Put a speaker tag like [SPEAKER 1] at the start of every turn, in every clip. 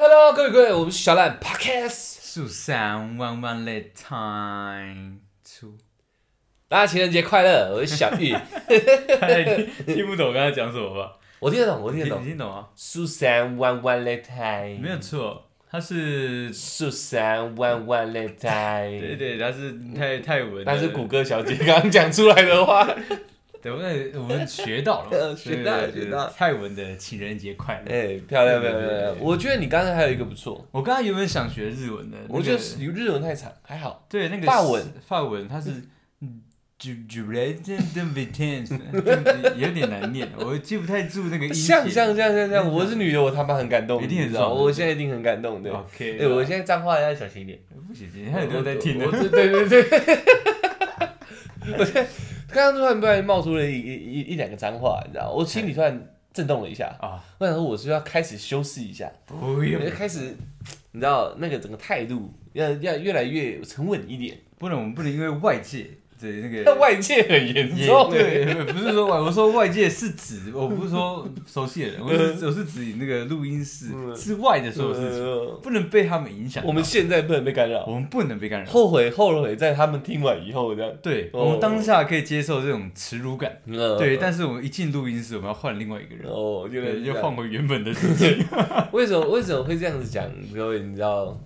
[SPEAKER 1] 各位各位，我们是小懒 Podcast，
[SPEAKER 2] 树上弯弯 let time 出，
[SPEAKER 1] 大家情人节快乐！我是小玉，
[SPEAKER 2] 听不懂我刚才讲什么吧？
[SPEAKER 1] 我听得懂，我听
[SPEAKER 2] 你
[SPEAKER 1] 得
[SPEAKER 2] 你
[SPEAKER 1] 懂。
[SPEAKER 2] 听懂啊？
[SPEAKER 1] Susan one one l a t
[SPEAKER 2] 没
[SPEAKER 1] i
[SPEAKER 2] 有错，它是
[SPEAKER 1] Susan one one l a t
[SPEAKER 2] 对
[SPEAKER 1] i
[SPEAKER 2] 对，它是泰泰文的，
[SPEAKER 1] 但是谷歌小姐刚刚讲出来的话，
[SPEAKER 2] 对，我们我们学到了，
[SPEAKER 1] 呃 学到了
[SPEAKER 2] 对对
[SPEAKER 1] 学到了
[SPEAKER 2] 泰文的情人节快 乐。
[SPEAKER 1] 哎，漂亮漂
[SPEAKER 2] 对对
[SPEAKER 1] 亮漂
[SPEAKER 2] 对
[SPEAKER 1] 亮！
[SPEAKER 2] 对
[SPEAKER 1] 我觉得你刚才还有一个不错，
[SPEAKER 2] 我刚刚原本想学日文的，
[SPEAKER 1] 我
[SPEAKER 2] 那
[SPEAKER 1] 觉
[SPEAKER 2] 个
[SPEAKER 1] 得是日文太长，还好。
[SPEAKER 2] 对那个
[SPEAKER 1] 法文
[SPEAKER 2] 是法文它是 j u r e d e n v i t e n s 有点难念，我记不太住那个音节。
[SPEAKER 1] 像像像像像，我是女的，我他妈很感动，
[SPEAKER 2] 一定很
[SPEAKER 1] 你知道吗
[SPEAKER 2] 爽哦
[SPEAKER 1] 我现在一定很感动，对。
[SPEAKER 2] OK，
[SPEAKER 1] 哎，我现在脏话要小心一点。
[SPEAKER 2] 不行，你看很多人在听
[SPEAKER 1] 我
[SPEAKER 2] 的。
[SPEAKER 1] 对对对对。我现在刚刚突然不然冒出了一一一一两个脏话，你知道，我心里突然震动了一下。
[SPEAKER 2] 啊，
[SPEAKER 1] 我想说，我是不是要开始修饰一下，
[SPEAKER 2] 不
[SPEAKER 1] 因
[SPEAKER 2] 用
[SPEAKER 1] 为，开始，你知道那个整个态度要要越来越沉稳一点。
[SPEAKER 2] 不能，我们不能因为外界的那个
[SPEAKER 1] 但 外界哦很严
[SPEAKER 2] 也
[SPEAKER 1] 重，
[SPEAKER 2] 对，不是说外，我说外界是指， 我不是说熟悉的人，我是我是指那个录音室
[SPEAKER 1] 嗯
[SPEAKER 2] 之外的所有事情，
[SPEAKER 1] 呃
[SPEAKER 2] 不能被他们影响到。
[SPEAKER 1] 我们现在不能被干扰
[SPEAKER 2] 我，们不能被干扰。
[SPEAKER 1] 后悔后悔在他们听完以后这样。
[SPEAKER 2] 对，
[SPEAKER 1] 哦
[SPEAKER 2] 我们当下可以接受这种耻辱感，
[SPEAKER 1] 呃
[SPEAKER 2] 对，但是我们一进录音室，我们要换另外一个人，
[SPEAKER 1] 哦，就
[SPEAKER 2] 对，
[SPEAKER 1] 是这
[SPEAKER 2] 就
[SPEAKER 1] 样
[SPEAKER 2] 换回原本的自己。
[SPEAKER 1] 为什么为什么会这样子讲？各位，你知道，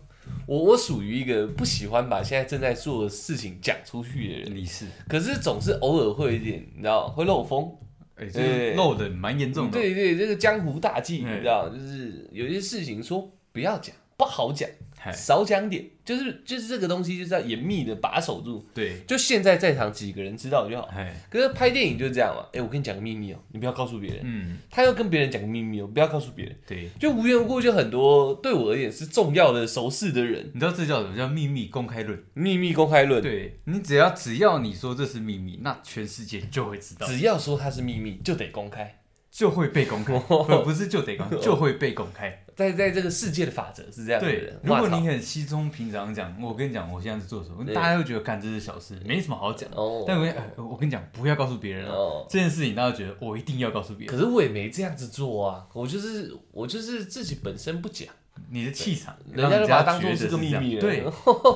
[SPEAKER 1] 我我属于一个不喜欢把现在正在做的事情讲出去的人，
[SPEAKER 2] 你是，
[SPEAKER 1] 可是总是偶尔会有一点，你知道，会漏风。
[SPEAKER 2] 哎，这
[SPEAKER 1] 对
[SPEAKER 2] 个漏的蛮严重的。
[SPEAKER 1] 对对，这个江湖大忌，
[SPEAKER 2] 嗯
[SPEAKER 1] 你知道，就是有些事情说不要讲，不好讲，
[SPEAKER 2] 嗨，
[SPEAKER 1] 少讲点，就是就是这个东西就是要严密的把守住。
[SPEAKER 2] 对，
[SPEAKER 1] 就现在在场几个人知道就好。
[SPEAKER 2] 哎，
[SPEAKER 1] 可是拍电影就是这样嘛，哎、我跟你讲个秘密哦、你不要告诉别人。
[SPEAKER 2] 嗯，
[SPEAKER 1] 他要跟别人讲个秘密哦、不要告诉别人。
[SPEAKER 2] 对，
[SPEAKER 1] 就无缘无故就很多对我而言是重要的熟识的人，
[SPEAKER 2] 你知道这叫什么叫秘密公开论？
[SPEAKER 1] 秘密公开论，
[SPEAKER 2] 对你只要只要你说这是秘密，那全世界就会知道，
[SPEAKER 1] 只要说它是秘密就得公开，
[SPEAKER 2] 就会被 公开，不不是就得公开，就会被公开。
[SPEAKER 1] 在在这个世界的法则是这样的
[SPEAKER 2] 对
[SPEAKER 1] 人，。
[SPEAKER 2] 如果
[SPEAKER 1] 哎哇
[SPEAKER 2] 你很稀松平常讲，我跟你讲，我现在是做什么，
[SPEAKER 1] 对
[SPEAKER 2] 大家会觉得干这是小事，没什么好讲
[SPEAKER 1] 操。哦，
[SPEAKER 2] 但我跟你呃我跟你讲，不要告诉别人啊
[SPEAKER 1] 哦
[SPEAKER 2] 这件事情，大家觉得我一定要告诉别人。
[SPEAKER 1] 可是我也没这样子做啊，我就是我就是自己本身不讲，
[SPEAKER 2] 你的气场，
[SPEAKER 1] 人
[SPEAKER 2] 让
[SPEAKER 1] 家就把它当
[SPEAKER 2] 觉
[SPEAKER 1] 做
[SPEAKER 2] 得
[SPEAKER 1] 是
[SPEAKER 2] 是
[SPEAKER 1] 个秘
[SPEAKER 2] 这样
[SPEAKER 1] 密了，
[SPEAKER 2] 对，，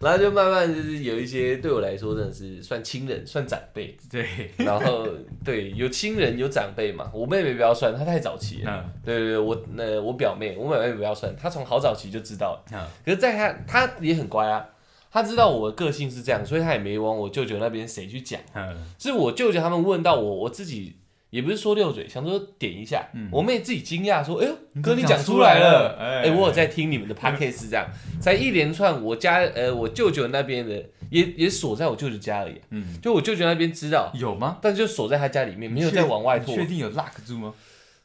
[SPEAKER 1] 然后就慢慢就是有一些对我来说真的是算亲人算长 辈，
[SPEAKER 2] 对，
[SPEAKER 1] 然后对有亲人有长辈嘛，我妹妹不要算，她太早期了，
[SPEAKER 2] 嗯
[SPEAKER 1] 对对对，我呃我表妹，我表妹不要算，她从好早期就知道了。
[SPEAKER 2] 嗯，
[SPEAKER 1] 可是在她她也很乖啊，她知道我的个性是这样，所以她也没往我舅舅那边谁去讲，
[SPEAKER 2] 嗯
[SPEAKER 1] 是我舅舅他们问到我，我自己也不是说溜嘴，想说点一下，
[SPEAKER 2] 嗯
[SPEAKER 1] 我妹自己惊讶说：“哎呦，哥你
[SPEAKER 2] 你
[SPEAKER 1] 讲
[SPEAKER 2] 讲
[SPEAKER 1] 出
[SPEAKER 2] 出
[SPEAKER 1] 来
[SPEAKER 2] 来
[SPEAKER 1] 了
[SPEAKER 2] 了！”
[SPEAKER 1] 哎、
[SPEAKER 2] 哎
[SPEAKER 1] 我有在听你们的 podcast 这样，才一连串我家呃我舅舅那边的也也锁在我舅舅家而已啊、
[SPEAKER 2] 嗯，
[SPEAKER 1] 就我舅舅那边知道，
[SPEAKER 2] 有吗？
[SPEAKER 1] 但就锁在他家里面，没有
[SPEAKER 2] 确
[SPEAKER 1] 再往外
[SPEAKER 2] 你
[SPEAKER 1] 拓。
[SPEAKER 2] 确定有 lock 住吗？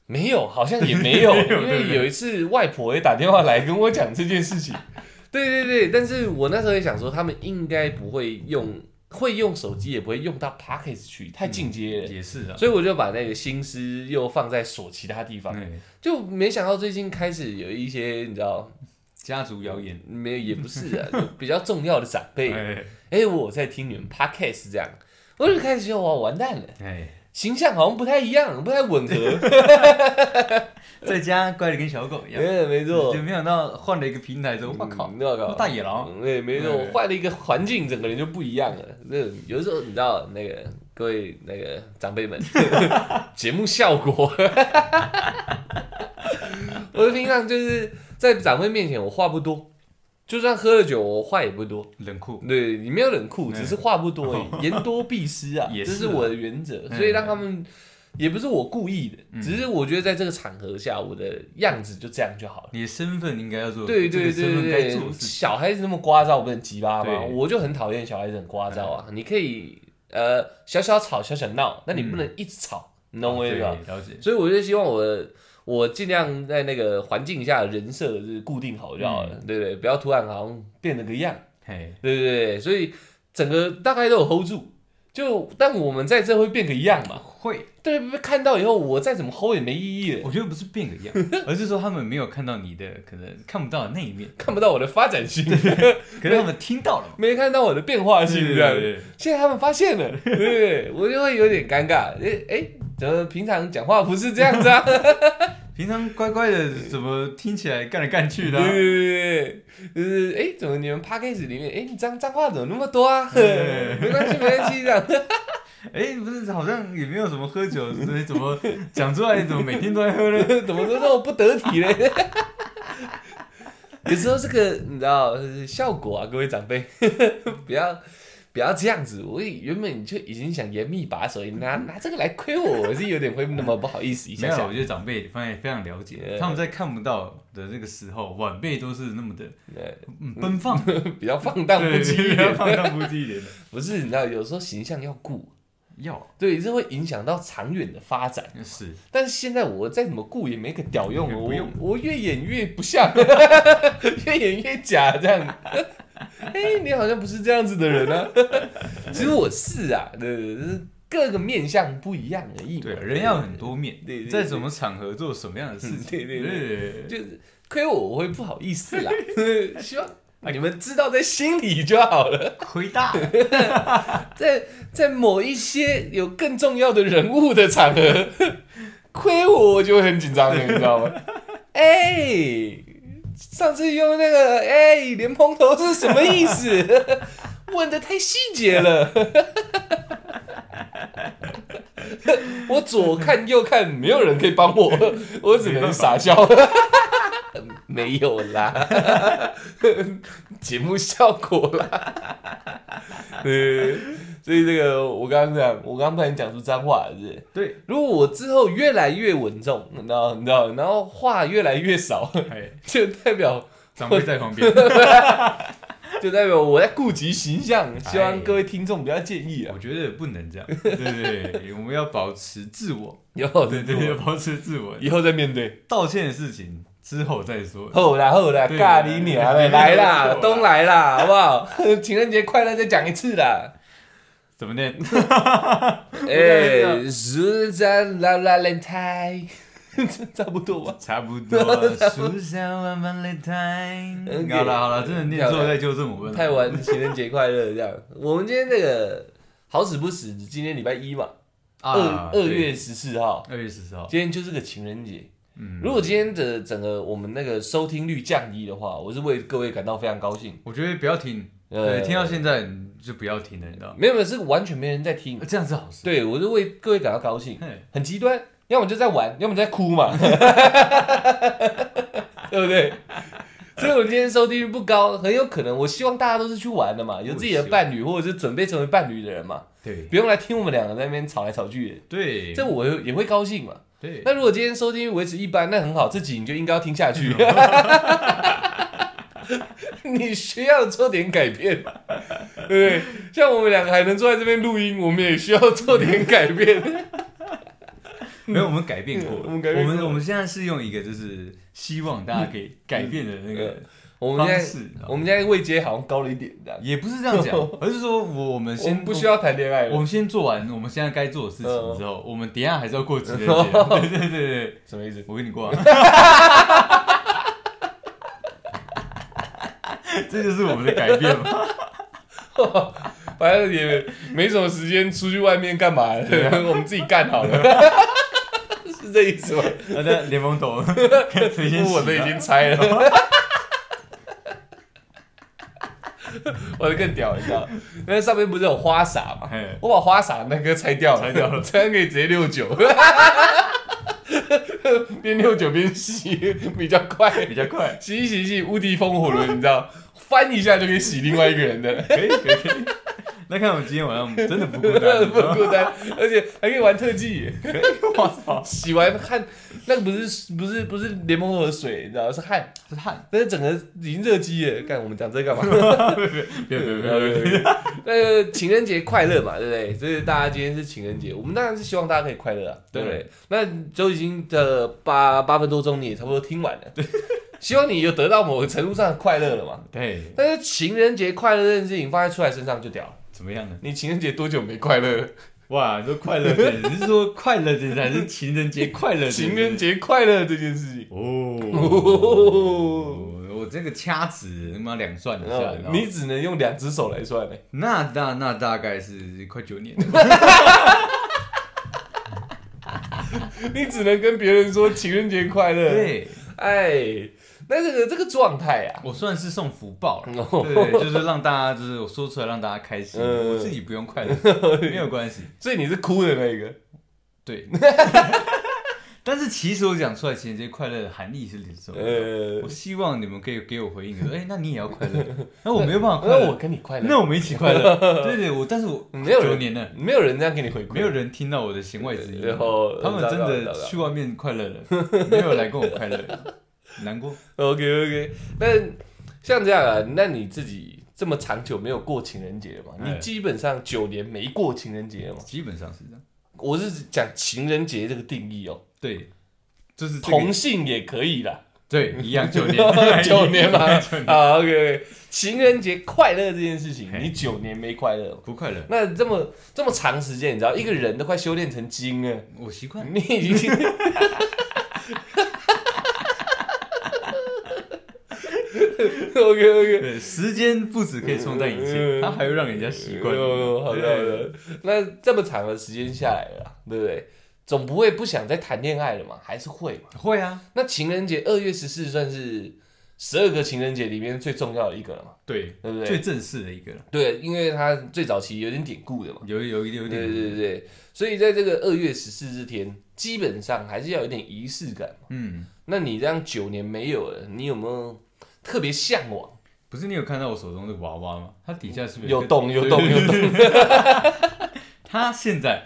[SPEAKER 1] 没有，好像也没 有，
[SPEAKER 2] 没有
[SPEAKER 1] 因
[SPEAKER 2] 对不
[SPEAKER 1] 为
[SPEAKER 2] 对
[SPEAKER 1] 有一次外婆也打电话来跟我讲这件事情。 对对对，但是我那时候也想说，他们应该不会用，会用手机也不会用到 Pocket 去，太进阶了。
[SPEAKER 2] 也是啊，
[SPEAKER 1] 所以我就把那个心思又放在锁其他地方，
[SPEAKER 2] 对，
[SPEAKER 1] 就没想到最近开始有一些你知道
[SPEAKER 2] 家族谣言，
[SPEAKER 1] 没有也不是啊，就比较重要的长辈，哎、
[SPEAKER 2] 哎
[SPEAKER 1] 我有在听你们 podcast 这样，我就开始觉得哇完蛋了，
[SPEAKER 2] 哎。
[SPEAKER 1] 形象好像不太一样，不太吻合，
[SPEAKER 2] 在家乖的跟小狗一样，
[SPEAKER 1] 嗯，没错，
[SPEAKER 2] 就没想到换了一个平台之后，我靠
[SPEAKER 1] 嗯，那个
[SPEAKER 2] 那大野狼，
[SPEAKER 1] 嗯对，没错，
[SPEAKER 2] 对
[SPEAKER 1] 我换了一个环境，整个人就不一样了。那有时候你知道，那个各位那个长辈 们，节目效果， 我的平常就是在长辈面前我话不多，就算喝了酒我话也不多。
[SPEAKER 2] 冷酷，
[SPEAKER 1] 对，你没有冷酷，
[SPEAKER 2] 嗯
[SPEAKER 1] 只是话不多而 已，言多必失啊，
[SPEAKER 2] 也
[SPEAKER 1] 这
[SPEAKER 2] 是啊
[SPEAKER 1] 是我的原则。
[SPEAKER 2] 嗯
[SPEAKER 1] 所以让他们也不是我故意的，只是我觉得在这个场合下，我的样子就这样就好了。
[SPEAKER 2] 你的身份应该要做，
[SPEAKER 1] 对
[SPEAKER 2] 这
[SPEAKER 1] 对
[SPEAKER 2] 个身
[SPEAKER 1] 对
[SPEAKER 2] 份该
[SPEAKER 1] 对
[SPEAKER 2] 做的
[SPEAKER 1] 对，
[SPEAKER 2] 事情，
[SPEAKER 1] 小孩子那么聒噪，不是很鸡巴吗？
[SPEAKER 2] 对哎
[SPEAKER 1] 我就很讨厌小孩子很聒噪啊。你可以呃小小吵小小闹，但你不能一直吵，你懂我意思吧？
[SPEAKER 2] 嗯啊对，了解，
[SPEAKER 1] 所以我就希望我的我尽量在那个环境下人设是固定好就好
[SPEAKER 2] 嗯
[SPEAKER 1] 了，对不对？不要突然好像变了个样，
[SPEAKER 2] 嘿，
[SPEAKER 1] 对对对。所以整个大概都有 hold 住，就但我们在这会变个样嘛。
[SPEAKER 2] 会，
[SPEAKER 1] 对，被看到以后，我再怎么 hold 也没意义了，
[SPEAKER 2] 我觉得不是变个样， 而是说他们没有看到你的，可能看不到的那一面，
[SPEAKER 1] 看不到我的发展性，
[SPEAKER 2] 可是他们听到了嘛，
[SPEAKER 1] 没看到我的变化性，这样。
[SPEAKER 2] 对
[SPEAKER 1] 现在他们发现 了，对不 对？我就会有点尴尬。诶诶，怎么平常讲话不是这样子啊？
[SPEAKER 2] 平常乖乖的，怎么听起来干来干去的啊、
[SPEAKER 1] 对对对对，就是哎、怎么你们 p a c k a g e 里面，哎、你脏脏话怎么那么多啊？
[SPEAKER 2] 对
[SPEAKER 1] 没关系，没关系，这样。
[SPEAKER 2] 哎、不是，好像也没有什么喝酒，所以怎么讲出来，怎么每天都在喝呢？
[SPEAKER 1] 怎么都那么不得体嘞？ 有时候这个你知道呃效果啊，各位长辈， 不要不要这样子。我原本就已经想严密把守，你拿拿这个来亏我，我是有点会那么不好意思一
[SPEAKER 2] 嗯没
[SPEAKER 1] 下
[SPEAKER 2] 有，
[SPEAKER 1] 下
[SPEAKER 2] 我。觉得长辈方面非常了解，
[SPEAKER 1] Yeah
[SPEAKER 2] 他们在看不到的这个时候，晚辈都是那么的
[SPEAKER 1] 呃，
[SPEAKER 2] 嗯奔 放，
[SPEAKER 1] 比较放荡不羁一
[SPEAKER 2] 对
[SPEAKER 1] 点，
[SPEAKER 2] 放荡不羁一点的。
[SPEAKER 1] 不是你知道，有时候形象要顾，
[SPEAKER 2] 要
[SPEAKER 1] 对，这会影响到长远的发展。
[SPEAKER 2] 是
[SPEAKER 1] 但是现在我再怎么顾也没个屌用，
[SPEAKER 2] 也
[SPEAKER 1] 我
[SPEAKER 2] 不用
[SPEAKER 1] 我越演越不像， 越演越假这样。 哎、你好像不是这样子的人啊。其实我是啊，对对对，就是各个面相不一样而已嘛。
[SPEAKER 2] 对，人要很多面
[SPEAKER 1] 对对，对
[SPEAKER 2] 在什么场合做什么样的事情，
[SPEAKER 1] 对对对
[SPEAKER 2] 嗯对对
[SPEAKER 1] 就是亏我，我会不好意思啦。 希望你们知道在心里就好了。
[SPEAKER 2] 亏大，
[SPEAKER 1] 在在某一些有更重要的人物的场合， 亏我我就会很紧张了，你知道吗？哎、上次用那个哎、莲蓬头是什么意思？ 问的太细节了。 我左看右看，没有人可以帮我， 我只能傻笑。 没有啦， 节目效果啦。 对，所以这个我刚刚这样，我刚刚不然讲出脏话，是不是？
[SPEAKER 2] 对，
[SPEAKER 1] 如果我之后越来越稳重，你知道，你知道，然后话越来越少，
[SPEAKER 2] 哎，
[SPEAKER 1] 就代表
[SPEAKER 2] 长辈在旁 边，
[SPEAKER 1] 就代表我在顾及形象，希
[SPEAKER 2] 哎
[SPEAKER 1] 望各位听众不要介意啊
[SPEAKER 2] 我。觉得不能这样，对对对，我们要保持自我，
[SPEAKER 1] 以后对
[SPEAKER 2] 对
[SPEAKER 1] 对
[SPEAKER 2] 对，要
[SPEAKER 1] 对，
[SPEAKER 2] 保持自我，
[SPEAKER 1] 以后再面对。
[SPEAKER 2] 道歉的事情之后再说，
[SPEAKER 1] 后啦后啦，
[SPEAKER 2] 对
[SPEAKER 1] 咖喱娘嘞，
[SPEAKER 2] 对对
[SPEAKER 1] 来
[SPEAKER 2] 没
[SPEAKER 1] 啦，
[SPEAKER 2] 错
[SPEAKER 1] 都来啦，好不好？情人节快乐，再讲一次 啦。
[SPEAKER 2] 怎么念？
[SPEAKER 1] 哎，实在啦啦连台， 差不多吧。
[SPEAKER 2] 差不多，树上慢慢的time。
[SPEAKER 1] OK
[SPEAKER 2] 好了好了，真的念错再纠正我们了。
[SPEAKER 1] 台湾情人节快乐，这样。我们今天这个好死不死，今天礼拜一嘛，二
[SPEAKER 2] 啊
[SPEAKER 1] 二月十四号，
[SPEAKER 2] 对二月十四号，
[SPEAKER 1] 今天就是个情人节。
[SPEAKER 2] 嗯
[SPEAKER 1] 如果今天的整个我们那个收听率降低的话，我是为各位感到非常高兴。
[SPEAKER 2] 我觉得不要听，
[SPEAKER 1] 呃
[SPEAKER 2] 对，听到现在你就不要听了，你知道吗？啊
[SPEAKER 1] 没有没有，是完全没人在听。
[SPEAKER 2] 这样是好事。
[SPEAKER 1] 对我是为各位感到高兴，
[SPEAKER 2] 嘿
[SPEAKER 1] 很极端，要么就在玩，要么就在哭嘛， 对不对？所以我们今天收听率不高，很有可能我希望大家都是去玩的嘛，有自己的伴侣或者是准备成为伴侣的人嘛，
[SPEAKER 2] 对
[SPEAKER 1] 不用来听我们两个在那边吵来吵去的，
[SPEAKER 2] 对
[SPEAKER 1] 这嗯我也会高兴嘛。
[SPEAKER 2] 对，
[SPEAKER 1] 那如果今天收听率维持一般，那很好，这集你就应该要听下去。 你需要做点改变，对不对？像我们两个还能坐在这边录音，我们也需要做点改变。
[SPEAKER 2] 没有我们改变过，
[SPEAKER 1] 我们改变
[SPEAKER 2] 我们
[SPEAKER 1] 过
[SPEAKER 2] 我们现在是用一个就是希望大家可以改变的那个
[SPEAKER 1] 嗯我们
[SPEAKER 2] 方
[SPEAKER 1] 现在
[SPEAKER 2] 式，你知道吗
[SPEAKER 1] 我们现在位阶好像高了一点，这样。
[SPEAKER 2] 也不是这样讲， 而是说我我们
[SPEAKER 1] 我
[SPEAKER 2] 先
[SPEAKER 1] 们不需。要谈恋爱
[SPEAKER 2] 我
[SPEAKER 1] 了，
[SPEAKER 2] 们先做完我们现在该做的事情
[SPEAKER 1] 嗯
[SPEAKER 2] 之后，我们等一下还是要过情 人节。对对对对，
[SPEAKER 1] 什么意思？
[SPEAKER 2] 我跟你过、啊 这就是我们的改变嘛。
[SPEAKER 1] 反正也没什么时间出去外面干嘛，
[SPEAKER 2] 啊
[SPEAKER 1] 我们自己干好了， 是这意思吗？
[SPEAKER 2] 啊，那联 盟头，谁先洗啊
[SPEAKER 1] 我都已经猜了， 我的更屌，你知道？那上面不是有花洒吗
[SPEAKER 2] 嘿？
[SPEAKER 1] 我把花洒那个 拆掉了，
[SPEAKER 2] 拆掉了
[SPEAKER 1] 这样可以直接六九， 边六九边洗比较快，
[SPEAKER 2] 比较快，
[SPEAKER 1] 洗一洗一洗，无敌风火轮，你知道？翻一下就可以洗另外一个人的，
[SPEAKER 2] 可以可以可以。那看我们今天晚上真的不孤单，
[SPEAKER 1] 不孤单，而且还可以玩特技。
[SPEAKER 2] 我操，
[SPEAKER 1] 洗完汗，那个不是不是不是联盟河水，你知道是汗，
[SPEAKER 2] 是汗，
[SPEAKER 1] 但是整个已经热机了。干，我们讲这个干嘛？
[SPEAKER 2] 别别别别别，
[SPEAKER 1] 嗯那个情人节快乐嘛，对不对？所以大家今天是情人节，我们当然是希望大家可以快乐啊，对不对？那都已经的八八分多钟，你也差不多听完了，对，希望你有得到某个程度上的快乐了嘛。
[SPEAKER 2] 对，
[SPEAKER 1] 但是情人节快乐这件事情放在出来身上就屌了，
[SPEAKER 2] 怎么样呢？
[SPEAKER 1] 你情人节多久没快乐了？
[SPEAKER 2] 哇，你说快乐节，你是说快乐节还是情人节快乐节？
[SPEAKER 1] 情人节快乐这件事情，
[SPEAKER 2] 哦，我这个掐指他妈两算一 下，
[SPEAKER 1] 哦你只能用两只手来算嘞、欸
[SPEAKER 2] 那大那大概是快九年了。
[SPEAKER 1] 你只能跟别人说情人节快乐。，
[SPEAKER 2] 对，
[SPEAKER 1] 哎，那这个这个状态啊，
[SPEAKER 2] 我算是送福报了，
[SPEAKER 1] 哦，
[SPEAKER 2] 对，就是让大家就是我说出来让大家开心，
[SPEAKER 1] 嗯
[SPEAKER 2] 我自己不用快乐，没有关系。
[SPEAKER 1] 所以你是哭的那个，
[SPEAKER 2] 对，但是其实我讲出来情人节快乐的含义是什么？
[SPEAKER 1] 呃
[SPEAKER 2] 我，希望你们可以给我回应，说，哎、那你也要快乐，那我没有办法快
[SPEAKER 1] 那我
[SPEAKER 2] 乐，
[SPEAKER 1] 跟你快乐，
[SPEAKER 2] 那我们一起快乐。对对，我但是我
[SPEAKER 1] 没有人
[SPEAKER 2] 九年了，
[SPEAKER 1] 没有人这样给你回馈，
[SPEAKER 2] 没有人听到我的弦外之音，
[SPEAKER 1] 然后
[SPEAKER 2] 他们真的去外面快乐了，没有来跟我快乐， 难过。
[SPEAKER 1] OK OK，那像这样啊，那你自己这么长久没有过情人节嘛？
[SPEAKER 2] 哎
[SPEAKER 1] 你基本上九年没过情人节嘛？
[SPEAKER 2] 基本上是这样。
[SPEAKER 1] 我是讲情人节这个定义哦，
[SPEAKER 2] 对，就是这
[SPEAKER 1] 同
[SPEAKER 2] 个
[SPEAKER 1] 性也可以啦，
[SPEAKER 2] 对一样 九年。
[SPEAKER 1] 九年嘛
[SPEAKER 2] 九年
[SPEAKER 1] 啊 OK OK，情人节快乐这件事情，
[SPEAKER 2] 嘿
[SPEAKER 1] 你九年没快乐嘛，
[SPEAKER 2] 不快乐，
[SPEAKER 1] 那这么这么长时间，你知道一个人都快修炼成精了，
[SPEAKER 2] 我习惯。
[SPEAKER 1] 你已 经。OK OK，
[SPEAKER 2] 对，时间不止可以冲淡一切，
[SPEAKER 1] 嗯
[SPEAKER 2] 它还会让人家习惯。
[SPEAKER 1] 哦，好的好
[SPEAKER 2] 对
[SPEAKER 1] 的。那这么长的时间下来了啦，啊对不对？总不会不想再谈恋爱了嘛？还是会嘛？
[SPEAKER 2] 会啊，
[SPEAKER 1] 那情人节二月十四算是十二个情人节里面最重要的一个了嘛？
[SPEAKER 2] 对，
[SPEAKER 1] 对不
[SPEAKER 2] 最
[SPEAKER 1] 对？
[SPEAKER 2] 正式的一个了，
[SPEAKER 1] 对，因为它最早期有点典故的嘛。
[SPEAKER 2] 有有有
[SPEAKER 1] 对
[SPEAKER 2] 点
[SPEAKER 1] 对对对，所以在这个二月十四这天，基本上还是要有点仪式感嘛。
[SPEAKER 2] 嗯，
[SPEAKER 1] 那你这样九年没有了，你有没有特别向往？
[SPEAKER 2] 不是你有看到我手中的娃娃吗？它底下是不是
[SPEAKER 1] 有
[SPEAKER 2] 个
[SPEAKER 1] 动有动有动，
[SPEAKER 2] 它现在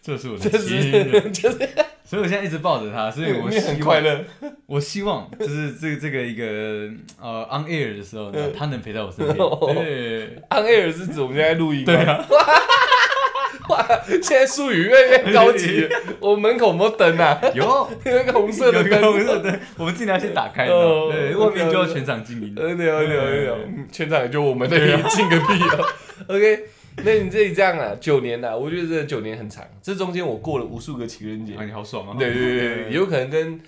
[SPEAKER 2] 就是我的
[SPEAKER 1] 就
[SPEAKER 2] 情人，
[SPEAKER 1] 是就是
[SPEAKER 2] 所以我现在一直抱着它，所以我
[SPEAKER 1] 你很
[SPEAKER 2] 希
[SPEAKER 1] 快
[SPEAKER 2] 望，
[SPEAKER 1] 乐。
[SPEAKER 2] 我希望就是这这个一个呃 on air 的时候呢，它能陪在我身边。
[SPEAKER 1] 哦
[SPEAKER 2] 对，
[SPEAKER 1] On air 是指我们现在录音吗？
[SPEAKER 2] 对啊，
[SPEAKER 1] 哇，现在术语越来越高 级了。我门口有没有灯啊？
[SPEAKER 2] 有
[SPEAKER 1] 有一个红色的
[SPEAKER 2] 有一个
[SPEAKER 1] 灯。
[SPEAKER 2] 红色的，我们尽量先打开，你知道
[SPEAKER 1] 哦
[SPEAKER 2] 吗对，外面就要全场静音。
[SPEAKER 1] 呃，有有
[SPEAKER 2] 啊
[SPEAKER 1] 有，嗯全场也就我们那里进个屁啊。OK，那你这里这样啊，九年了，我觉得这九年很长，这中间我过了无数个情人节
[SPEAKER 2] 啊，。你好爽啊！
[SPEAKER 1] 对对对对，有可能跟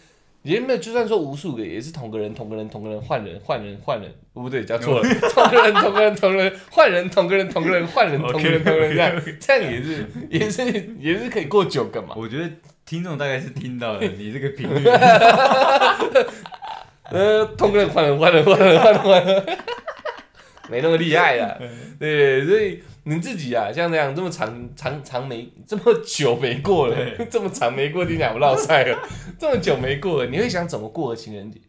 [SPEAKER 1] 也没有，就算说无数个，也是同个人，同个人，同个人，换人，换人，换人，不对，讲错了，同个人，同个人，同个人，换人，同个人，同个人，换人，同个人，同个人，这样这样也是也是也是可以过九个嘛。
[SPEAKER 2] 我觉得听众大概是听到了你这个频率，
[SPEAKER 1] 呃，同个人换人换人换人换人换 人，没那么厉害啦。对，所以你自己啊，像这样这么长长长没这么久没过了， 这么长没过，听起来我落赛了，哦 这么久没过了，你会想怎么过情人节？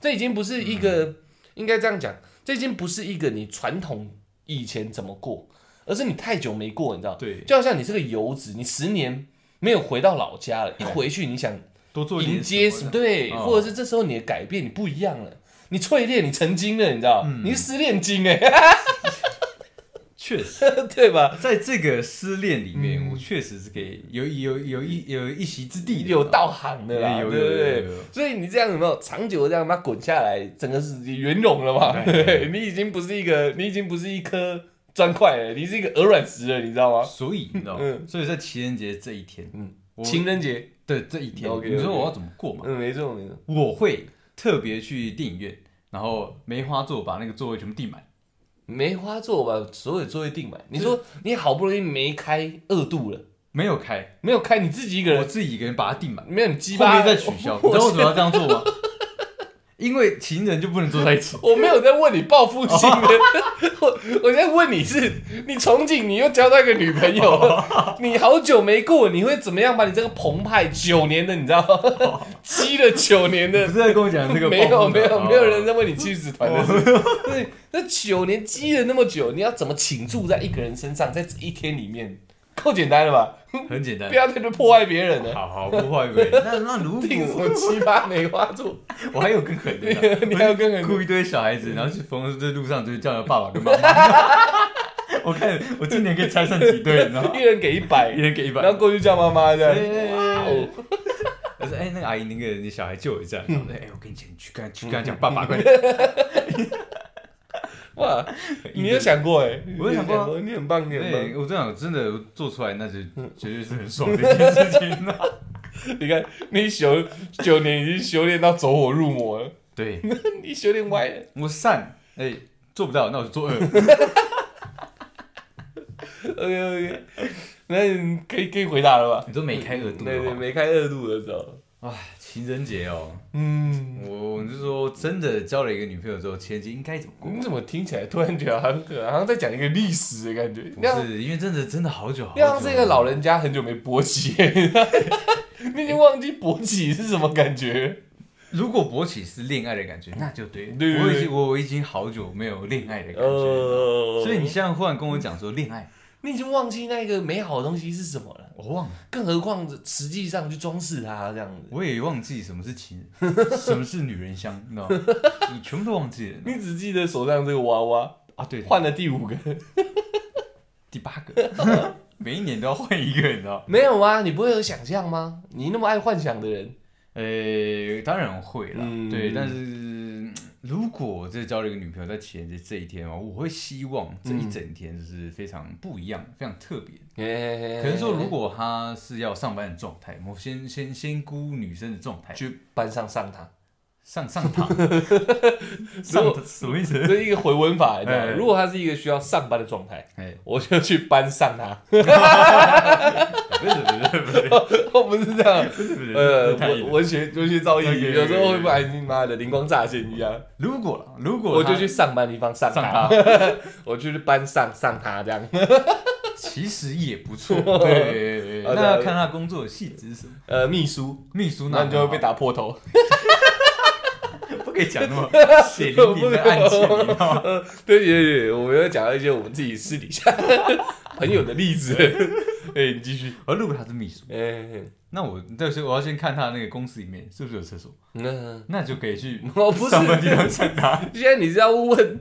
[SPEAKER 1] 这已经不是一个，应该这样讲，这已经不是一个你传统以前怎么过，而是你太久没过，你知道？
[SPEAKER 2] 对
[SPEAKER 1] 就好像你是个游子，你十年没有回到老家了，一回去你想
[SPEAKER 2] 多做一点
[SPEAKER 1] 迎接
[SPEAKER 2] 什
[SPEAKER 1] 什
[SPEAKER 2] 么
[SPEAKER 1] 么？
[SPEAKER 2] 的
[SPEAKER 1] 对，
[SPEAKER 2] 哦
[SPEAKER 1] 或者是这时候你的改变，你不一样了，你淬炼，你成精了，你知道？
[SPEAKER 2] 嗯
[SPEAKER 1] 你是失恋精哎、
[SPEAKER 2] 确实，
[SPEAKER 1] 对吧？
[SPEAKER 2] 在这个失恋里面，我确实是可以有有有一有一席之地的，
[SPEAKER 1] 有道行的啦，
[SPEAKER 2] 有有
[SPEAKER 1] 对不
[SPEAKER 2] 有
[SPEAKER 1] 对
[SPEAKER 2] 有有？
[SPEAKER 1] 所以你这样有没有长久的这样把它滚下来，整个是圆融了嘛？
[SPEAKER 2] 对
[SPEAKER 1] 对，你已经不是一个，你已经不是一颗砖块了，你是一个鹅卵石了，你知道吗？
[SPEAKER 2] 所以你知道吗，
[SPEAKER 1] 嗯
[SPEAKER 2] 所以在情人节这一天，
[SPEAKER 1] 嗯
[SPEAKER 2] 我，
[SPEAKER 1] 情人节，
[SPEAKER 2] 对这一天，
[SPEAKER 1] OK，OK
[SPEAKER 2] 你说我要怎么过嘛？
[SPEAKER 1] 嗯，没错没错，
[SPEAKER 2] 我会特别去电影院，然后梅花座把那个座位全部订满，
[SPEAKER 1] 梅花座把所有座位订满。你说你好不容易没开二度了，
[SPEAKER 2] 没有开，
[SPEAKER 1] 没有开，你自己一个
[SPEAKER 2] 我
[SPEAKER 1] 人，
[SPEAKER 2] 自己一个人把它订满，
[SPEAKER 1] 没有你鸡
[SPEAKER 2] 后
[SPEAKER 1] 巴
[SPEAKER 2] 面再取消。你知道为什么要这样 做吗？因为情人就不能坐在一起。
[SPEAKER 1] 我没有在问你报复性 的，我我在问你是，你憧憬你又交到一个女朋友，
[SPEAKER 2] 哦
[SPEAKER 1] 你好久没过，你会怎么样把你这个澎湃九年的，你知道吗？积了九年
[SPEAKER 2] 不
[SPEAKER 1] 的
[SPEAKER 2] 是，在跟我讲哦这个
[SPEAKER 1] 没
[SPEAKER 2] 报
[SPEAKER 1] 有
[SPEAKER 2] 复
[SPEAKER 1] 没
[SPEAKER 2] 的
[SPEAKER 1] 有
[SPEAKER 2] 哦
[SPEAKER 1] 没有人在问你妻子团的事，对，那九年积了那么久，你要怎么倾注在一个人身上，在这一天里面，够简单了吧？
[SPEAKER 2] 很简单
[SPEAKER 1] 不。要在这破坏别人了，
[SPEAKER 2] 好好，不会不 会。那那如
[SPEAKER 1] 定什
[SPEAKER 2] 果
[SPEAKER 1] 么七八梅花 座，
[SPEAKER 2] 我还有更狠的呢，
[SPEAKER 1] 你还要跟人
[SPEAKER 2] 雇一堆小 孩子，然后去逢在路上就叫爸爸跟妈 妈。我看我今年可以拆散几对，你知道吗？
[SPEAKER 1] 一人给一百
[SPEAKER 2] 一，人给一百
[SPEAKER 1] 然。后过去叫妈妈这
[SPEAKER 2] 哎
[SPEAKER 1] 样。
[SPEAKER 2] 哎
[SPEAKER 1] 哇
[SPEAKER 2] 哎
[SPEAKER 1] 哦
[SPEAKER 2] 哎我说哎，那个阿姨，那个你小孩借我一下。
[SPEAKER 1] 嗯
[SPEAKER 2] 然后我说哎，我跟你讲，你去跟他去跟他讲，爸爸快点。
[SPEAKER 1] 哇，你有想过哎、欸？
[SPEAKER 2] 我有想过啊
[SPEAKER 1] 你很棒，你很棒。
[SPEAKER 2] 对，我这样真的我做出来，那就
[SPEAKER 1] 嗯
[SPEAKER 2] 绝对是很爽的一件事情啊。
[SPEAKER 1] 你看，你修九年已经修炼到走火入魔了，
[SPEAKER 2] 对，
[SPEAKER 1] 你修炼歪了。
[SPEAKER 2] 我善哎做不到，那我就做二。
[SPEAKER 1] OK OK，那你可以可以回答了吧？
[SPEAKER 2] 你都没开额度
[SPEAKER 1] 对对，
[SPEAKER 2] 的
[SPEAKER 1] 没开二度的时候，
[SPEAKER 2] 话，啊，情人节哦，
[SPEAKER 1] 嗯，
[SPEAKER 2] 我我就说真的交了一个女朋友之后，情人节应该怎么过？
[SPEAKER 1] 你嗯怎么听起来突然觉得好像好像在讲一个历史的感觉？
[SPEAKER 2] 不
[SPEAKER 1] 让
[SPEAKER 2] 是，因为真的真的好久好久，
[SPEAKER 1] 让这个老人家很久没勃起， 你已经忘记勃起是什么感觉？
[SPEAKER 2] 如果勃起是恋爱的感觉，那就对了。
[SPEAKER 1] 对对对
[SPEAKER 2] 我已经我我已经好久没有恋爱的感觉了，
[SPEAKER 1] 呃，
[SPEAKER 2] 所以你现在忽然跟我讲说恋爱，
[SPEAKER 1] 你已经忘记那个美好的东西是什么了，
[SPEAKER 2] 我忘了，
[SPEAKER 1] 更何况实际上去装饰它这样子。
[SPEAKER 2] 我也忘记什么 是情人，什么是女人香，你知道吗？我全部都忘记了
[SPEAKER 1] 你只记得手上这个娃娃，
[SPEAKER 2] 啊！对，
[SPEAKER 1] 换了第五个，
[SPEAKER 2] 第八个， 每一年都要换一个，你知道吗？
[SPEAKER 1] 没有啊？你不会有想象吗？你那么爱幻想的人，
[SPEAKER 2] 呃、当然会啦，
[SPEAKER 1] 嗯
[SPEAKER 2] 对，但是嗯如果我真的交了一个女朋友在情人节这一天哦，我会希望这一整天就是非常不一样、非常特别。
[SPEAKER 1] 可
[SPEAKER 2] 可能说，如果她是要上班的状态，我先先先估女生的状态，
[SPEAKER 1] 去班上上 他，
[SPEAKER 2] 上 上堂，
[SPEAKER 1] 如
[SPEAKER 2] 上
[SPEAKER 1] 果
[SPEAKER 2] 什么意思？
[SPEAKER 1] 这是一个回文法，你知道吗？
[SPEAKER 2] 哎
[SPEAKER 1] 如果他是一个需要上班的状态，
[SPEAKER 2] 哎，
[SPEAKER 1] 我就去班上他。
[SPEAKER 2] 不是不是不是
[SPEAKER 1] 哦，不是这样，
[SPEAKER 2] 不是不 是，
[SPEAKER 1] 呃，
[SPEAKER 2] 太
[SPEAKER 1] 文文学文学造诣，
[SPEAKER 2] OK，OK，OK
[SPEAKER 1] 有时候会不小心妈的灵光乍现一样。
[SPEAKER 2] 如果啦如果
[SPEAKER 1] 我就
[SPEAKER 2] 她
[SPEAKER 1] 去上班的地方上
[SPEAKER 2] 上
[SPEAKER 1] 他，
[SPEAKER 2] 堂，
[SPEAKER 1] 我就去班上上他这样。
[SPEAKER 2] 其实也 不错。对对对对，
[SPEAKER 1] 好的
[SPEAKER 2] 那要看她工作的细致是什么。
[SPEAKER 1] 呃，秘书，
[SPEAKER 2] 秘书那
[SPEAKER 1] 那你就会被
[SPEAKER 2] 打。
[SPEAKER 1] 打破头。
[SPEAKER 2] 不可以讲那 么血淋淋的案件，你知道吗？
[SPEAKER 1] 对对对，对我们要讲到一些我们自己私底下 朋友的例子。哎，你继续。
[SPEAKER 2] 而如果他是秘书，
[SPEAKER 1] 哎，
[SPEAKER 2] 那我但是我要先看他那个公司里面是不是有厕所，
[SPEAKER 1] 那
[SPEAKER 2] 那就可以去
[SPEAKER 1] 我不是
[SPEAKER 2] 上班地方蹭他。
[SPEAKER 1] 现在你是要问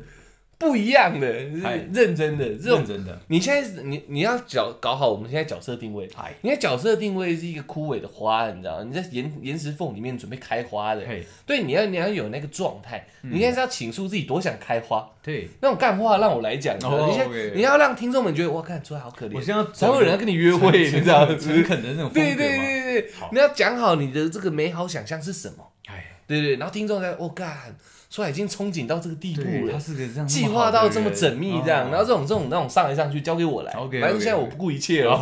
[SPEAKER 1] 不一样的，是
[SPEAKER 2] 哎
[SPEAKER 1] 认真的这种
[SPEAKER 2] 认。真的，
[SPEAKER 1] 你现在是你你要角搞好我们现在角色定位，
[SPEAKER 2] 哎
[SPEAKER 1] 你的角色定位是一个枯萎的花，你知道吗？你在岩岩石缝里面准备开花的，
[SPEAKER 2] 嘿，
[SPEAKER 1] 对，你要你要有那个状态，
[SPEAKER 2] 嗯
[SPEAKER 1] 你现在是要倾诉自己多想开花，
[SPEAKER 2] 对，
[SPEAKER 1] 那种干话让我来讲，你知道吗
[SPEAKER 2] 哦
[SPEAKER 1] 你现在
[SPEAKER 2] OK
[SPEAKER 1] 你要让听众们觉得哇，看出来好可
[SPEAKER 2] 我
[SPEAKER 1] 怜，
[SPEAKER 2] 现在要
[SPEAKER 1] 才会有人要跟你约会，你知道吗？
[SPEAKER 2] 很诚恳的那种
[SPEAKER 1] 对对
[SPEAKER 2] 风格吗？
[SPEAKER 1] 对对
[SPEAKER 2] 好，
[SPEAKER 1] 你要讲好你的这个美好想象是什么，
[SPEAKER 2] 哎，
[SPEAKER 1] 对对，然后听众才我干，出来已经憧憬到这个地步
[SPEAKER 2] 对，他
[SPEAKER 1] 了。哎
[SPEAKER 2] 是个这样
[SPEAKER 1] 计划到这么缜密，这样，然后这
[SPEAKER 2] 后
[SPEAKER 1] 种这种那种上来上去交给我来，
[SPEAKER 2] OK，OK，OK
[SPEAKER 1] 反正现在我不顾一切 了，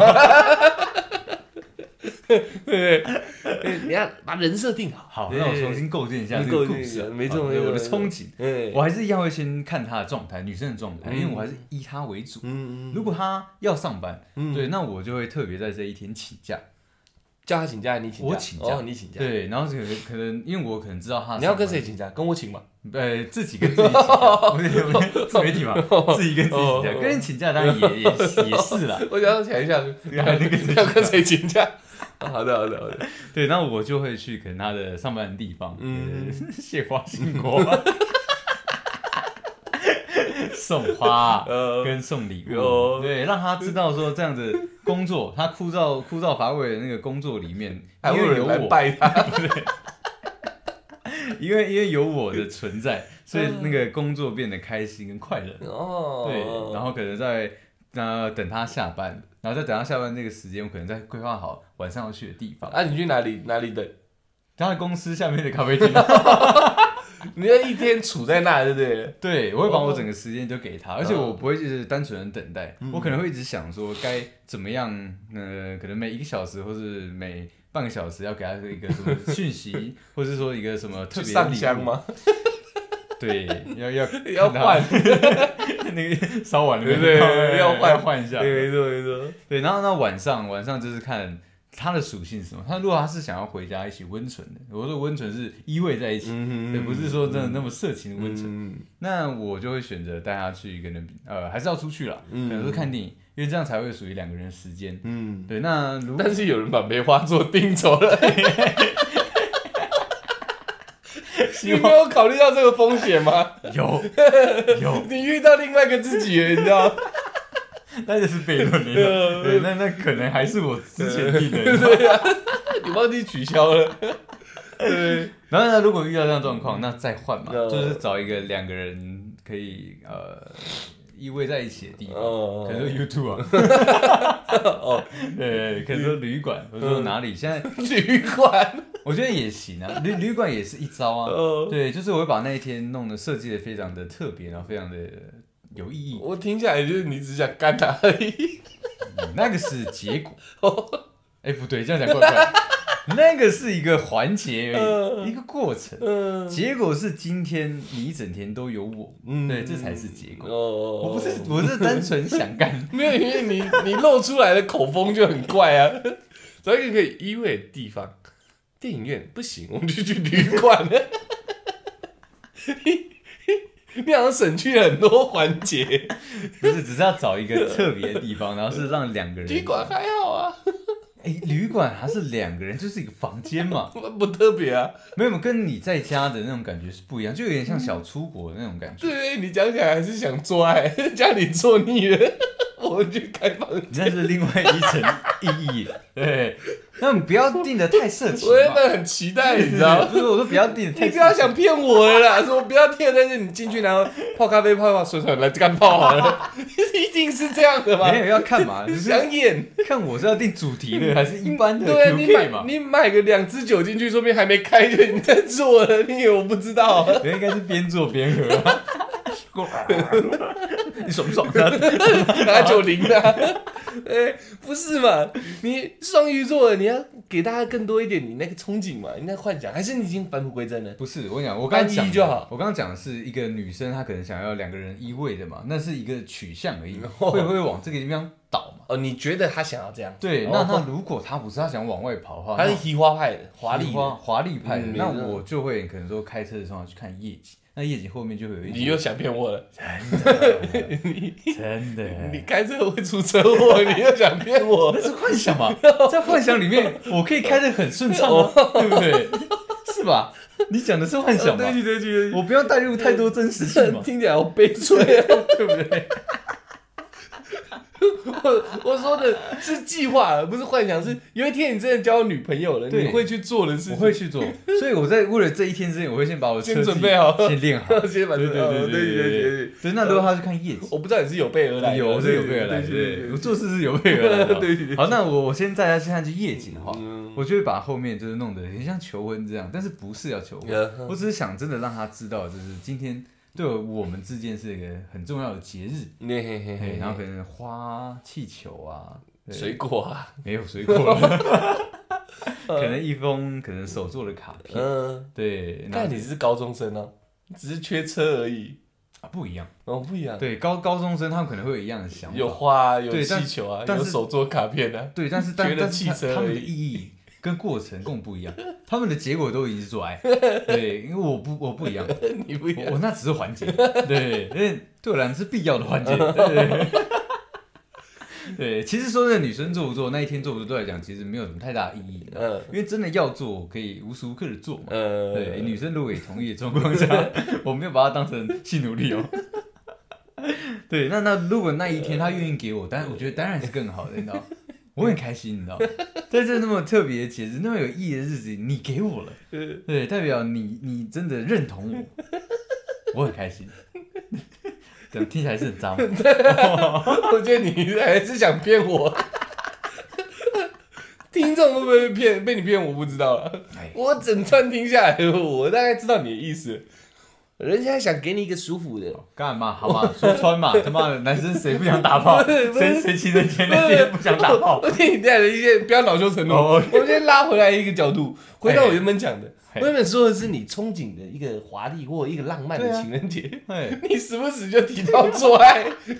[SPEAKER 1] 对不对？对你要把人设定好，
[SPEAKER 2] 好，
[SPEAKER 1] 对
[SPEAKER 2] 那我重新构建一下这个故事，
[SPEAKER 1] 没
[SPEAKER 2] 好
[SPEAKER 1] 错没
[SPEAKER 2] 对
[SPEAKER 1] 错，
[SPEAKER 2] 我的憧憬，
[SPEAKER 1] 嗯
[SPEAKER 2] 我还是要会先看他的状态，女生的状态，
[SPEAKER 1] 嗯
[SPEAKER 2] 因为我还是以他为主。
[SPEAKER 1] 嗯，
[SPEAKER 2] 如果他要上班，
[SPEAKER 1] 嗯
[SPEAKER 2] 对，那我就会特别在这一天请假，
[SPEAKER 1] 叫他请假，你请假，
[SPEAKER 2] 我请假
[SPEAKER 1] 哦你请假，
[SPEAKER 2] 对，然后可能可能因为我可能知道他，
[SPEAKER 1] 你要跟谁？请假？跟我请嘛。
[SPEAKER 2] 呃，自己跟自己请假，不是不是自媒体嘛， 自己跟自己请假，
[SPEAKER 1] 哦
[SPEAKER 2] 跟人请假当然也也也 是啦。
[SPEAKER 1] 我想要想一下，
[SPEAKER 2] 要跟谁请假
[SPEAKER 1] 要跟谁请假？啊 好的好的好的，
[SPEAKER 2] 对，然后我就会去可能他的上班的地方，
[SPEAKER 1] 嗯
[SPEAKER 2] 嗯，谢花信果， 送花。
[SPEAKER 1] 呃，
[SPEAKER 2] 跟送礼
[SPEAKER 1] 哦
[SPEAKER 2] 物，对，让他知道说这样子工作，他枯燥 枯燥乏味的那个工作里面，
[SPEAKER 1] 还
[SPEAKER 2] 因
[SPEAKER 1] 会
[SPEAKER 2] 为
[SPEAKER 1] 有
[SPEAKER 2] 有
[SPEAKER 1] 人来
[SPEAKER 2] 我，
[SPEAKER 1] 拜他，
[SPEAKER 2] 因为因为有我的存在，所以那个工作变得开心跟快乐。
[SPEAKER 1] 哦，
[SPEAKER 2] 对，然后可能在呃等他下班，然后再等他下班这个时间，我可能再规划好晚上要去的地方。
[SPEAKER 1] 啊，你去哪里哪里等？
[SPEAKER 2] 他的公司下面的咖啡厅，
[SPEAKER 1] 你要一天杵在那，对不对？
[SPEAKER 2] 对我会把我
[SPEAKER 1] 哦
[SPEAKER 2] 整个时间都给他，而且我不会就是单纯的等待，我可能会一直想说该怎么样，呃，可能每一个小时或是每。半个小时要给他一个什么 讯息，或是说一个什么特
[SPEAKER 1] 去
[SPEAKER 2] 别的
[SPEAKER 1] 上
[SPEAKER 2] 礼物
[SPEAKER 1] 香？吗？
[SPEAKER 2] 对，要要
[SPEAKER 1] 要
[SPEAKER 2] 看他
[SPEAKER 1] 换
[SPEAKER 2] 那个烧完了没，
[SPEAKER 1] 对对对要换
[SPEAKER 2] 换一下。
[SPEAKER 1] 对，没错没错。
[SPEAKER 2] 对，然后那晚上晚上就是看他的属性是什么。他如果他是想要回家一起温存的，我说温存是依偎在一起，
[SPEAKER 1] 嗯
[SPEAKER 2] 也不是说真的那么色情的温存。
[SPEAKER 1] 嗯，
[SPEAKER 2] 那我就会选择带他去一个人，呃，还是要出去啦，
[SPEAKER 1] 嗯
[SPEAKER 2] 可能是看电影，因为这样才会属于两个人的时间。
[SPEAKER 1] 嗯，
[SPEAKER 2] 对，那如果
[SPEAKER 1] 但是有人把梅花座订走了，你没有考虑到这个风险吗？
[SPEAKER 2] 有有，
[SPEAKER 1] 你遇到另外一个自己了，你知道吗？
[SPEAKER 2] 那就是悖论
[SPEAKER 1] 呃
[SPEAKER 2] 了。对，那那可能还是我之前定的。你知道吗
[SPEAKER 1] 对啊，你忘记取消了。对，
[SPEAKER 2] 然后呢，如果遇到这样状况，那再换嘛，
[SPEAKER 1] 呃
[SPEAKER 2] 就是找一个两个人可以呃依偎在一起的地方。
[SPEAKER 1] 哦
[SPEAKER 2] 可能说 YouTube 啊，
[SPEAKER 1] 哦， 嗯
[SPEAKER 2] 对，可能说旅馆，或者说哪里，现在
[SPEAKER 1] 旅馆，
[SPEAKER 2] 我觉得也行啊，旅旅馆也是一招啊。
[SPEAKER 1] 哦，
[SPEAKER 2] 对，就是我会把那一天弄得设计的非常的特别，然后非常的有意 义，
[SPEAKER 1] 我听下来就是你只想干他而已。
[SPEAKER 2] 嗯那个是结 果。哎、不对，这样讲怪怪。那个是一个环节而已，一个过程。
[SPEAKER 1] 嗯
[SPEAKER 2] 结果是今天你一整天都有我，
[SPEAKER 1] 嗯
[SPEAKER 2] 对，这才是结果。
[SPEAKER 1] 哦，。
[SPEAKER 2] 我不是，我是单纯想干
[SPEAKER 1] 没有，因为你你露出来的口风就很怪啊。 找一个可以依偎的地方，电影院不行，我们就去旅馆。 你好像省去了很多环 节，
[SPEAKER 2] 不是，只是要找一个特别的地方，然后是让两个人。
[SPEAKER 1] 旅馆还好啊，
[SPEAKER 2] 哎、旅馆还是两个人，就是一个房间嘛，
[SPEAKER 1] 不不特别啊。
[SPEAKER 2] 没有跟你在家的那种感觉是不一样，就有点像小出国的那种感觉。
[SPEAKER 1] 对，你讲起来还是想做爱， 家里做腻了， 我们去开房间。
[SPEAKER 2] 那是另外一层 意义，对，那你不要定的太色情
[SPEAKER 1] 我真
[SPEAKER 2] 嘛，
[SPEAKER 1] 的很期待，你知道吗
[SPEAKER 2] 不？是我说不要定的太
[SPEAKER 1] 你不
[SPEAKER 2] 色情，
[SPEAKER 1] 要想骗我了 啦，说不要骗，但是你进去然后泡咖啡泡一泡，水水来干泡好了， 一定是这样的吧
[SPEAKER 2] 没？有要 看嘛，你
[SPEAKER 1] 你
[SPEAKER 2] 是
[SPEAKER 1] 想演？
[SPEAKER 2] 看我是要定主题的还是一般的
[SPEAKER 1] 对啊，你
[SPEAKER 2] QK
[SPEAKER 1] 买
[SPEAKER 2] 嘛？
[SPEAKER 1] 你买个两支酒进去，说不定还没开就已经在做了，你以为我不知道？啊
[SPEAKER 2] 我应该是边做边喝啊， 你爽不爽？啊
[SPEAKER 1] 拿九零的啊， 哎，不是嘛？你双鱼座的，你要给大家更多一点你那个憧憬嘛，你那幻想，还是你已经返璞归真了？
[SPEAKER 2] 不是，我跟你讲，我刚刚讲
[SPEAKER 1] 单
[SPEAKER 2] 的
[SPEAKER 1] 一就好
[SPEAKER 2] 我刚刚讲的是一个女生，她可能想要两个人依偎的嘛，那是一个取向而已，会不会往这个地方倒嘛？
[SPEAKER 1] 哦，你觉得他想要这样？
[SPEAKER 2] 对，
[SPEAKER 1] 哦
[SPEAKER 2] 那那如果她不是她想往外跑的话，
[SPEAKER 1] 他是
[SPEAKER 2] 那
[SPEAKER 1] 移花派的，华丽
[SPEAKER 2] 花
[SPEAKER 1] 的，
[SPEAKER 2] 华丽派的，
[SPEAKER 1] 嗯
[SPEAKER 2] 那
[SPEAKER 1] 没错
[SPEAKER 2] 我就会可能说开车的时候去看夜景，那夜景后面就会有一
[SPEAKER 1] 你
[SPEAKER 2] 些
[SPEAKER 1] 又想骗我了。
[SPEAKER 2] 哎 真的，
[SPEAKER 1] 你开车会出车祸， 你又想骗我？
[SPEAKER 2] 那是幻想 嘛，在幻想里面，我可以开得很顺畅啊，对不对？是吧？你讲的是幻想嘛
[SPEAKER 1] 对不，起，对不起，对不起，
[SPEAKER 2] 我不要带入太多真实 性嘛
[SPEAKER 1] 听起来好悲催啊！
[SPEAKER 2] 对不对？
[SPEAKER 1] 我我说的是计划，不是幻想，是有一天你真的交女朋友了，
[SPEAKER 2] 对
[SPEAKER 1] 你会去做的事情。
[SPEAKER 2] 我会去做，所以我在为了这一天之前，我会先把我的车
[SPEAKER 1] 先
[SPEAKER 2] 技
[SPEAKER 1] 准备好
[SPEAKER 2] 先练好。
[SPEAKER 1] 先把
[SPEAKER 2] 对
[SPEAKER 1] 这
[SPEAKER 2] 对
[SPEAKER 1] 个
[SPEAKER 2] 对
[SPEAKER 1] 哦对
[SPEAKER 2] 对
[SPEAKER 1] 对
[SPEAKER 2] 对
[SPEAKER 1] 对。
[SPEAKER 2] 对，那如果他去看夜景，
[SPEAKER 1] 我不知道你是有备而来的，
[SPEAKER 2] 有是有备而来，
[SPEAKER 1] 对对
[SPEAKER 2] 对，
[SPEAKER 1] 对
[SPEAKER 2] 我
[SPEAKER 1] 对。
[SPEAKER 2] 做事是有备而 来的。
[SPEAKER 1] 对对对
[SPEAKER 2] 好，那我我先带他去看去夜景的话，
[SPEAKER 1] 嗯
[SPEAKER 2] 我就会把后面就是弄得很像求婚这样，但是不是要求婚，
[SPEAKER 1] 嗯
[SPEAKER 2] 我只是想真的让他知道，就是今天对我们之间是一个很重要的节日。
[SPEAKER 1] 嗯嘿嘿嘿
[SPEAKER 2] 嘿，
[SPEAKER 1] 嘿，
[SPEAKER 2] 然后可能花气球啊，对
[SPEAKER 1] 水果啊，
[SPEAKER 2] 没有 水果 了，可能一封可能手做的卡片，
[SPEAKER 1] 嗯，
[SPEAKER 2] 对，那
[SPEAKER 1] 但你是高中生啊，只是缺车而已，
[SPEAKER 2] 啊不一样，
[SPEAKER 1] 哦，不一样，
[SPEAKER 2] 对高高中生他们可能会有一样的想
[SPEAKER 1] 有
[SPEAKER 2] 法，
[SPEAKER 1] 花啊，有
[SPEAKER 2] 对但
[SPEAKER 1] 气球啊，
[SPEAKER 2] 但
[SPEAKER 1] 有
[SPEAKER 2] 是
[SPEAKER 1] 手做卡片啊，
[SPEAKER 2] 对，但是但
[SPEAKER 1] 觉得
[SPEAKER 2] 但是
[SPEAKER 1] 汽
[SPEAKER 2] 他
[SPEAKER 1] 车
[SPEAKER 2] 他们
[SPEAKER 1] 而
[SPEAKER 2] 的
[SPEAKER 1] 已
[SPEAKER 2] 意义跟过程更不一样，他们的结果都已经是 做爱，对，因为我不我不一样，
[SPEAKER 1] 你 不一样
[SPEAKER 2] 我。我那只是环节，对，因为对我来讲是必要的环节，对。对，其实说真的，女生做不做那一天做不做，对我来讲其实没有什么太大意义。
[SPEAKER 1] 嗯
[SPEAKER 2] 因为真的要做，我可以无时无刻的做嘛。
[SPEAKER 1] 呃，
[SPEAKER 2] 对，女生如果也同意的状况下， 我没有把她当成性奴隶哦。对，那那如果那一天她愿意给我，当然我觉得当然是更好的，你知道吗，我很开心，你知道吗，在这那么特别的节日，那么有意义的日子，你给我了，
[SPEAKER 1] 呃
[SPEAKER 2] 对，代表你你真的认同我，我很开心。怎么听起来是很 脏？
[SPEAKER 1] 我觉得你还是想骗我。 听众会不会被骗？被你骗我不知道了。
[SPEAKER 2] 哎，
[SPEAKER 1] 我整串听下来，我大概知道你的意思。人家想给你一个舒服的，
[SPEAKER 2] 干嘛？好嘛，说穿嘛，他妈的，男生谁不想打炮？
[SPEAKER 1] 不是不是
[SPEAKER 2] 谁谁情人节那 天不想打炮？
[SPEAKER 1] 我给你带了一些不要恼羞成怒。
[SPEAKER 2] 哦
[SPEAKER 1] 我们先拉回来一个角度，回
[SPEAKER 2] 哎
[SPEAKER 1] 到我原本讲的，
[SPEAKER 2] 嘿
[SPEAKER 1] 我原本说的是你憧憬的一个华丽或一个浪漫的
[SPEAKER 2] 对啊
[SPEAKER 1] 情人节，
[SPEAKER 2] 哎，
[SPEAKER 1] 你时不时就提到做爱，你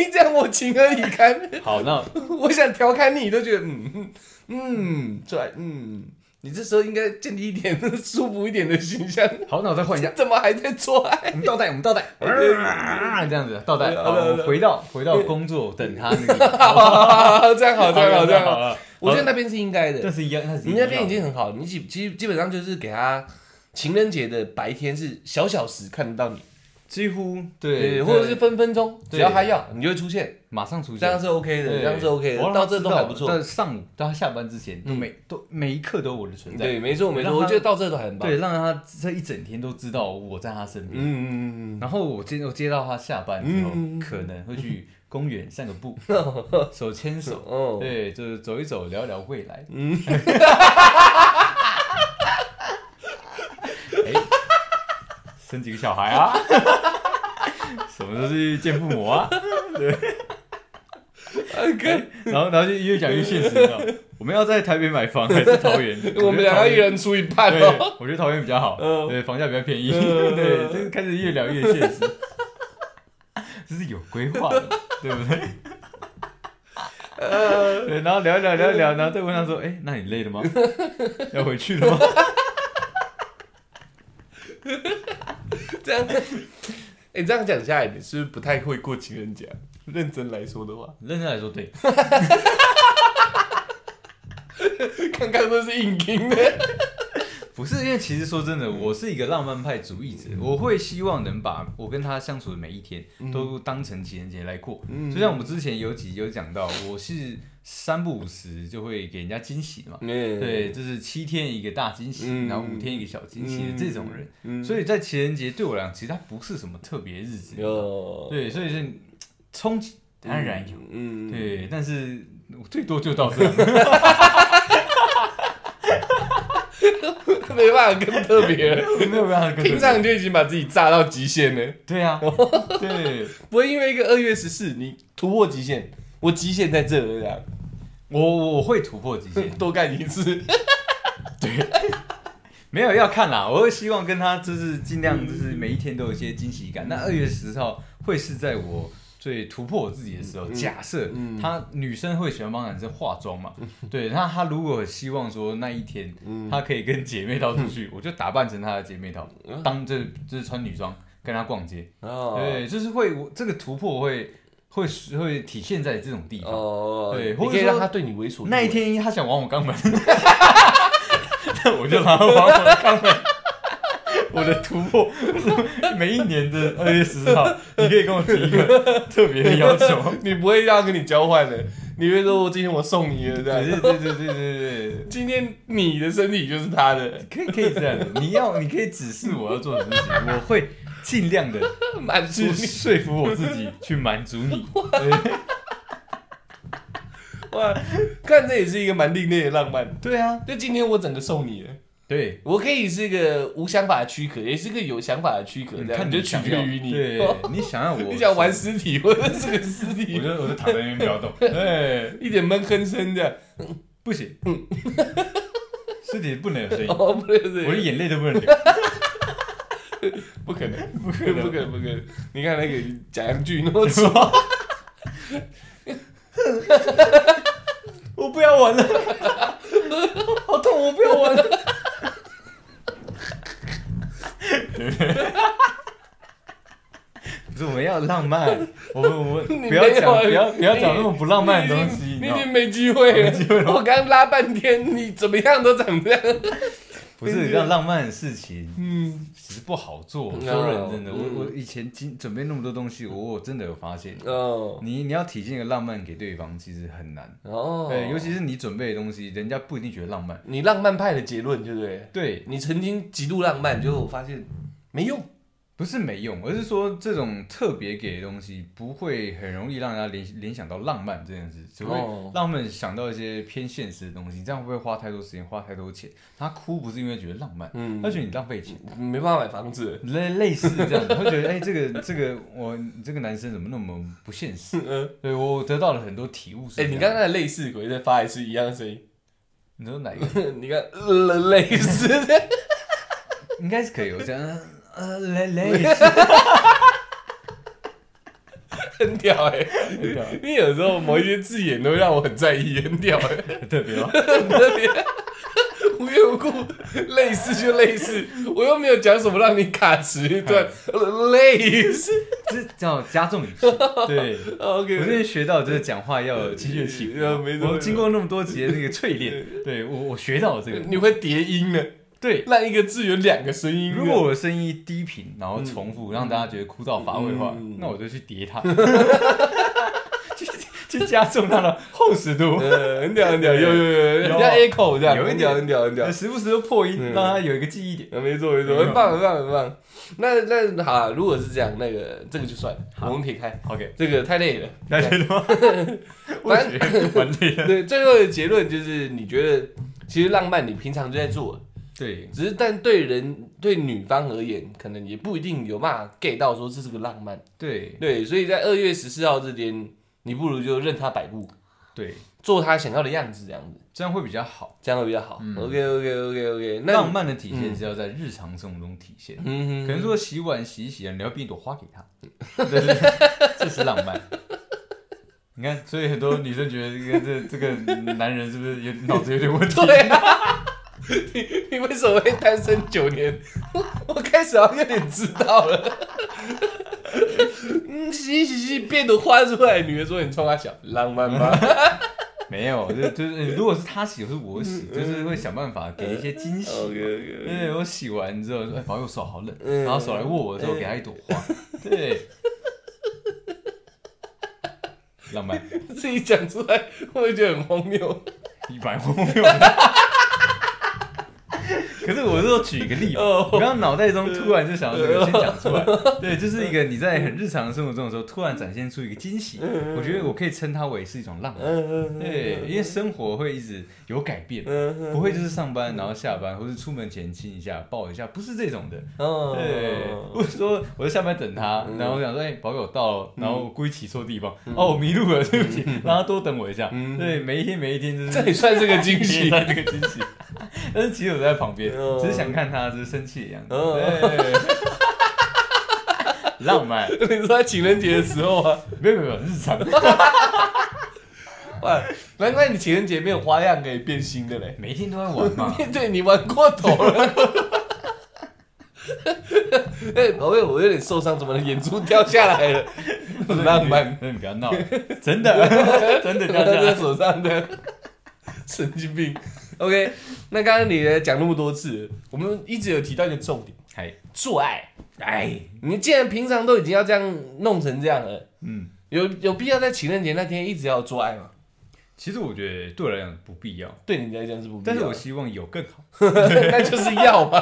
[SPEAKER 1] 你这样我情何以堪？
[SPEAKER 2] 好，那
[SPEAKER 1] 我想调侃你，都觉得嗯嗯，出来嗯，你这时候应该建立一点 舒服一点的形象，
[SPEAKER 2] 好，那我再换一下，
[SPEAKER 1] 怎么还在做爱？
[SPEAKER 2] 我们倒带，我们倒带，啊这样子倒带。
[SPEAKER 1] 对
[SPEAKER 2] 好，
[SPEAKER 1] 对
[SPEAKER 2] 我
[SPEAKER 1] 对
[SPEAKER 2] 回到回到工作，等他那个。
[SPEAKER 1] 好，这样好，这样好，这样好。
[SPEAKER 2] 好。
[SPEAKER 1] 我觉得那边是应该
[SPEAKER 2] 这
[SPEAKER 1] 的，
[SPEAKER 2] 是一样，那是
[SPEAKER 1] 你
[SPEAKER 2] 一
[SPEAKER 1] 那
[SPEAKER 2] 样
[SPEAKER 1] 边已经很好，你基基基本上就是给他情人节的白天是小小时看得到你，
[SPEAKER 2] 几乎
[SPEAKER 1] 对，
[SPEAKER 2] 对，
[SPEAKER 1] 或者是分分钟，只
[SPEAKER 2] 对
[SPEAKER 1] 要他要，你就会出现，
[SPEAKER 2] 马上出
[SPEAKER 1] 这样
[SPEAKER 2] 现。
[SPEAKER 1] 是 OK 的，
[SPEAKER 2] 对
[SPEAKER 1] 这样是 OK
[SPEAKER 2] 我
[SPEAKER 1] 的，
[SPEAKER 2] 让
[SPEAKER 1] 到
[SPEAKER 2] 他
[SPEAKER 1] 这
[SPEAKER 2] 知
[SPEAKER 1] 都
[SPEAKER 2] 道
[SPEAKER 1] 还不错嗯
[SPEAKER 2] 到。上午到他下班之前，都每都每一刻都有我的存在。
[SPEAKER 1] 对，没错没
[SPEAKER 2] 让
[SPEAKER 1] 错，
[SPEAKER 2] 他
[SPEAKER 1] 我觉得到这都很棒。
[SPEAKER 2] 对，让他这一整天都知道我在他身
[SPEAKER 1] 嗯
[SPEAKER 2] 边。
[SPEAKER 1] 嗯嗯
[SPEAKER 2] 然后我接我接到他下班之后，
[SPEAKER 1] 嗯
[SPEAKER 2] 可能会去公园散个 步，手牵手，
[SPEAKER 1] 哦
[SPEAKER 2] 对，就是走一走，聊聊未来。
[SPEAKER 1] 嗯
[SPEAKER 2] 哎，生几个小孩啊？ 什么时候去见父母啊？
[SPEAKER 1] 哎跟？
[SPEAKER 2] 哎然后，然后就越讲越现实，你知道吗我们要在台北买房还是桃园
[SPEAKER 1] 哎我们两个一
[SPEAKER 2] 人。
[SPEAKER 1] 人出一半
[SPEAKER 2] 对
[SPEAKER 1] 哦。，
[SPEAKER 2] 我觉得桃园比较好，
[SPEAKER 1] 嗯
[SPEAKER 2] 对，房价比较便宜，
[SPEAKER 1] 嗯
[SPEAKER 2] 对，就是开始越聊越现实，这是有规划 的，对不对？
[SPEAKER 1] 呃，
[SPEAKER 2] 对，然后聊一聊聊一聊，然后再问他说：“哎、那你累了 吗？要回去了吗
[SPEAKER 1] 这样，哎、这样讲下来，你是不是不太会过情人节啊？认真来说的话，？”
[SPEAKER 2] 认真来说，对，
[SPEAKER 1] 看看这是硬拼的。
[SPEAKER 2] 不是因为其实说真的，我是一个浪漫派主义者，我会希望能把我跟他相处的每一天都当成情人节来过。
[SPEAKER 1] 嗯
[SPEAKER 2] 就像我们之前有集有讲到，我是三不五时就会给人家惊喜嘛，对，，就是七天一个大惊喜，
[SPEAKER 1] 嗯
[SPEAKER 2] 然后五天一个小惊喜的这种人，
[SPEAKER 1] 嗯
[SPEAKER 2] 所以在情人节对我来讲，其实它不是什么特别日子，
[SPEAKER 1] 有，
[SPEAKER 2] 对，所以是嗯冲击当然有，
[SPEAKER 1] 嗯，
[SPEAKER 2] 对，但是我最多就到这样，
[SPEAKER 1] 没办法更特 别了。
[SPEAKER 2] 没有办法跟
[SPEAKER 1] 平常你就已经把自己炸到极限了，
[SPEAKER 2] 对啊，对，
[SPEAKER 1] 不会因为一个二月十四你突破极限，我极限在这了，这样
[SPEAKER 2] 我我会突破极限，
[SPEAKER 1] 多干一次。
[SPEAKER 2] 没有要看啦，我会希望跟他就是尽量就是每一天都有一些惊喜感。那二月十号会是在我最突破我自己的时候。
[SPEAKER 1] 嗯
[SPEAKER 2] 假设
[SPEAKER 1] 嗯
[SPEAKER 2] 他女生会喜欢帮男生化 妆嘛？对，那他如果希望说那一天
[SPEAKER 1] 嗯
[SPEAKER 2] 他可以跟姐妹淘出去，我就打扮成他的姐妹淘，当这就是穿女装跟他逛街。
[SPEAKER 1] 嗯哦，
[SPEAKER 2] 对，就是会我这个突破会会会体现在这种地方。
[SPEAKER 1] 哦，
[SPEAKER 2] 对
[SPEAKER 1] 你
[SPEAKER 2] 或
[SPEAKER 1] 可
[SPEAKER 2] 者
[SPEAKER 1] 以
[SPEAKER 2] 说
[SPEAKER 1] 让他对你为所欲为
[SPEAKER 2] 那一，天他想玩我肛门， 那我就让他玩我的肛门。我的突破，每一年的二月十号，你可以跟我提一个特别的要求。
[SPEAKER 1] 你不会让他跟你交换的，你会说我今天我送你了这
[SPEAKER 2] 对
[SPEAKER 1] 样。
[SPEAKER 2] 对对对对对对，
[SPEAKER 1] 今天你的身体就是他的，
[SPEAKER 2] 可以可以这样的，你要你可以指示我要做什么事情，我会尽量的
[SPEAKER 1] 满足
[SPEAKER 2] 去
[SPEAKER 1] 你。
[SPEAKER 2] 说服我自己去满足你。对
[SPEAKER 1] 哇，看这也是一个蛮另类的浪漫。
[SPEAKER 2] 对啊，
[SPEAKER 1] 就今天我整个送你了，
[SPEAKER 2] 对，
[SPEAKER 1] 我可以是一个无想法的躯壳，也是个有想法的躯壳，
[SPEAKER 2] 你
[SPEAKER 1] 这样
[SPEAKER 2] 看
[SPEAKER 1] 就
[SPEAKER 2] 你
[SPEAKER 1] 取
[SPEAKER 2] 想
[SPEAKER 1] 决
[SPEAKER 2] 要
[SPEAKER 1] 于嗯你。
[SPEAKER 2] 对，你想要我，
[SPEAKER 1] 你想玩尸体，我就是个尸
[SPEAKER 2] 我
[SPEAKER 1] 体，
[SPEAKER 2] 就我就躺在那边不要动。对，
[SPEAKER 1] 一点闷哼声的。
[SPEAKER 2] 不行， 尸体不能有声音，
[SPEAKER 1] 哦，不对不
[SPEAKER 2] 我的
[SPEAKER 1] 对，
[SPEAKER 2] 眼泪都不能流。
[SPEAKER 1] 不可能，
[SPEAKER 2] 不可
[SPEAKER 1] 不可能，不可能。你看那个贾阳俊那么丑，
[SPEAKER 2] 我不要玩了，好痛！我不要玩 了。不是我们要浪漫，我们我 们
[SPEAKER 1] 你
[SPEAKER 2] 不要
[SPEAKER 1] 没有
[SPEAKER 2] 讲不要不要
[SPEAKER 1] 你
[SPEAKER 2] 讲那么不 浪漫的东
[SPEAKER 1] 你
[SPEAKER 2] 西
[SPEAKER 1] 已，
[SPEAKER 2] 啊你
[SPEAKER 1] 经
[SPEAKER 2] 知
[SPEAKER 1] 你已
[SPEAKER 2] 道吗
[SPEAKER 1] 经没机会
[SPEAKER 2] 没机会
[SPEAKER 1] 了。
[SPEAKER 2] 了
[SPEAKER 1] 我刚拉半天，你怎么样都长这 样。
[SPEAKER 2] 不是让浪漫的事情
[SPEAKER 1] 嗯，
[SPEAKER 2] 其实不好做。
[SPEAKER 1] 嗯
[SPEAKER 2] 说认真的，
[SPEAKER 1] 嗯
[SPEAKER 2] 我我以前经准备那么多东西，我我真的有发现，
[SPEAKER 1] 哦，
[SPEAKER 2] 你你要体现一个浪漫给对方，其实很难。
[SPEAKER 1] 哦，
[SPEAKER 2] 对，尤其是你准备的东西，人家不一定觉得浪漫。
[SPEAKER 1] 你浪漫派的结论，对不对？
[SPEAKER 2] 对，
[SPEAKER 1] 你曾经极度浪漫，结果我发现没用。
[SPEAKER 2] 不是没用，而是说这种特别给的东西，不会很容易让人家联联想到浪漫这件事，只会
[SPEAKER 1] 哦
[SPEAKER 2] 让他们想到一些偏现实的东西。这样会不会花太多时间，花太多钱？他哭不是因为觉得浪漫，
[SPEAKER 1] 嗯
[SPEAKER 2] 他觉得你浪费钱。
[SPEAKER 1] 没办法买房子。
[SPEAKER 2] 类类似这样，他觉得哎、这个这个我这个男生怎么那么不现实？对我得到了很多体悟是这
[SPEAKER 1] 呃哎，
[SPEAKER 2] 样。
[SPEAKER 1] 你刚才类似，鬼再发一次一样的声音。
[SPEAKER 2] 你说哪一个？
[SPEAKER 1] 你看，呃类似的，
[SPEAKER 2] 应该是可以，我讲呃类类 似，
[SPEAKER 1] 很屌哎、
[SPEAKER 2] 很屌
[SPEAKER 1] 你有时候某一些字眼都会让我很在意，很屌哎、
[SPEAKER 2] 特别吗？哦
[SPEAKER 1] 很特别。无缘无故，类似就类似，我又没有讲什么让你卡词，对，呃类似。
[SPEAKER 2] 这叫加重语 气。对，
[SPEAKER 1] OK，
[SPEAKER 2] 我最近学到就是讲话要有情绪起伏
[SPEAKER 1] 呃没错
[SPEAKER 2] 我经过那么多集的那个淬炼，对我我学到了这个。
[SPEAKER 1] 你会叠音的，
[SPEAKER 2] 对，
[SPEAKER 1] 让一个字有两个声音。
[SPEAKER 2] 如果我的声音低频，然后重复，让大家觉得枯燥乏味的话
[SPEAKER 1] 嗯，
[SPEAKER 2] 那我就去叠它， 去去加重它的厚实度，
[SPEAKER 1] 呃，很屌很屌，有有有，人家 echo 这样，
[SPEAKER 2] 有一
[SPEAKER 1] 很屌
[SPEAKER 2] 点
[SPEAKER 1] 很屌很屌。
[SPEAKER 2] 时不时就破音，
[SPEAKER 1] 嗯
[SPEAKER 2] 让它有一个记忆点。
[SPEAKER 1] 啊，没错没错，很棒很棒很棒。那那好啊，如果是这样，那个这个就算了，
[SPEAKER 2] 好
[SPEAKER 1] 我们撇开，
[SPEAKER 2] OK，
[SPEAKER 1] 这个太累了。
[SPEAKER 2] 大家觉 得吗？我
[SPEAKER 1] 反
[SPEAKER 2] 觉得玩累了。
[SPEAKER 1] 对，最后的结论就是，你觉得其实浪漫你平常就在做，
[SPEAKER 2] 对，
[SPEAKER 1] 只是但对人对女方而言，可能也不一定有办法 get 到说这是个浪漫。
[SPEAKER 2] 对，
[SPEAKER 1] 对，所以在二月十四号这天，你不如就任他摆布，
[SPEAKER 2] 对，
[SPEAKER 1] 做他想要的样子，这样子，
[SPEAKER 2] 这样会比较好。
[SPEAKER 1] 这样会比较好。OK OK OK OK，那
[SPEAKER 2] 嗯浪漫的体现是要在日常生活中体现，
[SPEAKER 1] 嗯嗯
[SPEAKER 2] 可
[SPEAKER 1] 哼，
[SPEAKER 2] 能说洗碗洗一洗啊，你要变一朵花给他， 对对对这是浪漫。你看，所以很多女生觉得这个这这个男人是不是有脑子有 点问题？
[SPEAKER 1] 对啊。你你为什么会单身九年？我开始好像有点知道了。 嗯，洗洗洗，变得花出来。女的说你冲她小，浪漫 吗？
[SPEAKER 2] 没有，就就是如果是他洗，或是我
[SPEAKER 1] 嗯
[SPEAKER 2] 洗，就是会想办法给一些惊喜。
[SPEAKER 1] OK，
[SPEAKER 2] 对，我洗完之后说，哎，宝佑手好冷，
[SPEAKER 1] 嗯
[SPEAKER 2] 然后手来握我的时候，给他一朵花，对， 浪漫，
[SPEAKER 1] 自己讲出来，我会觉得很荒谬。
[SPEAKER 2] 一百荒谬。 可是我是说举一个例子，
[SPEAKER 1] 哦
[SPEAKER 2] 我刚刚脑袋中突然就想到这个，先讲出来。对，就是一个你在很日常的生活中的时候，突然展现出一个惊喜，我觉得我可以称它为是一种浪漫。
[SPEAKER 1] 嗯，
[SPEAKER 2] 对，因为生活会一直有改变，
[SPEAKER 1] 嗯
[SPEAKER 2] 不会就是上班然后下班，或是出门前亲一下抱一下，不是这种的。
[SPEAKER 1] 哦
[SPEAKER 2] 对，我说我在下班等他，
[SPEAKER 1] 嗯
[SPEAKER 2] 然后我想说，哎，宝友到了，然后我故意骑错地方，哦，我迷路了，对不起，让他多等我一下。
[SPEAKER 1] 嗯
[SPEAKER 2] 对，每一天每一天就是
[SPEAKER 1] 这也算是个惊喜。
[SPEAKER 2] 他这个嗯惊喜， 但是骑手在旁边
[SPEAKER 1] 哦，
[SPEAKER 2] 只是想看他就是生气的样子。
[SPEAKER 1] 哦
[SPEAKER 2] 对， 浪漫，
[SPEAKER 1] 你说在情人节的时候啊，
[SPEAKER 2] 没有没有没有日常，
[SPEAKER 1] 哇，难怪你情人节没有花样可以变新的嘞。
[SPEAKER 2] 每一天都在玩 嘛。
[SPEAKER 1] 对你玩过头了。哎、宝贝，我有点受伤，怎么眼珠掉下来 了？浪漫，，
[SPEAKER 2] 那你不要闹，真 的真的掉
[SPEAKER 1] 掉在
[SPEAKER 2] 下 来。
[SPEAKER 1] 手上的， 神经病。OK，那刚刚你呢讲那么多次，我们一直有提到一个重点，
[SPEAKER 2] 嗨，
[SPEAKER 1] 做爱。
[SPEAKER 2] 哎，
[SPEAKER 1] 你既然平常都已经要这样弄成这样了，
[SPEAKER 2] 嗯，
[SPEAKER 1] 有有必要在情人节那天一直要做爱吗？
[SPEAKER 2] 其实我觉得对我来讲不必要，
[SPEAKER 1] 对你来讲是不必要
[SPEAKER 2] 但
[SPEAKER 1] 的，
[SPEAKER 2] 是我希望有更好。
[SPEAKER 1] 那就是要 嘛。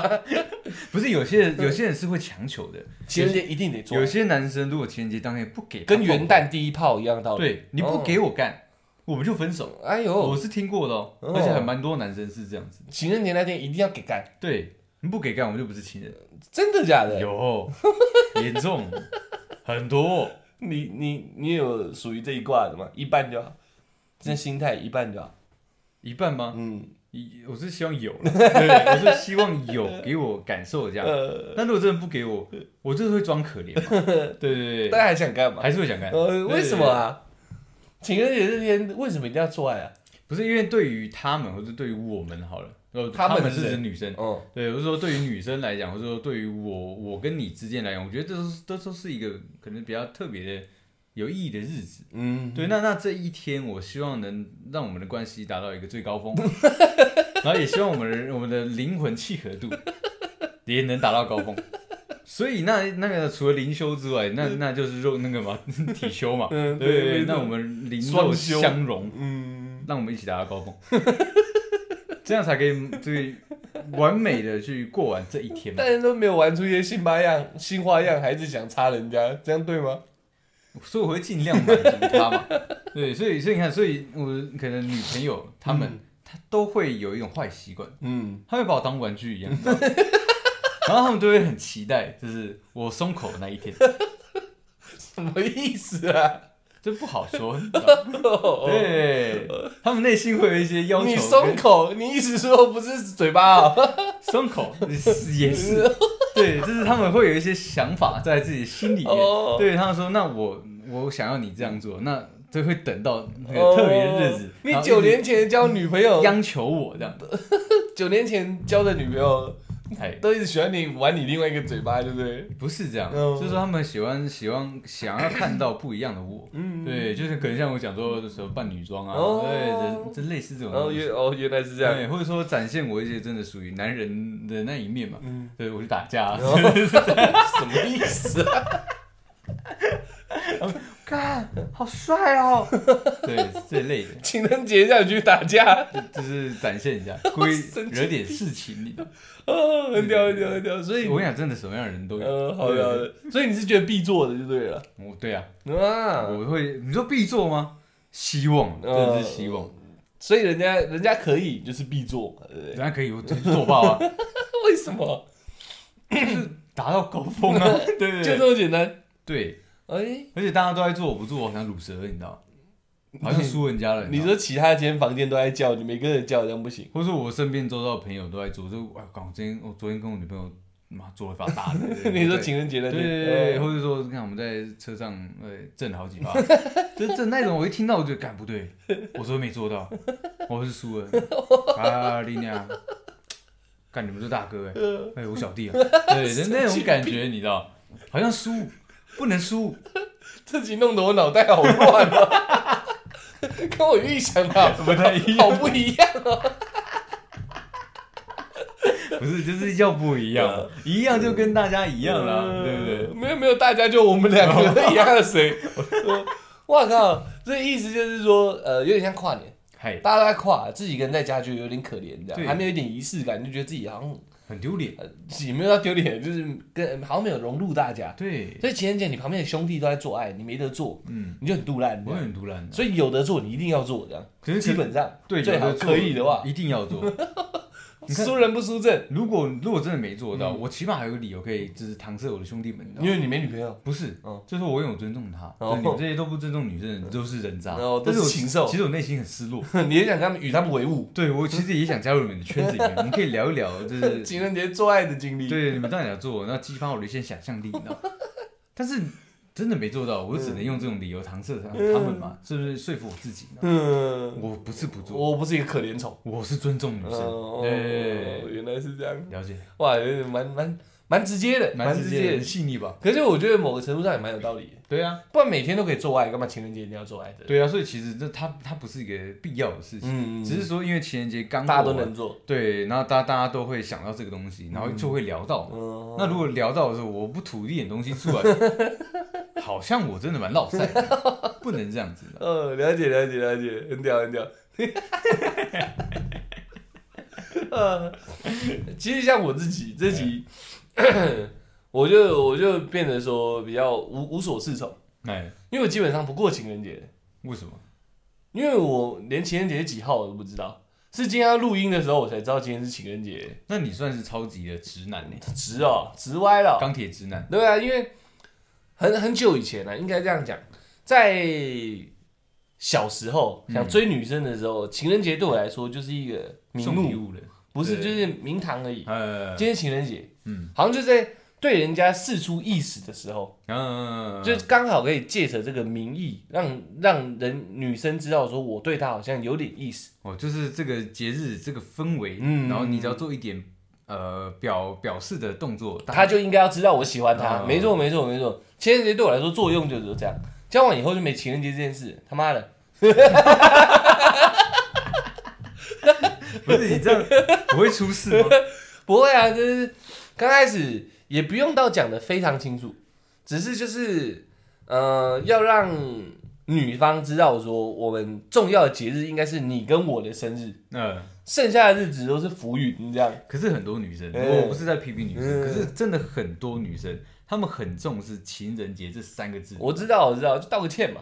[SPEAKER 2] 不是有些人有些人是会强求的，
[SPEAKER 1] 情人节一定得做
[SPEAKER 2] 有，些男生如果情人节当天不给他
[SPEAKER 1] 跟元旦第一炮一样道
[SPEAKER 2] 抱，
[SPEAKER 1] 理。
[SPEAKER 2] 对，你不给我干，我们就分手。
[SPEAKER 1] 对，哎呦
[SPEAKER 2] 我，是听过的哦，
[SPEAKER 1] 哦
[SPEAKER 2] 而且还蛮多男生是这样子。
[SPEAKER 1] 情人节那天一定要给干，
[SPEAKER 2] 对，你不给干，我们就不是情人。
[SPEAKER 1] 真的假的？
[SPEAKER 2] 有，严重，很多。
[SPEAKER 1] 你你你有属于这一卦的吗？一半就好，这心态一半就好。
[SPEAKER 2] 一半吗？
[SPEAKER 1] 嗯，
[SPEAKER 2] 一我是希望有 啦，对，我是希望有给我感受这样。
[SPEAKER 1] 呃，
[SPEAKER 2] 但如果真的不给我，我就是会装可怜 嘛。对对
[SPEAKER 1] 大
[SPEAKER 2] 对，
[SPEAKER 1] 家还想干嘛？
[SPEAKER 2] 还是会想干。
[SPEAKER 1] 呃，为什么啊？情人节那天为什么一定要做爱啊？
[SPEAKER 2] 不是因为对于他们，或者对于我们好了，呃，
[SPEAKER 1] 他
[SPEAKER 2] 他
[SPEAKER 1] 们
[SPEAKER 2] 们
[SPEAKER 1] 是
[SPEAKER 2] 是指
[SPEAKER 1] 谁
[SPEAKER 2] 女生。
[SPEAKER 1] 哦，
[SPEAKER 2] 对，我是说对于女生来讲，或者说对于我我跟你之间来讲，我觉得这都是这都是一个可能比较特别的有意义的日子。
[SPEAKER 1] 嗯，
[SPEAKER 2] 对，那那这一天，我希望能让我们的关系达到一个最高 峰，然后也希望我们的我们的灵魂契合 度也能达到高峰。所以那那个除了灵修之外，那那就是肉那个嘛 体修嘛，
[SPEAKER 1] 嗯对
[SPEAKER 2] 对
[SPEAKER 1] 没错
[SPEAKER 2] 那我们灵
[SPEAKER 1] 双
[SPEAKER 2] 肉
[SPEAKER 1] 修
[SPEAKER 2] 相融，
[SPEAKER 1] 嗯，
[SPEAKER 2] 让我们一起达到高峰，这样才可以最完美的去过完这一天嘛
[SPEAKER 1] 大。家都没有玩出一些新花样、新花样，还是想插人家，这样对吗？
[SPEAKER 2] 所以我会尽量满足 他嘛。对，所以所以你看，所以我可能女朋友她们、她都会有一种坏习惯，
[SPEAKER 1] 嗯，
[SPEAKER 2] 她会把我当玩具一样，你知道吗 然后她们就会很期待，就是我松口的那一天，
[SPEAKER 1] 什么意思啊？？Oh，
[SPEAKER 2] 这不好说。你知道吗对，她们内心会有一些要求。
[SPEAKER 1] 哦你松口，你意思说不是嘴巴哦？
[SPEAKER 2] 松口也 是，对，就是他们会有一些想法在自己心里面。
[SPEAKER 1] 哦
[SPEAKER 2] 对他们说，那我我想要你这样做，那就会等到那个特别的日子。
[SPEAKER 1] 哦你
[SPEAKER 2] 然后一直
[SPEAKER 1] 九年前交女朋友，
[SPEAKER 2] 央求我这样，
[SPEAKER 1] 九年前交的女朋友
[SPEAKER 2] 哎，
[SPEAKER 1] 都一直喜欢你玩你另外一个嘴巴，对不对？
[SPEAKER 2] 不是这样，
[SPEAKER 1] 嗯
[SPEAKER 2] 就是说他们喜欢喜欢想要看到不一样的我，
[SPEAKER 1] 嗯，
[SPEAKER 2] 对，就是可能像我讲说什么扮女装啊，
[SPEAKER 1] 哦
[SPEAKER 2] 对，这这类似这种
[SPEAKER 1] 哦
[SPEAKER 2] 东西，
[SPEAKER 1] 原哦原来是这样，
[SPEAKER 2] 嗯对，或者说展现我一些真的属于男人的那一面嘛，
[SPEAKER 1] 嗯，
[SPEAKER 2] 对，我去打架啊，
[SPEAKER 1] 然后 什么意思啊？
[SPEAKER 2] 看好帅哦， 对，这类的，
[SPEAKER 1] 情人节让你去打架，
[SPEAKER 2] 就是展现一 下，故意
[SPEAKER 1] 神经
[SPEAKER 2] 惹点事情， 你
[SPEAKER 1] 哦，很屌很屌很屌，所以
[SPEAKER 2] 我跟你讲，真的什么样的人都有，
[SPEAKER 1] 呃，好的好的，所以你是觉得必做的就对了
[SPEAKER 2] 我对啊，
[SPEAKER 1] 啊。嗯
[SPEAKER 2] 我会，你说必做吗？希望，真的是希望，
[SPEAKER 1] 所以人家人家可以就是必做嘛，对不对
[SPEAKER 2] 人？家可以我做爆 啊，
[SPEAKER 1] 为什么？
[SPEAKER 2] 达到高峰啊，对对
[SPEAKER 1] 就
[SPEAKER 2] 对
[SPEAKER 1] 这么简单？
[SPEAKER 2] 对，
[SPEAKER 1] 哎、
[SPEAKER 2] 而且大家都在做，我不做，我好像乳蛇，你知道，好像输人家了，
[SPEAKER 1] 你
[SPEAKER 2] 知道
[SPEAKER 1] 说其他间房间都在叫，你每个人叫这样不行。
[SPEAKER 2] 或者说我身边周遭的朋友都在做，就哎，刚今天我昨天跟我女朋友妈做了一发 大的，对
[SPEAKER 1] 你说
[SPEAKER 2] 对
[SPEAKER 1] 情人节那
[SPEAKER 2] 对
[SPEAKER 1] 天，
[SPEAKER 2] 对对对，
[SPEAKER 1] 哦
[SPEAKER 2] 或者说，你看我们在车上，呃，震 好几发，就震那种，我一听到我就感不对，我说没做到，我 是输了，啊，丽娜，干你们是大哥哎、
[SPEAKER 1] 嗯
[SPEAKER 2] 哎、我小弟啊，对，就那种感觉，你知道，好像输不能输，
[SPEAKER 1] 自己弄得我脑袋好乱哦， 跟我预想的好
[SPEAKER 2] 不太一样，
[SPEAKER 1] 好不一样。
[SPEAKER 2] 不是，就是要不一样，
[SPEAKER 1] 啊
[SPEAKER 2] 一样就跟大家一样啦，对不对？
[SPEAKER 1] 嗯没有没有，大家就我们两个一样的 谁？我靠，这意思就是说，呃，有点像跨年，
[SPEAKER 2] 嗨，
[SPEAKER 1] 大家都在跨，自己一个人在家就有点可怜，这
[SPEAKER 2] 对
[SPEAKER 1] 样还没有一点仪式感，就觉得自己好像
[SPEAKER 2] 很丢脸，啊
[SPEAKER 1] 呃自己没有到丢脸，就是跟好像没有融入大家。
[SPEAKER 2] 对，
[SPEAKER 1] 所以情人节你旁边的兄弟都在做爱，你没得做，
[SPEAKER 2] 嗯，
[SPEAKER 1] 你就很肚烂这
[SPEAKER 2] 我
[SPEAKER 1] 样。
[SPEAKER 2] 很独揽，
[SPEAKER 1] 所以有得做，你一定要做这样。
[SPEAKER 2] 可是
[SPEAKER 1] 基本上
[SPEAKER 2] 对
[SPEAKER 1] 最好
[SPEAKER 2] 有的做
[SPEAKER 1] 可以的话，
[SPEAKER 2] 一定 要做。你看
[SPEAKER 1] 输人不输阵，
[SPEAKER 2] 如果如果真的没做到，我起码还有个理由可以就是搪塞我的兄弟们。你知道
[SPEAKER 1] 嗯
[SPEAKER 2] 吗
[SPEAKER 1] 因为你没女朋友。
[SPEAKER 2] 不是
[SPEAKER 1] 嗯，
[SPEAKER 2] 就是我有尊重他，
[SPEAKER 1] 哦
[SPEAKER 2] 就你们这些都不尊重女生，都是人渣
[SPEAKER 1] 哦，
[SPEAKER 2] 但
[SPEAKER 1] 都是
[SPEAKER 2] 我
[SPEAKER 1] 禽兽
[SPEAKER 2] 其实我内心很失落，
[SPEAKER 1] 你也想跟他们与他们为伍？
[SPEAKER 2] 对我其实也想加入你们的圈子里 面，我们可以聊一聊，就是
[SPEAKER 1] 情人节做爱的经历，
[SPEAKER 2] 对你们到底要做，然后激发我的一些想象力，你 知道吗？但是真的没做到，我就只能用这种理由搪塞他他们嘛，是不是说服我自己呢？
[SPEAKER 1] 嗯，
[SPEAKER 2] 我不是不做，
[SPEAKER 1] 我不是一个可怜虫。哦
[SPEAKER 2] 我是尊重女
[SPEAKER 1] 嗯
[SPEAKER 2] 生，对，
[SPEAKER 1] 原来是这样，
[SPEAKER 2] 了解，
[SPEAKER 1] 哇，蛮蛮蛮直接的，
[SPEAKER 2] 蛮
[SPEAKER 1] 蛮
[SPEAKER 2] 直
[SPEAKER 1] 直
[SPEAKER 2] 接
[SPEAKER 1] 接
[SPEAKER 2] 的，
[SPEAKER 1] 的。
[SPEAKER 2] 细腻吧？
[SPEAKER 1] 可是我觉得某个程度上也蛮有道理的，
[SPEAKER 2] 对啊，
[SPEAKER 1] 不然每天都可以做爱，干嘛情人节一定要做爱的？，
[SPEAKER 2] 对啊，所以其实这它它不是一个必要的事情，
[SPEAKER 1] 嗯，
[SPEAKER 2] 只是说因为情人节刚
[SPEAKER 1] 大家都
[SPEAKER 2] 过完啊
[SPEAKER 1] 能做。
[SPEAKER 2] 对，然后大家大家都会想到这个东西，然后就会聊到嘛。
[SPEAKER 1] 嗯，
[SPEAKER 2] 啊那如果聊到的时候，我不吐一点东西 出来，好像我真的蛮落塞的，不能这样子的。
[SPEAKER 1] 呃，了解了解了解，很屌很屌。 呃，其实像我自己自己，我就我就变得说比较无无所适从，
[SPEAKER 2] 哎，
[SPEAKER 1] 因为我基本上不过情人节，
[SPEAKER 2] 为什么？
[SPEAKER 1] 因为我连情人节是几号我都不知道，是今天要录音的时候我才知道今天是情人节，
[SPEAKER 2] 那你算是超级的直男呢、
[SPEAKER 1] 直哦，直歪了哦，
[SPEAKER 2] 钢铁直男。
[SPEAKER 1] 对啊，因为很很久以前呢、啊，应该这样讲，在小时候
[SPEAKER 2] 嗯
[SPEAKER 1] 想追女生的时候，情人节对我来说就是一个名
[SPEAKER 2] 送礼
[SPEAKER 1] 目，
[SPEAKER 2] 物了，
[SPEAKER 1] 不是
[SPEAKER 2] 对
[SPEAKER 1] 就是名堂而已。
[SPEAKER 2] 呃，
[SPEAKER 1] 今天情人节，
[SPEAKER 2] 嗯
[SPEAKER 1] 好像就在对人家示出意识的时候，
[SPEAKER 2] 嗯，
[SPEAKER 1] 就刚好可以借着这个名义，让让人女生知道说我对她好像有点意思。
[SPEAKER 2] 哦，就是这个节日这个氛围，
[SPEAKER 1] 嗯
[SPEAKER 2] 然后你只要做一点呃表表示的 动作，大
[SPEAKER 1] 他就应该要知道我喜欢他。
[SPEAKER 2] 嗯
[SPEAKER 1] 没错，没错，没错。情人节对我来说作用就是这样，交往以后就没情人节这件事，他妈的，
[SPEAKER 2] 不是你这样不会出事吗？哦
[SPEAKER 1] 不会啊，就是刚开始也不用到讲的非常清楚，只是就是呃，要让女方知道说我们重要的节日应该是你跟我的生日，
[SPEAKER 2] 嗯、
[SPEAKER 1] 剩下的日子都是浮云这样。
[SPEAKER 2] 可是很多女生，
[SPEAKER 1] 哎
[SPEAKER 2] 我不是在批评女生，
[SPEAKER 1] 嗯
[SPEAKER 2] 可是真的很多女生，她们很重视情人节这三个字。
[SPEAKER 1] 我知道，我知道，就道个歉嘛。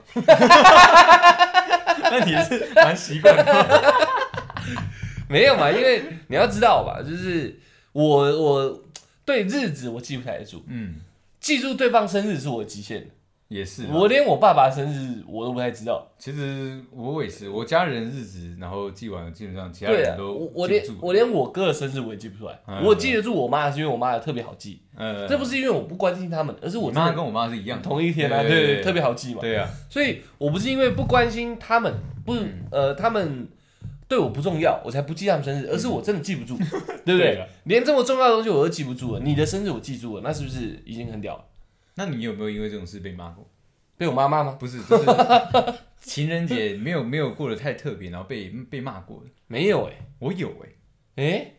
[SPEAKER 2] 那你是蛮习惯的，
[SPEAKER 1] 没有嘛，因为你要知道吧，就是我我对日子我记不太住，
[SPEAKER 2] 嗯，
[SPEAKER 1] 记住对方生日是我的极限。
[SPEAKER 2] 也是啊。
[SPEAKER 1] 我连我爸爸生日我都不太知道，
[SPEAKER 2] 其实我也是，我家人日子，然后记完，基本上其他
[SPEAKER 1] 对啊
[SPEAKER 2] 人，都
[SPEAKER 1] 我我
[SPEAKER 2] 记
[SPEAKER 1] 连
[SPEAKER 2] 不住
[SPEAKER 1] 我连我哥的生日我也记不出来，
[SPEAKER 2] 嗯
[SPEAKER 1] 我记得住我妈是因为我妈的特别好记，
[SPEAKER 2] 呃，
[SPEAKER 1] 这不是因为我不关心他们，而是我
[SPEAKER 2] 我
[SPEAKER 1] 真
[SPEAKER 2] 妈
[SPEAKER 1] 的
[SPEAKER 2] 跟我妈是一样的，
[SPEAKER 1] 同一天啊，
[SPEAKER 2] 对
[SPEAKER 1] 对
[SPEAKER 2] 对
[SPEAKER 1] 对，
[SPEAKER 2] 对
[SPEAKER 1] 特别好记嘛，
[SPEAKER 2] 对啊，
[SPEAKER 1] 所以我不是因为不关心他们，不
[SPEAKER 2] 嗯
[SPEAKER 1] 呃他们对我不重要，我才不记他们生日，而是我真的记不住，对不
[SPEAKER 2] 对
[SPEAKER 1] 对
[SPEAKER 2] 啊？
[SPEAKER 1] 连这么重要的东西我都记不住了，你的生日我记住了，那是不是已经很屌了？
[SPEAKER 2] 那你有没有因为这种事被骂过？
[SPEAKER 1] 被我妈骂吗？
[SPEAKER 2] 不是，就是 情人节没有没有过得太特别，然后被被骂过的。
[SPEAKER 1] 没有哎、
[SPEAKER 2] 我有哎、
[SPEAKER 1] 诶，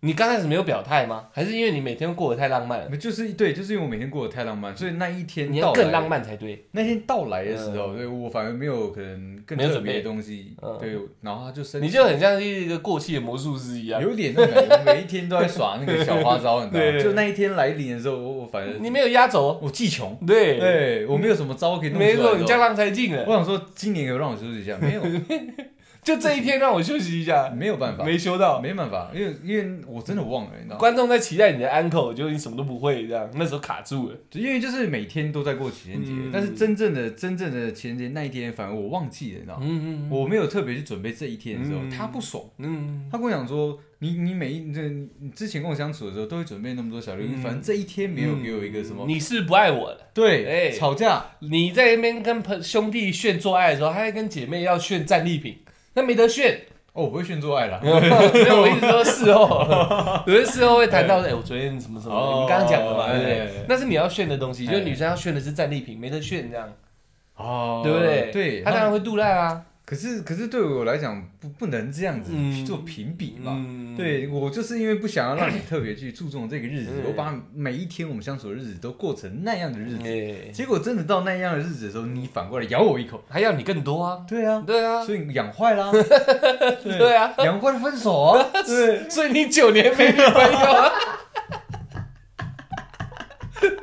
[SPEAKER 1] 你刚开始没有表态吗？还是因为你每天过得太浪漫了？
[SPEAKER 2] 就是对，就是因为我每天过得太浪漫，所以那一天
[SPEAKER 1] 你
[SPEAKER 2] 到
[SPEAKER 1] 要
[SPEAKER 2] 来
[SPEAKER 1] 更浪漫才对。
[SPEAKER 2] 那天到来的时候，对我反而没有可能更
[SPEAKER 1] 没有
[SPEAKER 2] 特
[SPEAKER 1] 准备
[SPEAKER 2] 别的东西，
[SPEAKER 1] 嗯
[SPEAKER 2] 对，然后他就生气，
[SPEAKER 1] 你就很像是一个过气的魔术师一样，
[SPEAKER 2] 有点那种感觉，每一天都在耍那个小花招，你知道吗？
[SPEAKER 1] 对
[SPEAKER 2] 就那一天来临的时候，我我反正
[SPEAKER 1] 呃你没有压轴，
[SPEAKER 2] 我技穷，
[SPEAKER 1] 对，
[SPEAKER 2] 嗯对我没有什么招可以弄出来
[SPEAKER 1] 没
[SPEAKER 2] 的时候。哦
[SPEAKER 1] 错，你这样浪才进了。
[SPEAKER 2] 我想说今年有让我休息一下，没有，啊
[SPEAKER 1] 就这一天让我休息一下，
[SPEAKER 2] 没有办法，
[SPEAKER 1] 没修到。
[SPEAKER 2] 没办法，因为因为我真的忘了，你知道吗？
[SPEAKER 1] 观众在期待你的 uncle，就你什么都不会这样，那时候卡住了。
[SPEAKER 2] 就因为就是每天都在过情人节，
[SPEAKER 1] 嗯
[SPEAKER 2] 但是真正的真正的情人节那一天，反而我忘记了，你知道吗？
[SPEAKER 1] 嗯
[SPEAKER 2] 我没有特别去准备这一天的时候，
[SPEAKER 1] 嗯
[SPEAKER 2] 他不爽，
[SPEAKER 1] 嗯
[SPEAKER 2] 他跟我讲说，你你每一你这你之前跟我相处的时候都会准备那么多小礼物，
[SPEAKER 1] 嗯
[SPEAKER 2] 反正这一天没有给我一个什么，
[SPEAKER 1] 你是不爱我了。
[SPEAKER 2] 对，
[SPEAKER 1] 哎
[SPEAKER 2] 吵架，
[SPEAKER 1] 你在那边跟朋兄弟炫做爱的时候，他在跟姐妹要炫战利品，那没得炫。
[SPEAKER 2] 哦，我不会炫做爱 啦，
[SPEAKER 1] 没有，我一直说事 后，有的事后会谈到，哎、我昨天什么什么，
[SPEAKER 2] 哦
[SPEAKER 1] 你刚刚讲的嘛，
[SPEAKER 2] 哎
[SPEAKER 1] 对不
[SPEAKER 2] 哎哎
[SPEAKER 1] 对？那是你要炫的东西，
[SPEAKER 2] 哎
[SPEAKER 1] 就是女生要炫的是战利品，没得炫这样，
[SPEAKER 2] 哦
[SPEAKER 1] 对不对？
[SPEAKER 2] 对，
[SPEAKER 1] 他当然会杜赖啊，
[SPEAKER 2] 可是可是对我来讲，不不能这样子
[SPEAKER 1] 嗯
[SPEAKER 2] 去做评比嘛。
[SPEAKER 1] 嗯，
[SPEAKER 2] 对我就是因为不想 要让你特别去注重这个日子，
[SPEAKER 1] 嗯
[SPEAKER 2] 我把每一天我们相处的日子都过成那样的日子，
[SPEAKER 1] 哎，
[SPEAKER 2] 结果真的到那样的日子的时候，你反过来咬我一口，
[SPEAKER 1] 还要你更多啊，
[SPEAKER 2] 对啊，
[SPEAKER 1] 对啊，
[SPEAKER 2] 所以养 坏啦，
[SPEAKER 1] 对啊，
[SPEAKER 2] 养坏了分手 啊，对，
[SPEAKER 1] 所以你九年没女朋友 啊，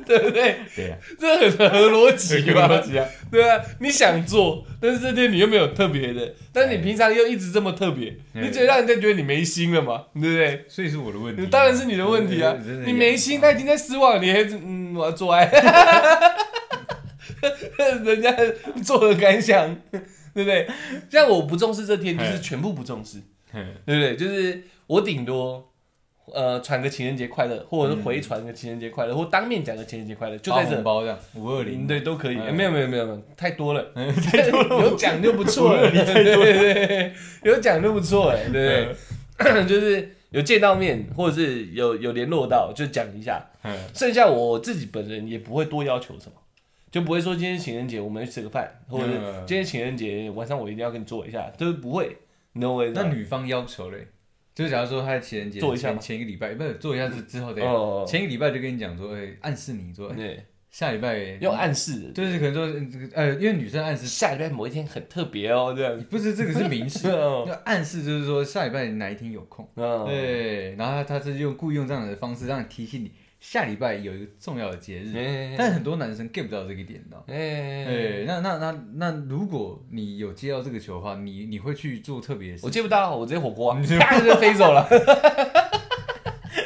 [SPEAKER 1] 对不对？
[SPEAKER 2] 对啊，
[SPEAKER 1] 这很合逻辑吧？
[SPEAKER 2] 辑啊，
[SPEAKER 1] 对啊，你想做，但是这天你又没有特别的，但你平常又一直这么特别，
[SPEAKER 2] 哎
[SPEAKER 1] 你只会让人家觉得你没心了嘛，对不对？
[SPEAKER 2] 所以是我的问题，
[SPEAKER 1] 当然是你的问题啊
[SPEAKER 2] 对嗯哎真！的
[SPEAKER 1] 你没心，他已经在失望，你还嗯，我要做爱， 人家作何感想，对不对？像我不重视这天，就是
[SPEAKER 2] 哎
[SPEAKER 1] 全部不重视，
[SPEAKER 2] 嘿
[SPEAKER 1] 对不对？就是我顶多呃传个情人节快乐，或者是回传个情人节快乐，或当面讲个情人节快乐，就在
[SPEAKER 2] 发
[SPEAKER 1] 这
[SPEAKER 2] 红。包这样，五二
[SPEAKER 1] 嗯
[SPEAKER 2] 零，
[SPEAKER 1] 对，都可以。
[SPEAKER 2] 哎
[SPEAKER 1] 哎没有没有没有，没有太多了，
[SPEAKER 2] 嗯
[SPEAKER 1] 太多了，有奖就不错了。对对对对，有奖就不错哎，对不对？ 就是有见到面，或者是有有联络到，就讲一下。
[SPEAKER 2] 嗯
[SPEAKER 1] 剩下我自己本人也不会多要求什么，就不会说今天情人节我们去吃个饭，或者是
[SPEAKER 2] 嗯
[SPEAKER 1] 今天情人节晚上我一定要跟你做一下，就是不会。你懂我意思
[SPEAKER 2] 那
[SPEAKER 1] 吗？
[SPEAKER 2] 女方要求嘞，就是假如说她在情人节
[SPEAKER 1] 做一下
[SPEAKER 2] 前
[SPEAKER 1] 吗
[SPEAKER 2] 前一个礼拜，不是做一下之之后再
[SPEAKER 1] 哦，
[SPEAKER 2] 前一个礼拜就跟你讲说，哎、暗示你说、哎
[SPEAKER 1] 对，
[SPEAKER 2] 下礼拜
[SPEAKER 1] 用，暗示的，
[SPEAKER 2] 就是可能说，嗯这个呃，因为女生暗示
[SPEAKER 1] 下礼拜某一天很特别哦，这 样。
[SPEAKER 2] 不是这个是明示，
[SPEAKER 1] 哦
[SPEAKER 2] 就暗示就是说下礼拜哪一天有 空，
[SPEAKER 1] 嗯，
[SPEAKER 2] 对，然后他他是用故意用这样的方式让你提醒你下礼拜有一个重要的节日，
[SPEAKER 1] 哎，
[SPEAKER 2] 但很多男生 get 不到这个点的。
[SPEAKER 1] 哎哎，哎
[SPEAKER 2] 对，那那那那，如果你有接到这个球的话，你你会去做特别的
[SPEAKER 1] 我
[SPEAKER 2] 事，
[SPEAKER 1] 接不到，我直接火锅、啊，啪就飞走了。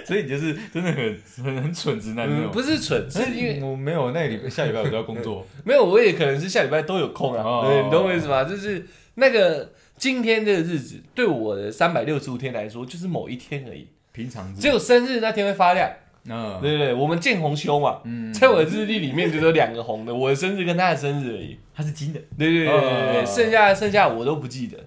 [SPEAKER 2] 所以你就是真的很很很蠢直 男哎
[SPEAKER 1] 嗯，不是蠢，是因为
[SPEAKER 2] 我没有那个礼拜下礼拜我就要工作，
[SPEAKER 1] 没有，我也可能是下礼拜都有空啊。
[SPEAKER 2] 哦
[SPEAKER 1] 对，你懂我意思吗？就是那个今天这个日子，对我的三百六十五天来说，就是某一天而已。
[SPEAKER 2] 平常
[SPEAKER 1] 只有生日那天会发亮，
[SPEAKER 2] 嗯
[SPEAKER 1] 对不对？我们见红修嘛，
[SPEAKER 2] 嗯，
[SPEAKER 1] 在我的日历里面就有两个红的，我的生日跟他的生日而已。
[SPEAKER 2] 他是金的，
[SPEAKER 1] 对对对对对对，
[SPEAKER 2] 哦
[SPEAKER 1] 剩下剩下我都不记得。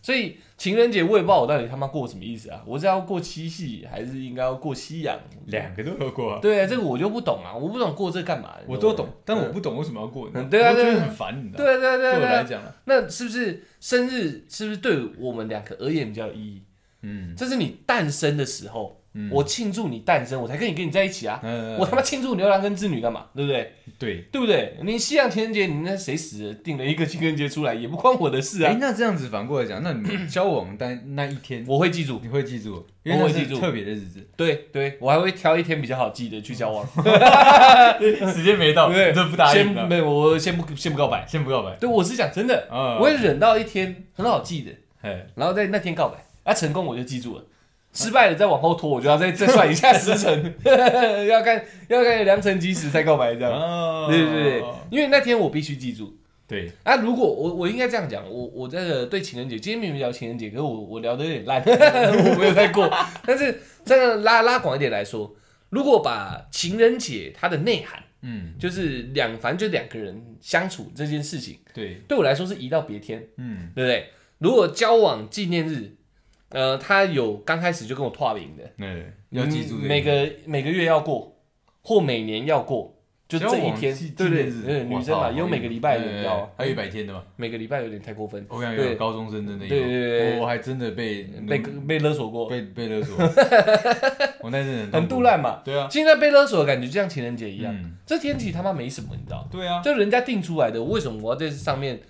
[SPEAKER 1] 所以情人节我也不知道我到底他妈过什么意思啊！我是要过七夕，还是应该要过夕阳？
[SPEAKER 2] 两个都有过啊。
[SPEAKER 1] 对啊，这个我就不懂啊，我不懂过这干嘛？
[SPEAKER 2] 我都懂，但我
[SPEAKER 1] 嗯
[SPEAKER 2] 不懂为什么要过，你知道
[SPEAKER 1] 嗯
[SPEAKER 2] 吗
[SPEAKER 1] 对啊
[SPEAKER 2] 我觉
[SPEAKER 1] 对
[SPEAKER 2] 得
[SPEAKER 1] 啊
[SPEAKER 2] 很烦，你知道吗？
[SPEAKER 1] 对啊对啊对
[SPEAKER 2] 对
[SPEAKER 1] 啊
[SPEAKER 2] 我
[SPEAKER 1] 对
[SPEAKER 2] 来
[SPEAKER 1] 啊，
[SPEAKER 2] 讲啊，
[SPEAKER 1] 那是不是生日是不是对我们两个而言比较有意义？
[SPEAKER 2] 嗯，
[SPEAKER 1] 这是你诞生的时候，
[SPEAKER 2] 嗯
[SPEAKER 1] 我庆祝你诞生，我才跟你跟你在一起啊！
[SPEAKER 2] 嗯，
[SPEAKER 1] 我他妈庆祝牛郎跟织女干嘛？对不对？
[SPEAKER 2] 对，
[SPEAKER 1] 对不对？你西洋情人节，你那谁死了定了一个情人节出来，也不关我的事
[SPEAKER 2] 哎
[SPEAKER 1] 啊，！
[SPEAKER 2] 那这样子反过来讲，那你们交往但那一天，
[SPEAKER 1] 我会记住，
[SPEAKER 2] 你会记住，因
[SPEAKER 1] 我
[SPEAKER 2] 为
[SPEAKER 1] 会
[SPEAKER 2] 那
[SPEAKER 1] 记
[SPEAKER 2] 是
[SPEAKER 1] 住
[SPEAKER 2] 特别的 日子，
[SPEAKER 1] 对对，我还会挑一天比较好记得去交往，
[SPEAKER 2] 时间没到
[SPEAKER 1] 对
[SPEAKER 2] 哦这
[SPEAKER 1] 先
[SPEAKER 2] 的
[SPEAKER 1] 没有我先不先不告白，
[SPEAKER 2] 先不告白，
[SPEAKER 1] 对我是讲真的，
[SPEAKER 2] 啊
[SPEAKER 1] 我会忍到一天很好记的，
[SPEAKER 2] 哎，
[SPEAKER 1] 然后在那天告白，啊，成功我就记住了，失败了再往后拖，我就要再再算一下时辰， 要看要看良辰吉时才告白这样。
[SPEAKER 2] 哦
[SPEAKER 1] 对对对，因为那天我必须记住。
[SPEAKER 2] 对，
[SPEAKER 1] 啊，如果我我应该这样讲，我我这个对情人节，今天明明聊情人节，可是我我聊的有点烂， 我没有在过。但是这样拉拉广一点来说，如果把情人节它的内涵，
[SPEAKER 2] 嗯，
[SPEAKER 1] 就是两反正就两个人相处这件事情，
[SPEAKER 2] 对，
[SPEAKER 1] 对我来说是移到别天。
[SPEAKER 2] 嗯，
[SPEAKER 1] 对不对？如果交往纪念日，呃，他有刚开始就跟我跨名的，
[SPEAKER 2] 对，要记住
[SPEAKER 1] 嗯
[SPEAKER 2] 这
[SPEAKER 1] 每个每个月要过，或每年要过，就这一天
[SPEAKER 2] 交往纪，
[SPEAKER 1] 对不对
[SPEAKER 2] 纪念？日
[SPEAKER 1] 对女生嘛，
[SPEAKER 2] 哇
[SPEAKER 1] 有每个礼拜的，你
[SPEAKER 2] 哎
[SPEAKER 1] 知道吗？
[SPEAKER 2] 还有一百天的嘛，
[SPEAKER 1] 每个礼拜有点太过分，
[SPEAKER 2] 我感
[SPEAKER 1] 对
[SPEAKER 2] 觉高中生真的有，
[SPEAKER 1] 对对对对
[SPEAKER 2] 我还真的被
[SPEAKER 1] 被被勒索过，
[SPEAKER 2] 嗯 被 被勒索，我那阵
[SPEAKER 1] 很杜
[SPEAKER 2] 杜，
[SPEAKER 1] 烂嘛。
[SPEAKER 2] 对啊，
[SPEAKER 1] 现在被勒索的感觉就像情人节一样，
[SPEAKER 2] 嗯，
[SPEAKER 1] 这天气他妈没什么，你知道？
[SPEAKER 2] 对啊，
[SPEAKER 1] 就人家定出来的，为什么我要在这上面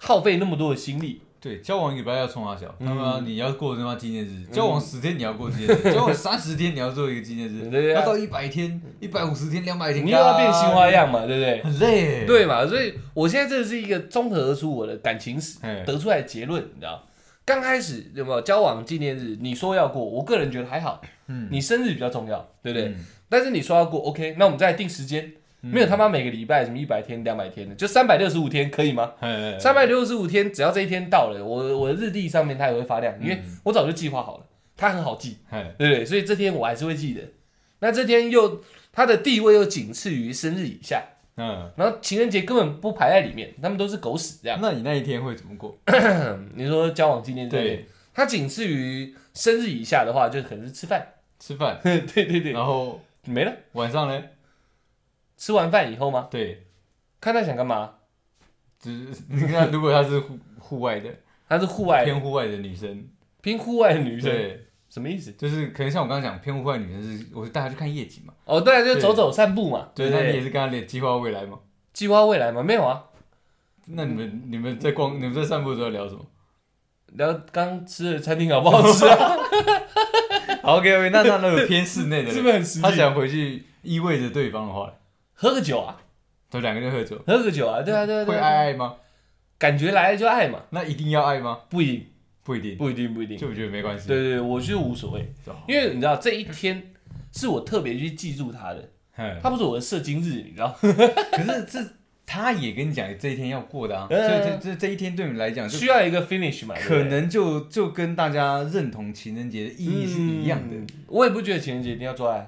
[SPEAKER 1] 耗费那么多的心力？
[SPEAKER 2] 对，交往一个礼拜要冲他小，
[SPEAKER 1] 嗯
[SPEAKER 2] 那么你要过他妈纪念日，交往十天你要过纪念 日，交往三十天你要做一个纪念
[SPEAKER 1] 对
[SPEAKER 2] 日，
[SPEAKER 1] 对对
[SPEAKER 2] 要
[SPEAKER 1] 啊
[SPEAKER 2] 到一百天、一百五十天、两百天，
[SPEAKER 1] 你又要
[SPEAKER 2] 啊
[SPEAKER 1] 变新花，样
[SPEAKER 2] 哎
[SPEAKER 1] 嘛，对不对？
[SPEAKER 2] 很累，，
[SPEAKER 1] 对嘛？所以我现在这是一个综合而出我的感情史
[SPEAKER 2] 哎，
[SPEAKER 1] 得出来的结论，你知道？刚开始有没有交往纪念日？你说要过，我个人觉得还好。
[SPEAKER 2] 嗯
[SPEAKER 1] 你生日比较重要，对不对？
[SPEAKER 2] 嗯
[SPEAKER 1] 但是你说要过，OK，那我们再来定时间。没有他妈每个礼拜什么一百天、两百天的，就三百六十五天可以吗？
[SPEAKER 2] 哎
[SPEAKER 1] 三百六十五天，只要这一天到了，我我的日历上面它也会发亮，因
[SPEAKER 2] 嗯
[SPEAKER 1] 为我早就计划好了，它很好记，
[SPEAKER 2] 哎
[SPEAKER 1] 对不对？所以这天我还是会记得。那这天又它的地位又仅次于生日以下，
[SPEAKER 2] 嗯，
[SPEAKER 1] 然后情人节根本不排在里面，他们都是狗屎这样。嗯
[SPEAKER 2] 那你那一天会怎么过？
[SPEAKER 1] 你说交往纪念日那天
[SPEAKER 2] 对，
[SPEAKER 1] 它仅次于生日以下的话，就可能是吃 饭。
[SPEAKER 2] 吃饭，
[SPEAKER 1] 对对对，
[SPEAKER 2] 然后
[SPEAKER 1] 没了。
[SPEAKER 2] 晚上呢？
[SPEAKER 1] 吃完饭以后吗？
[SPEAKER 2] 对，
[SPEAKER 1] 看他想干嘛。
[SPEAKER 2] 只是 你看，如果她是户户外的，
[SPEAKER 1] 她是户外
[SPEAKER 2] 偏户外的女生，
[SPEAKER 1] 偏户外的女生，
[SPEAKER 2] 对，
[SPEAKER 1] 什么意思？
[SPEAKER 2] 就是可能像我刚刚讲，偏户外的女生是，我就带她去看夜景嘛。
[SPEAKER 1] 哦，对啊，就
[SPEAKER 2] 对
[SPEAKER 1] 走走散步嘛，
[SPEAKER 2] 对，
[SPEAKER 1] 不
[SPEAKER 2] 那你也
[SPEAKER 1] 对？
[SPEAKER 2] 是跟她聊计划未来吗？
[SPEAKER 1] 计划未来嘛，没有啊。
[SPEAKER 2] 那你们你们在逛你们在散步的时候聊什么
[SPEAKER 1] 聊刚吃的餐厅好不好吃 啊？
[SPEAKER 2] ？OK OK，那那那 个偏室内的
[SPEAKER 1] 是
[SPEAKER 2] 人，
[SPEAKER 1] 不是很实
[SPEAKER 2] 他
[SPEAKER 1] 际？
[SPEAKER 2] 想回去依偎着对方的话，
[SPEAKER 1] 喝个酒啊，
[SPEAKER 2] 就两个人喝酒，
[SPEAKER 1] 喝个酒啊，对啊，对啊，
[SPEAKER 2] 会
[SPEAKER 1] 对啊，
[SPEAKER 2] 爱爱吗？
[SPEAKER 1] 感觉来了就爱嘛，
[SPEAKER 2] 那一定要爱吗？
[SPEAKER 1] 不一定，
[SPEAKER 2] 不一定，
[SPEAKER 1] 不一定，不一定。
[SPEAKER 2] 就我觉得没关系。
[SPEAKER 1] 对对，对我觉得无所谓，
[SPEAKER 2] 是吧，
[SPEAKER 1] 因为你知道这一天是我特别去记住他的，
[SPEAKER 2] 嗯
[SPEAKER 1] 他不是我的射精日，你知道，
[SPEAKER 2] 可是这他也跟你讲这一天要过的啊，所
[SPEAKER 1] 嗯
[SPEAKER 2] 以这这这一天对你们来啊讲就
[SPEAKER 1] 需要一个 finish 嘛，对不
[SPEAKER 2] 可
[SPEAKER 1] 对
[SPEAKER 2] 能就就跟大家认同情人节的意义是一样的。
[SPEAKER 1] 嗯我也不觉得情人节一定要做爱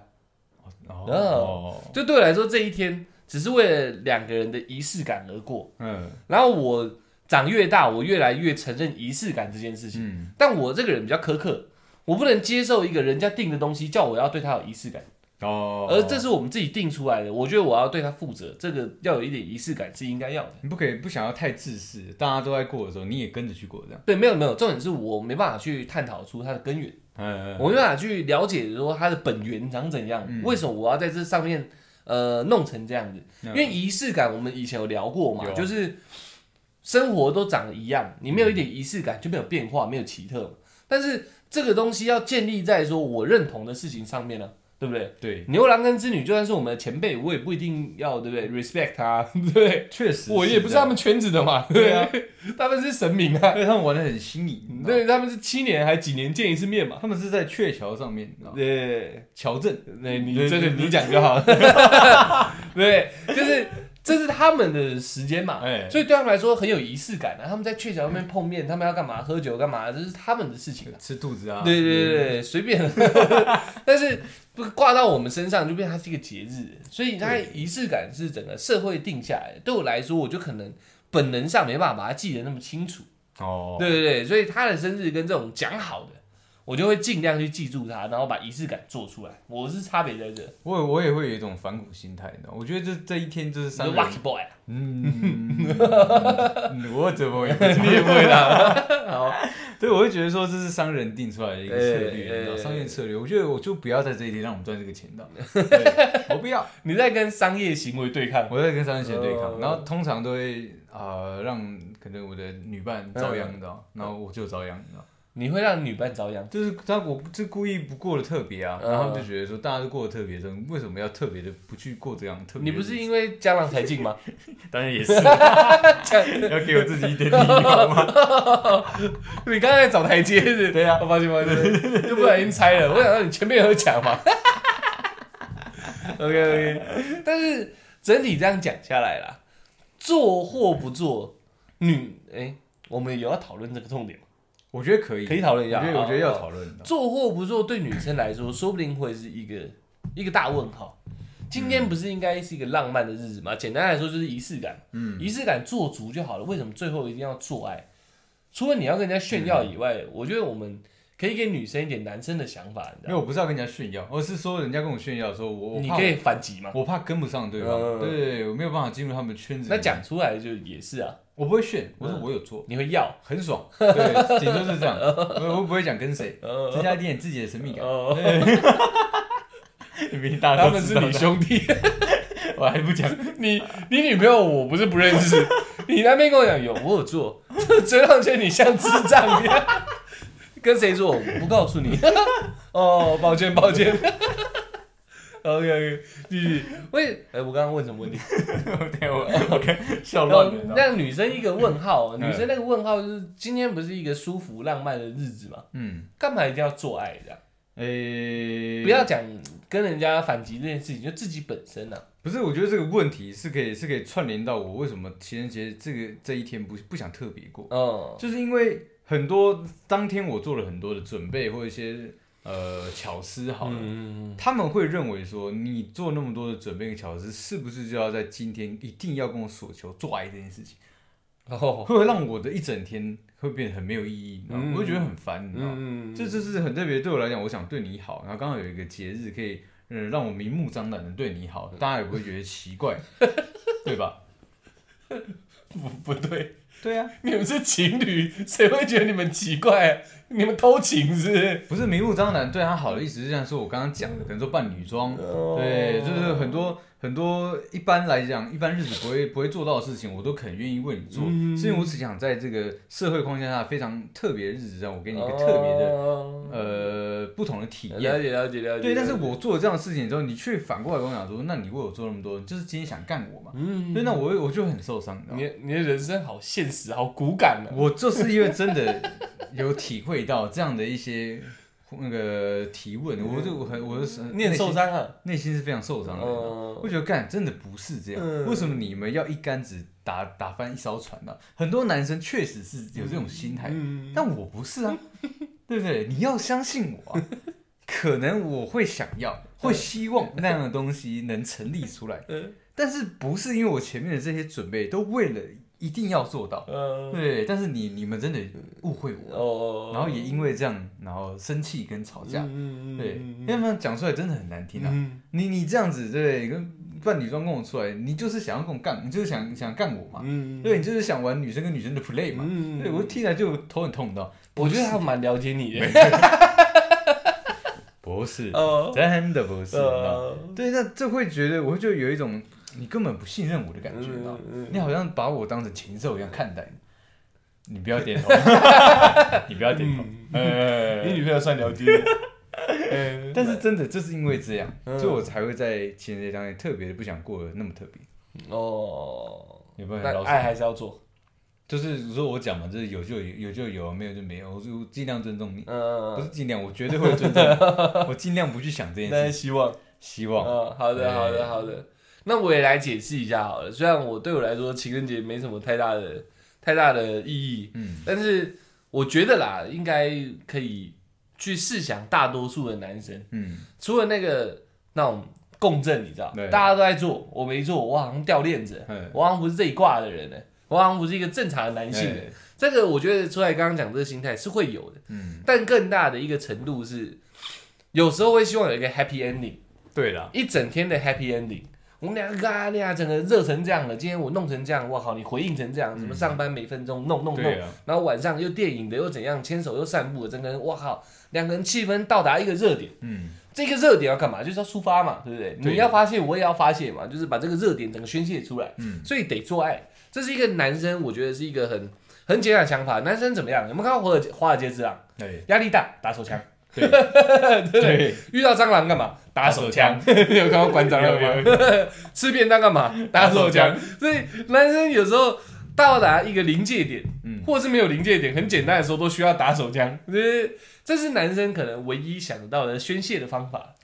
[SPEAKER 1] 啊，
[SPEAKER 2] 哦，
[SPEAKER 1] 就对我来说这一天只是为了两个人的仪式感而过。
[SPEAKER 2] 嗯
[SPEAKER 1] 然后我长越大，我越来越承认仪式感这件事情。
[SPEAKER 2] 嗯，
[SPEAKER 1] 但我这个人比较苛刻，我不能接受一个人家定的东西叫我要对他有仪式感，
[SPEAKER 2] 哦，
[SPEAKER 1] 而这是我们自己定出来的。我觉得我要对他负责，这个要有一点仪式感是应该要的。
[SPEAKER 2] 你不可以不想要太自私，大家都在过的时候，你也跟着去过这样。
[SPEAKER 1] 对，没有没有，重点是我没办法去探讨出它的根源，
[SPEAKER 2] 嗯
[SPEAKER 1] 我没办法去了解说它的本源长怎样，
[SPEAKER 2] 嗯
[SPEAKER 1] 为什么我要在这上面呃弄成这样子？因为仪式感，我们以前有聊过嘛，
[SPEAKER 2] 有啊
[SPEAKER 1] 就是生活都长得一样，你没有一点仪式感就没有变化，没有奇特嘛。但是这个东西要建立在说我认同的事情上面呢、对不对？
[SPEAKER 2] 对，
[SPEAKER 1] 牛郎跟织女就算是我们的前辈，我也不一定要对不对？respect 他， 对不对？
[SPEAKER 2] 确实，
[SPEAKER 1] 我也不是他，们圈子的嘛，
[SPEAKER 2] 对啊， 嗯
[SPEAKER 1] 他们是神明啊
[SPEAKER 2] 因，为他们玩的很新颖，
[SPEAKER 1] 对，他们是七年还几年见一次面嘛，
[SPEAKER 2] 他们是在鹊桥上面，你知道吗
[SPEAKER 1] 对。
[SPEAKER 2] 桥镇，
[SPEAKER 1] 那你
[SPEAKER 2] 对
[SPEAKER 1] 这个
[SPEAKER 2] 对
[SPEAKER 1] 你讲就好了， 对，就是这是他们的时间嘛，
[SPEAKER 2] 哎
[SPEAKER 1] 所以对他们来说很有仪式感啊。他们在鹊桥那边碰面，他们要干嘛？喝酒干嘛？这是他们的事情啊。嗯
[SPEAKER 2] 吃兔子啊，
[SPEAKER 1] 对对对对，随便。 但是不挂到我们身上，就变成它是一个节日，所以它的仪式感是整个社会定下来的。对我来说，我就可能本能上没办法把它记得那么清楚。
[SPEAKER 2] 哦，
[SPEAKER 1] 对对对，所以他的生日跟这种讲好的，我就会尽量去记住它，然后把仪式感做出来。我是差别在这，
[SPEAKER 2] 我我也会有一种反骨心态，你知道吗，我觉得这这一天就是
[SPEAKER 1] 你
[SPEAKER 2] 三
[SPEAKER 1] 是
[SPEAKER 2] 个
[SPEAKER 1] lucky
[SPEAKER 2] 人，
[SPEAKER 1] boy 啊，
[SPEAKER 2] 嗯，嗯我怎么也不知道
[SPEAKER 1] 你也会啦。好，
[SPEAKER 2] 对，我会觉得说这是商人定出来的一个策略，
[SPEAKER 1] 哎
[SPEAKER 2] 你知道，
[SPEAKER 1] 哎
[SPEAKER 2] 商业策略。我觉得我就不要在这一天让我们赚这个钱的，对我不要，
[SPEAKER 1] 你在跟商业行为对抗。
[SPEAKER 2] 我在跟商人钱对抗。
[SPEAKER 1] 哦
[SPEAKER 2] 然后通常都会呃让可能我的女伴遭殃，你知道，然后我就遭殃，你知道，
[SPEAKER 1] 你会让女伴遭殃。
[SPEAKER 2] 就是他我不是故意不过的特别啊，
[SPEAKER 1] 嗯
[SPEAKER 2] 然后他们就觉得说大家都过得特别的，为什么要特别的不去过这样特别
[SPEAKER 1] 你
[SPEAKER 2] 的日
[SPEAKER 1] 不
[SPEAKER 2] 子？
[SPEAKER 1] 是因为家郎才尽吗？
[SPEAKER 2] 当然也是，要给我自己一点理由嘛。
[SPEAKER 1] 你刚才找台阶是？哦
[SPEAKER 2] 对啊
[SPEAKER 1] 我抱歉抱歉，又不小心猜了。我想到你前面有讲 嘛。OK OK，但是整体这样讲下来啦，做或不做，女哎、我们有要讨论这个重点吗，
[SPEAKER 2] 我觉得可以，
[SPEAKER 1] 可以讨论
[SPEAKER 2] 我
[SPEAKER 1] 一
[SPEAKER 2] 觉
[SPEAKER 1] 下。
[SPEAKER 2] 得我觉得要
[SPEAKER 1] 好
[SPEAKER 2] 讨论的。
[SPEAKER 1] 做或不做，对女生来说，说不定会是一个一个大问号。今天不是应该是一个浪漫的日子吗？简单来说就是仪式感，
[SPEAKER 2] 嗯
[SPEAKER 1] 仪式感做足就好了。为什么最后一定要做爱？除了你要跟人家炫耀以
[SPEAKER 2] 嗯
[SPEAKER 1] 外，我觉得我们可以给女生一点男生的想法，你知
[SPEAKER 2] 没
[SPEAKER 1] 道
[SPEAKER 2] 有，
[SPEAKER 1] 吗？
[SPEAKER 2] 我不是要跟人家炫耀，而是说人家跟我炫耀的时候，我我
[SPEAKER 1] 你
[SPEAKER 2] 怕
[SPEAKER 1] 可以反击嘛？
[SPEAKER 2] 我怕跟不上对方，
[SPEAKER 1] 嗯
[SPEAKER 2] 对我没有办法进入他们的圈子。
[SPEAKER 1] 那，讲出来就也是啊，
[SPEAKER 2] 我不会炫，我说我有做，
[SPEAKER 1] 你会要，
[SPEAKER 2] 很爽，对，顶多是这样，我我不会讲跟谁，
[SPEAKER 1] 呃，
[SPEAKER 2] 增加一点自己的神秘感。
[SPEAKER 1] 呃
[SPEAKER 2] 对 明明大家
[SPEAKER 1] 他
[SPEAKER 2] 都
[SPEAKER 1] 们
[SPEAKER 2] 知
[SPEAKER 1] 是
[SPEAKER 2] 道
[SPEAKER 1] 你
[SPEAKER 2] 的，
[SPEAKER 1] 兄 弟，
[SPEAKER 2] 我还不讲，
[SPEAKER 1] 你你女朋友我不是不认识，你那边跟我讲有我有做，这让觉得你像智障一样。 跟谁做？我不告诉你。哦，抱歉抱歉。
[SPEAKER 2] OK OK，继续。
[SPEAKER 1] 为哎，我刚刚问什么问题？哦
[SPEAKER 2] 对，我 OK，笑乱了。
[SPEAKER 1] 那女生一个问号，啊
[SPEAKER 2] 嗯
[SPEAKER 1] 女生那个问号就是今天不是一个舒服浪漫的日子吗？
[SPEAKER 2] 嗯，
[SPEAKER 1] 干嘛一定要做爱这样？
[SPEAKER 2] 诶、
[SPEAKER 1] 不要讲跟人家反击这件事情，就自己本身呐、啊。
[SPEAKER 2] 不是，我觉得这个问题是可以是可以串联到我为什么情人节这个这一天不不想特别过，
[SPEAKER 1] 嗯
[SPEAKER 2] 就是因为很多当天我做了很多的准备或一些呃巧思好了。
[SPEAKER 1] 嗯，
[SPEAKER 2] 他们会认为说，你做那么多的准备跟巧思，是不是就要在今天一定要跟我索求做爱这件事情，
[SPEAKER 1] 然后
[SPEAKER 2] 会不会让我的一整天会变得很没有意义？你知道吗
[SPEAKER 1] 哦嗯
[SPEAKER 2] 我会觉得很烦，你知道 吗？
[SPEAKER 1] 嗯，
[SPEAKER 2] 这就是很特别，对我来讲，我想对你好，然后刚好有一个节日可以，嗯，让我明目张胆的对你好，大家也不会觉得 奇怪，对吧？
[SPEAKER 1] 不不对，
[SPEAKER 2] 对啊，
[SPEAKER 1] 你们是情侣，谁会觉得你们奇怪？啊你们偷情是不是？
[SPEAKER 2] 不是明目张胆对他好的意思，就像说我刚刚讲的，可能说扮女装，对，就是很多很多一般来讲，一般日子不会不会做到的事情，我都很愿意为你做，
[SPEAKER 1] 嗯
[SPEAKER 2] 是因为我只想在这个社会框架下非常特别的日子上，我给你一个特别
[SPEAKER 1] 哦
[SPEAKER 2] 的、呃不同的体验。
[SPEAKER 1] 了解了解了解。
[SPEAKER 2] 对，但是
[SPEAKER 1] 了解
[SPEAKER 2] 我做了这样的事情之后，你却反过来跟我讲说，那你为我做那么多，你就是今天想干我嘛？
[SPEAKER 1] 嗯，
[SPEAKER 2] 对，那我会我就很受伤，你知道吗
[SPEAKER 1] 你？的你的人生好现实，好骨感啊。
[SPEAKER 2] 我就是因为真的有体会到这样的一些那个提问，我就我很我就是
[SPEAKER 1] 嗯你很受，伤啊。
[SPEAKER 2] 内心内心是非常受伤的。你知道吗
[SPEAKER 1] 嗯
[SPEAKER 2] 我觉得干真的不是这样，
[SPEAKER 1] 嗯
[SPEAKER 2] 为什么你们要一竿子打打翻一艘船呢、很多男生确实是有这种心态，
[SPEAKER 1] 嗯，
[SPEAKER 2] 但我不是啊，对不对？你要相信我啊， 可能我会想要，会希望那样的东西能成立出来，
[SPEAKER 1] 嗯
[SPEAKER 2] 但是不是因为我前面的这些准备都为了一定要做到，
[SPEAKER 1] 嗯
[SPEAKER 2] 对？但是你你们真的误会我，
[SPEAKER 1] 哦，
[SPEAKER 2] 然后也因为这样，然后生气跟吵架，
[SPEAKER 1] 嗯
[SPEAKER 2] 对，
[SPEAKER 1] 嗯
[SPEAKER 2] 要不然讲出来真的很难听啊。
[SPEAKER 1] 嗯
[SPEAKER 2] 你你这样子对，跟扮女装跟我出来，你就是想要跟我干，你就是想想干我嘛，
[SPEAKER 1] 嗯，
[SPEAKER 2] 对，你就是想玩女生跟女生的 play 嘛，
[SPEAKER 1] 嗯
[SPEAKER 2] 对我听起来就头很痛，你知道？
[SPEAKER 1] 我觉得他蛮了解 你的。
[SPEAKER 2] 不是，
[SPEAKER 1] 哦，
[SPEAKER 2] 真的不是，你知道
[SPEAKER 1] 呃
[SPEAKER 2] 对，那这会觉得我就有一种你根本不信任我的感觉，你知道？
[SPEAKER 1] 嗯
[SPEAKER 2] 你好像把我当成禽兽一样看待，你不要点 头，你不要点头，
[SPEAKER 1] 嗯，
[SPEAKER 2] 呃
[SPEAKER 1] 你女朋友算了解 你。嗯
[SPEAKER 2] 但是真的就是因为这样，
[SPEAKER 1] 嗯
[SPEAKER 2] 所以我才会在情人节当天特别的不想过得那么特别，
[SPEAKER 1] 哦，
[SPEAKER 2] 有没有很
[SPEAKER 1] 那
[SPEAKER 2] 老
[SPEAKER 1] 爱还是要做。
[SPEAKER 2] 就是说我讲嘛，就是有就有，有就有，没有就没有，我就尽量尊重你，
[SPEAKER 1] 嗯，
[SPEAKER 2] 不是尽量，我绝对会尊 重你，我尽量不去想这
[SPEAKER 1] 但
[SPEAKER 2] 件
[SPEAKER 1] 是
[SPEAKER 2] 事，
[SPEAKER 1] 希望。
[SPEAKER 2] 希望，
[SPEAKER 1] 嗯，好的，
[SPEAKER 2] 对
[SPEAKER 1] 好的，好的。那我也来解释一下好了。虽然我对我来说情人节没什么太大的太大的意义，
[SPEAKER 2] 嗯
[SPEAKER 1] 但是我觉得啦，应该可以去试想大多数的男生，
[SPEAKER 2] 嗯，
[SPEAKER 1] 除了那个那种共振，你知道
[SPEAKER 2] 对，
[SPEAKER 1] 大家都在做，我没做，我好像掉链子，
[SPEAKER 2] 嗯
[SPEAKER 1] 我好像不是这一挂的人呢、我好像不是一个正常的男性、欸。
[SPEAKER 2] 哎
[SPEAKER 1] 这个我觉得出来刚刚讲这个心态是会有的，
[SPEAKER 2] 嗯，
[SPEAKER 1] 但更大的一个程度是，有时候会希望有一个 happy ending。
[SPEAKER 2] 对啦，
[SPEAKER 1] 一整天的 happy ending。我们两个啊，你俩整个热成这样了。今天我弄成这样，哇靠！你回应成这样，什么上班每分钟弄弄弄，
[SPEAKER 2] 嗯对啊，
[SPEAKER 1] 然后晚上又电影的又怎样，牵手又散步的，整个人哇靠，两个人气氛到达一个热点。
[SPEAKER 2] 嗯，
[SPEAKER 1] 这个热点要干嘛？就是要抒发嘛，对不对？
[SPEAKER 2] 对
[SPEAKER 1] 你要发泄，我也要发泄嘛，就是把这个热点整个宣泄出来。
[SPEAKER 2] 嗯，
[SPEAKER 1] 所以得做爱，这是一个男生，我觉得是一个很很简单的想法。男生怎么样？有没有看到华尔街华尔街之狼？
[SPEAKER 2] 对
[SPEAKER 1] 压力大打手枪，
[SPEAKER 2] 对
[SPEAKER 1] 对不对？
[SPEAKER 2] 对，
[SPEAKER 1] 遇到蟑螂干嘛？打手枪。你有看到馆长
[SPEAKER 2] 有
[SPEAKER 1] 吗？吃便当干嘛？打手
[SPEAKER 2] 打
[SPEAKER 1] 枪。所以男生有时候到达一个临界点，
[SPEAKER 2] 嗯
[SPEAKER 1] 或是没有临界点，很简单的时候都需要打手枪。就是这是男生可能唯一想到的宣泄的方法。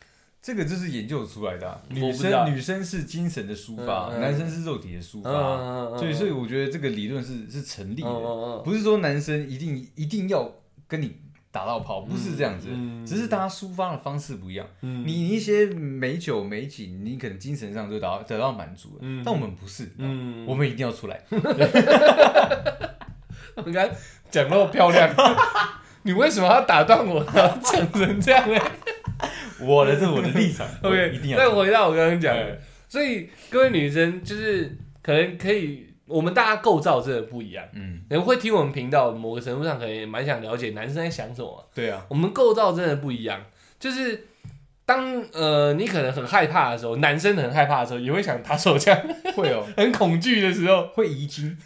[SPEAKER 2] 这个就是研究出来的啊，
[SPEAKER 1] 我
[SPEAKER 2] 女
[SPEAKER 1] 不知道
[SPEAKER 2] 生女生是精神的抒发，
[SPEAKER 1] 嗯嗯
[SPEAKER 2] 男生是肉体的抒发，
[SPEAKER 1] 嗯
[SPEAKER 2] 所以所以我觉得这个理论是是成立的，
[SPEAKER 1] 嗯
[SPEAKER 2] 不是说男生一定一定要跟你打到炮，不是这样子，
[SPEAKER 1] 嗯
[SPEAKER 2] 只是大家抒发的方式不一样。
[SPEAKER 1] 嗯
[SPEAKER 2] 你一些美酒美景，你可能精神上就达到得到满足了，
[SPEAKER 1] 嗯
[SPEAKER 2] 但我们不是，
[SPEAKER 1] 嗯，
[SPEAKER 2] 我们一定要出来。
[SPEAKER 1] 你看讲那么漂亮，你为什么要打断我？然后讲成这样呢？
[SPEAKER 2] 我的这是我的 立场
[SPEAKER 1] OK，
[SPEAKER 2] 一定
[SPEAKER 1] 再
[SPEAKER 2] 要。
[SPEAKER 1] 回到我刚刚讲
[SPEAKER 2] 哎
[SPEAKER 1] 的，所以各位女生就是可能可以，我们大家构造真的不一样。
[SPEAKER 2] 嗯，
[SPEAKER 1] 你们会听我们频道，某个程度上可能也蛮想了解男生在想什么。
[SPEAKER 2] 对啊，
[SPEAKER 1] 我们构造真的不一样，就是当呃你可能很害怕的时候，男生很害怕的时候，也会想打手枪；
[SPEAKER 2] 会哦，
[SPEAKER 1] 很恐惧的时候，
[SPEAKER 2] 会 遗精，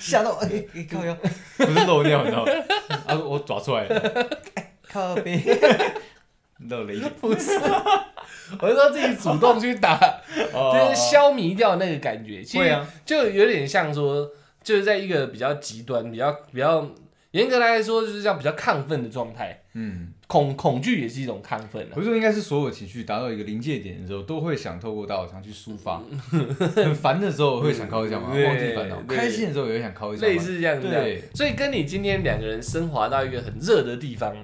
[SPEAKER 2] 吓到哎哎靠腰，不是漏尿，你知道吗？啊，我抓出来了，靠背，漏了一点，
[SPEAKER 1] 哎不是我是说自己主动去 打，就是消弭掉那个感觉。其
[SPEAKER 2] 哦会
[SPEAKER 1] 实
[SPEAKER 2] 啊
[SPEAKER 1] 就有点像说，就是在一个比较极端、比较比较严格来说，就是这样比较亢奋的状态。
[SPEAKER 2] 嗯，
[SPEAKER 1] 恐恐惧也是一种亢奋啊。
[SPEAKER 2] 我说应该是所有情绪达到一个临界点的时候，都会想透过大脑想去抒发。很烦的时候会想靠一下嘛，
[SPEAKER 1] 嗯 对
[SPEAKER 2] 忘记烦恼；
[SPEAKER 1] 对
[SPEAKER 2] 开心的时候也会想靠一下
[SPEAKER 1] 类
[SPEAKER 2] 嘛。
[SPEAKER 1] 似这样子啊
[SPEAKER 2] 对，
[SPEAKER 1] 所以跟你今天两个人升华到一个很热的地方，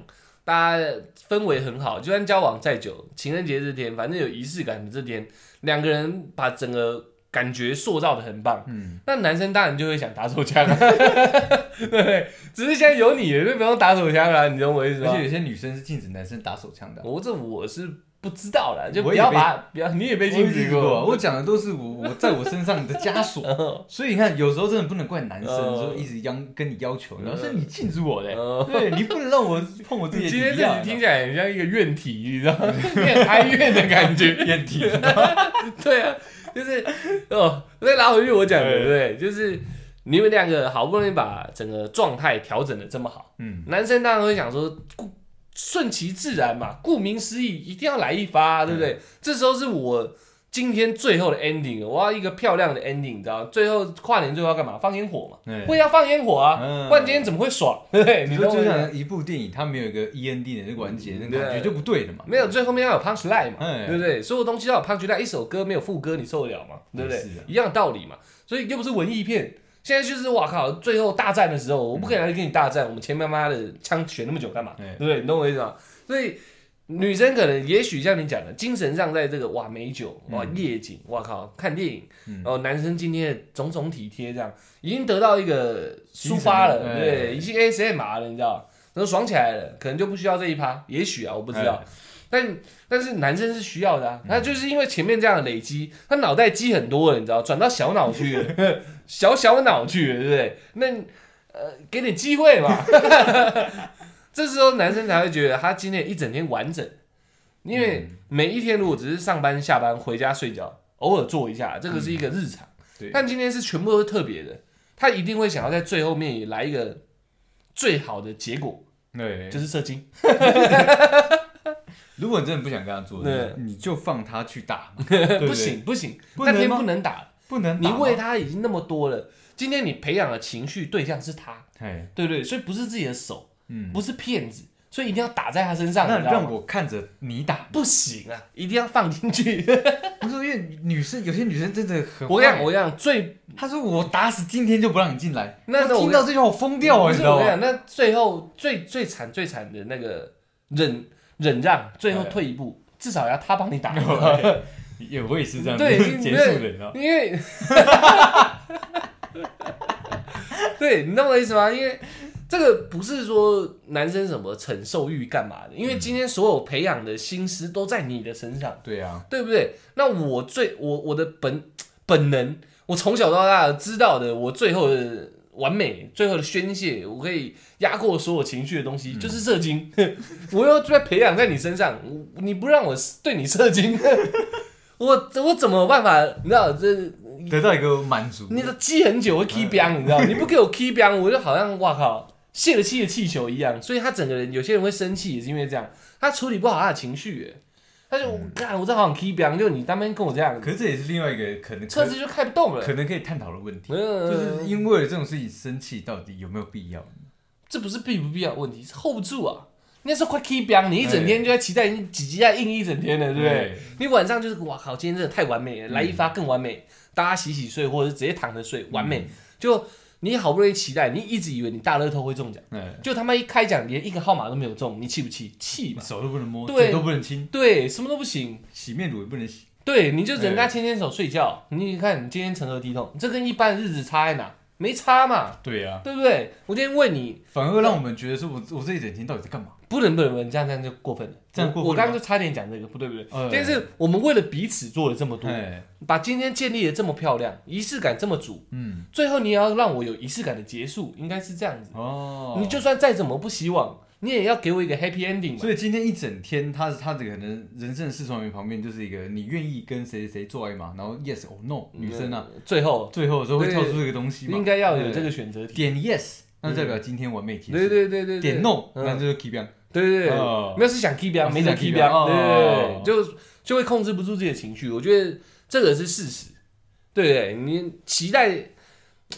[SPEAKER 1] 大家氛围很好，就算交往再久，情人节这天，反正有仪式感的这天，两个人把整个感觉塑造的很棒。
[SPEAKER 2] 嗯，
[SPEAKER 1] 那男生当然就会想打手枪 啊，对不对？只是现在有你了，就不用打手枪了、你懂我意思
[SPEAKER 2] 而
[SPEAKER 1] 吗
[SPEAKER 2] 且？有些女生是禁止男生打手枪的。啊
[SPEAKER 1] 我这我是不知道啦，就
[SPEAKER 2] 我
[SPEAKER 1] 不
[SPEAKER 2] 也
[SPEAKER 1] 要
[SPEAKER 2] 被
[SPEAKER 1] 把不要，你也被禁止
[SPEAKER 2] 我有遇
[SPEAKER 1] 过，哦
[SPEAKER 2] 我讲的都是我我在我身上的 枷锁，所以你看，有时候真的不能怪男生，
[SPEAKER 1] 嗯
[SPEAKER 2] 说一直要跟你要求，然后是你禁止我的、
[SPEAKER 1] 嗯
[SPEAKER 2] 对你不能让我碰我自己
[SPEAKER 1] 今
[SPEAKER 2] 的
[SPEAKER 1] 天
[SPEAKER 2] 底
[SPEAKER 1] 这
[SPEAKER 2] 啊。
[SPEAKER 1] 集听起来很像一个怨体，你知道 吗？你很哀怨的 感觉，
[SPEAKER 2] 眼底，
[SPEAKER 1] 对啊，就是哦，再拉回去我讲的，对
[SPEAKER 2] 对
[SPEAKER 1] 不对？就是你们两个好不容易把整个状态调整的这么好，
[SPEAKER 2] 嗯，
[SPEAKER 1] 男生当然会想说，顾顺其自然嘛，顾名思义，一定要来一发啊、对不对？这时候是我今天最后的 ending，了我要一个漂亮的 ending，你知道吗？最后跨年最后要干嘛？放烟火嘛，
[SPEAKER 2] 对
[SPEAKER 1] 不。然要放烟火啊，
[SPEAKER 2] 嗯
[SPEAKER 1] 不然今天怎么会爽？ 对不对？
[SPEAKER 2] 哎你
[SPEAKER 1] 你
[SPEAKER 2] 说
[SPEAKER 1] 懂我
[SPEAKER 2] 就
[SPEAKER 1] 意思吗？
[SPEAKER 2] 像一部电影，它没有一个 E N D 的那个完结，那
[SPEAKER 1] 嗯对
[SPEAKER 2] 感觉就不对了嘛。
[SPEAKER 1] 没有，最后面要有 punch line 嘛，
[SPEAKER 2] 嗯
[SPEAKER 1] 对不对？所有东西要有 punch line，一首歌没有副歌你受得了吗？对不对
[SPEAKER 2] 也是啊？
[SPEAKER 1] 一样道理嘛。所以又不是文艺片，现在就是哇靠，最后大战的时候，我不可能来跟你大战，我们前面妈的枪选那么久干嘛？
[SPEAKER 2] 对
[SPEAKER 1] 对不对？你懂我意思吗？所以女生可能也许像你讲的，精神上在这个哇美酒哇夜景，哇靠看电影，
[SPEAKER 2] 嗯
[SPEAKER 1] 然后男生今天的种种体贴这样，已经得到一个抒发了，
[SPEAKER 2] 精神哎
[SPEAKER 1] 对
[SPEAKER 2] 的
[SPEAKER 1] 不对，已经 ASMR 了，你知道。然后爽起来了，可能就不需要这一趴，也许啊，我不知道。但但是男生是需要的啊，他就是因为前面这样的累积，他脑袋积很多了，你知道，转到小脑去了，小小脑去了，对不对？那呃，给点机会嘛， 这时候男生才会觉得他今天一整天完整，因为每一天如果只是上班、下班、回家睡觉，偶尔做一下，这个是一个日常。
[SPEAKER 2] 对
[SPEAKER 1] 但今天是全部都是特别的，他一定会想要在最后面也来一个最好的结果，
[SPEAKER 2] 对，
[SPEAKER 1] 就是射精。
[SPEAKER 2] 如果你真的不想跟他做，
[SPEAKER 1] 对
[SPEAKER 2] 你就放他去打 嘛，对对
[SPEAKER 1] 哎不，行不行，
[SPEAKER 2] 不
[SPEAKER 1] 那
[SPEAKER 2] 能
[SPEAKER 1] 天
[SPEAKER 2] 吗
[SPEAKER 1] 不能打，
[SPEAKER 2] 不能
[SPEAKER 1] 你
[SPEAKER 2] 打吗
[SPEAKER 1] 为，他已经那么多了，今天你培养的情绪对象是他，
[SPEAKER 2] 哎，
[SPEAKER 1] 对不对？所以不是自己的手，
[SPEAKER 2] 嗯，
[SPEAKER 1] 不是骗子，所以一定要打在他身上，
[SPEAKER 2] 那
[SPEAKER 1] 你知道
[SPEAKER 2] 让
[SPEAKER 1] 吗？
[SPEAKER 2] 我看着你打。
[SPEAKER 1] 不行啊，一定要放进去。
[SPEAKER 2] 不是因为女生，有些女生真的很坏，
[SPEAKER 1] 我跟你讲，我跟你讲， 最
[SPEAKER 2] 他说我打死今天就不让你进来，
[SPEAKER 1] 那
[SPEAKER 2] 我
[SPEAKER 1] 那我
[SPEAKER 2] 听到这句话我疯掉啊，
[SPEAKER 1] 不
[SPEAKER 2] 你
[SPEAKER 1] 是
[SPEAKER 2] 知
[SPEAKER 1] 我
[SPEAKER 2] 道
[SPEAKER 1] 跟你
[SPEAKER 2] 吗？
[SPEAKER 1] 讲，那最后最最惨最惨的那个忍忍让，最后
[SPEAKER 2] 哎
[SPEAKER 1] 退一步，至少要他帮 你打。
[SPEAKER 2] 也我也是这
[SPEAKER 1] 对，
[SPEAKER 2] 子
[SPEAKER 1] 因为因为， 对，你懂我意思吗？因为这个不是说男生什么承受欲干嘛的，因为今天所有培养的心思都在你的身上，
[SPEAKER 2] 对啊，
[SPEAKER 1] 对不对？那我最我我的本本能，我从小到大知道的，我最后的。完美，最后的宣泄，我可以压过所有情绪的东西，就是射精。 我又在培养在你身上，我你不让我对你射精， 我我怎么有办法？你知道这
[SPEAKER 2] 得到一个满足。
[SPEAKER 1] 你的积很久
[SPEAKER 2] 嗯
[SPEAKER 1] 会 keep 你知道吗？你不给我 keep 我就好像哇靠泄了气的气球一样。所以他整个人，有些人会生气，也是因为这样，他处理不好他的情绪，哎他就干、我这好想 keep 就你当面跟我这样，
[SPEAKER 2] 嗯可是这也是另外一个可能，
[SPEAKER 1] 车子就开不动了
[SPEAKER 2] 可。能可以探讨的问题，
[SPEAKER 1] 嗯，
[SPEAKER 2] 就是因为这种事情生气到底有没有必要？
[SPEAKER 1] 这不是必不必要的问题，是 hold 不住啊。那时候快 keep 你一整天就在期待，你挤鸡蛋硬一整天了，对不对？
[SPEAKER 2] 对
[SPEAKER 1] 你晚上就是哇靠，今天真的太完美了，来一发更完美，大家洗洗睡或者是直接躺着睡，完
[SPEAKER 2] 嗯
[SPEAKER 1] 美。就你好不容易期待，你一直以为你大乐透会中奖，
[SPEAKER 2] 嗯，
[SPEAKER 1] 就他妈一开奖连一个号码都没有中，你气不气？气嘛，
[SPEAKER 2] 手都不能摸，
[SPEAKER 1] 对
[SPEAKER 2] 嘴都不能亲，
[SPEAKER 1] 对，什么都不行，
[SPEAKER 2] 洗面乳也不能洗。
[SPEAKER 1] 对，你就只能跟他牵牵手睡觉。你看你今天成何体统？这跟一般的日子差在哪？没差嘛，
[SPEAKER 2] 对啊，
[SPEAKER 1] 对不对？我今天问你，
[SPEAKER 2] 反而让我们觉得说我我这一整天到底在干嘛？
[SPEAKER 1] 不能不能不能，这样这样就过分了。
[SPEAKER 2] 这样过分
[SPEAKER 1] 我我刚
[SPEAKER 2] 了
[SPEAKER 1] 刚就差点讲这个，不对不对。
[SPEAKER 2] 呃
[SPEAKER 1] 但是我们为了彼此做了这么多，
[SPEAKER 2] 哎，
[SPEAKER 1] 把今天建立的这么漂亮，仪式感这么足，
[SPEAKER 2] 嗯，
[SPEAKER 1] 最后你也要让我有仪式感的结束，应该是这样子。
[SPEAKER 2] 哦，
[SPEAKER 1] 你就算再怎么不希望，你也要给我一个 happy ending 嘛。
[SPEAKER 2] 所以今天一整天，他是他的可能人生的四川名旁边就是一个你愿意跟谁谁谁做爱吗？然后 yes or no，女生啊，
[SPEAKER 1] 嗯，最后
[SPEAKER 2] 最后的时候会跳出这个东西嘛，
[SPEAKER 1] 应该要有这
[SPEAKER 2] 对
[SPEAKER 1] 个选择题。
[SPEAKER 2] 点 yes，那就代表今天完美结束。
[SPEAKER 1] 哎对对对对，对
[SPEAKER 2] 点 no，
[SPEAKER 1] 嗯
[SPEAKER 2] 那就是 keep on。
[SPEAKER 1] 对对对
[SPEAKER 2] 哦，
[SPEAKER 1] 那是想 keep 啊，
[SPEAKER 2] 哦
[SPEAKER 1] 没
[SPEAKER 2] 是
[SPEAKER 1] 想
[SPEAKER 2] 想
[SPEAKER 1] keep
[SPEAKER 2] keep
[SPEAKER 1] 啊，对
[SPEAKER 2] 哦
[SPEAKER 1] 对对，就就会控制不住自己的情绪，我觉得这个是事实，对不对？你期待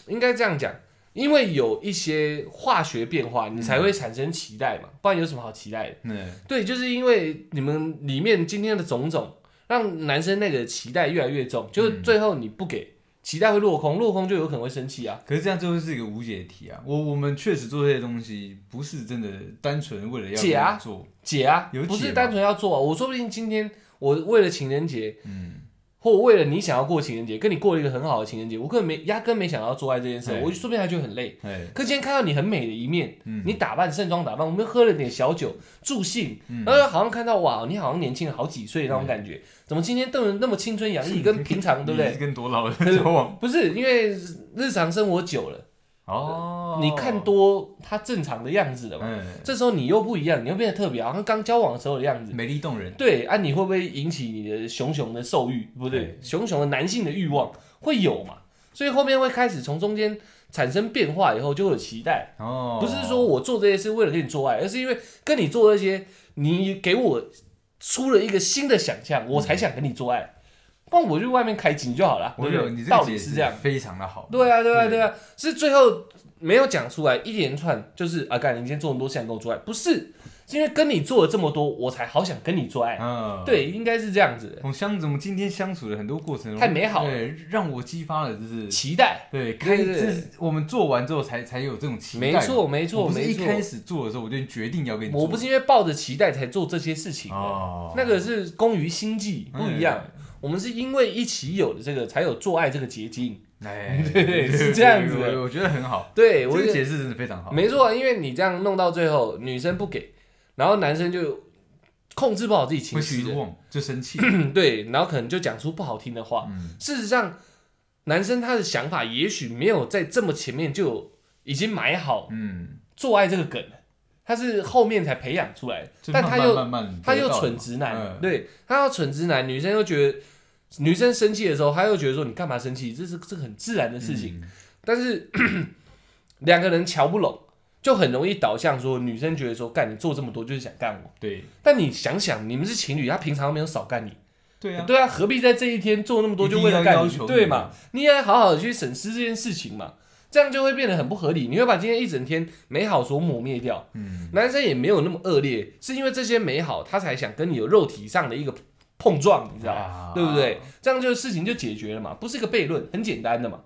[SPEAKER 1] 应该这样讲，因为有一些化学变化，你才会产生期待嘛，不然有什么好期待的？
[SPEAKER 2] 嗯，
[SPEAKER 1] 对，就是因为你们里面今天的种种，让男生那个期待越来越重，就是最后你不给期待会落空，落空就有可能会生气啊。
[SPEAKER 2] 可是这样最后是一个无解题啊！我我们确实做这些东西，不是真的单纯为了要
[SPEAKER 1] 解啊
[SPEAKER 2] 做，
[SPEAKER 1] 解啊，
[SPEAKER 2] 有解
[SPEAKER 1] 不是
[SPEAKER 2] 吗
[SPEAKER 1] 单纯要做、啊。我说不定今天我为了情人节，
[SPEAKER 2] 嗯，
[SPEAKER 1] 或我为了你想要过情人节，跟你过了一个很好的情人节，我根本没压根没想到做爱这件事，
[SPEAKER 2] 对
[SPEAKER 1] 我说不定还觉得很累。
[SPEAKER 2] 哎，
[SPEAKER 1] 可今天看到你很美的一面，
[SPEAKER 2] 嗯
[SPEAKER 1] 你打扮盛装打扮，我们喝了点小酒助兴，
[SPEAKER 2] 嗯
[SPEAKER 1] 然后好像看到哇，你好像年轻了好几岁那种感觉，怎么今天瞪得那么青春洋溢，跟平常对不
[SPEAKER 2] 你
[SPEAKER 1] 对
[SPEAKER 2] 是？跟多老人交 往
[SPEAKER 1] 不是因为日常生活久了，
[SPEAKER 2] 哦
[SPEAKER 1] 你看，多他正常的样子了嘛，
[SPEAKER 2] 嗯，
[SPEAKER 1] 这时候你又不一样，你又变得特别，好像刚交往的时候的样子。
[SPEAKER 2] 美丽动人，
[SPEAKER 1] 对啊，你会不会引起你的熊熊的兽欲？不对，熊熊的男性的欲望会有嘛？所以后面会开始从中间产生变化，以后就会有期待。
[SPEAKER 2] 哦，
[SPEAKER 1] 不是说我做这些是为了跟你做爱，而是因为跟你做这些，你给我出了一个新的想象，我才想跟你做爱。不然我去外面开井就好了。
[SPEAKER 2] 我
[SPEAKER 1] 对不
[SPEAKER 2] 有
[SPEAKER 1] 对
[SPEAKER 2] 嗯你这
[SPEAKER 1] 道
[SPEAKER 2] 个
[SPEAKER 1] 理
[SPEAKER 2] 解
[SPEAKER 1] 是
[SPEAKER 2] 释
[SPEAKER 1] 这样。
[SPEAKER 2] 非常的好，
[SPEAKER 1] 对啊，对啊，对啊，是最后没有讲出来，一连串就是啊，干你今天做那么多，想跟我做爱，不是，是因为跟你做了这么多，我才好想跟你做爱。
[SPEAKER 2] 嗯，，
[SPEAKER 1] 对，应该是这样子的，
[SPEAKER 2] 我们相我们今天相处的很多过程中
[SPEAKER 1] 太美好了
[SPEAKER 2] 对，让我激发了就是
[SPEAKER 1] 期待，
[SPEAKER 2] 对，开
[SPEAKER 1] 对对
[SPEAKER 2] 这是我们做完之后才才有这种期待，
[SPEAKER 1] 没，错，没错，
[SPEAKER 2] 不是
[SPEAKER 1] 没
[SPEAKER 2] 一
[SPEAKER 1] 错，
[SPEAKER 2] 开始做的时候我就决定要跟你做，
[SPEAKER 1] 我不是因为抱着期待才做这些事情的，
[SPEAKER 2] 哦，嗯
[SPEAKER 1] 那个是工于心计，不一样。我们是因为一起有的这个，才有做爱这个捷径。
[SPEAKER 2] 哎，
[SPEAKER 1] 对 是这样子的
[SPEAKER 2] 我我觉得很好，
[SPEAKER 1] 对
[SPEAKER 2] 这
[SPEAKER 1] 我
[SPEAKER 2] 个
[SPEAKER 1] 觉
[SPEAKER 2] 解释真的非常
[SPEAKER 1] 得
[SPEAKER 2] 好，
[SPEAKER 1] 没错，啊因为你这样弄到最后，女生不给，然后男生就控制不好自己情
[SPEAKER 2] 会
[SPEAKER 1] 绪
[SPEAKER 2] 失
[SPEAKER 1] 的，
[SPEAKER 2] 望就 生气，
[SPEAKER 1] 嗯对，然后可能就讲出不好听的话。
[SPEAKER 2] 嗯，
[SPEAKER 1] 事实上，男生他的想法也许没有在这么前面就有已经买好
[SPEAKER 2] 嗯，
[SPEAKER 1] 做爱这个梗，他是后面才培养出来的，
[SPEAKER 2] 就
[SPEAKER 1] 但
[SPEAKER 2] 慢
[SPEAKER 1] 他
[SPEAKER 2] 慢
[SPEAKER 1] 又
[SPEAKER 2] 慢慢
[SPEAKER 1] 他
[SPEAKER 2] 得
[SPEAKER 1] 又
[SPEAKER 2] 到
[SPEAKER 1] 蠢
[SPEAKER 2] 了
[SPEAKER 1] 直男，
[SPEAKER 2] 嗯
[SPEAKER 1] 对他要蠢直男，女生又觉得女生生气的时候，他又觉得说你干嘛生气，这是这个很自然的事情，，
[SPEAKER 2] 嗯
[SPEAKER 1] 但是 两个人瞧不拢，就很容易导向说女生觉得说干你做这么多就是想干我，
[SPEAKER 2] 对
[SPEAKER 1] 但你想想你们是情侣，他平常没有少干你，
[SPEAKER 2] 对啊，
[SPEAKER 1] 对啊，何必在这一天做那么多，
[SPEAKER 2] 一
[SPEAKER 1] 就
[SPEAKER 2] 定
[SPEAKER 1] 为了
[SPEAKER 2] 要
[SPEAKER 1] 干
[SPEAKER 2] 要
[SPEAKER 1] 你
[SPEAKER 2] 求
[SPEAKER 1] 对
[SPEAKER 2] 你啊
[SPEAKER 1] 嘛？你也好好的去审视这件事情嘛，这样就会变得很不合理。你会把今天一整天美好所抹灭掉。
[SPEAKER 2] 嗯，
[SPEAKER 1] 男生也没有那么恶劣，是因为这些美好，他才想跟你有肉体上的一个碰撞，你知道吗？
[SPEAKER 2] 啊
[SPEAKER 1] 对不对？？这样就事情就解决了嘛，不是一个悖论，很简单的嘛。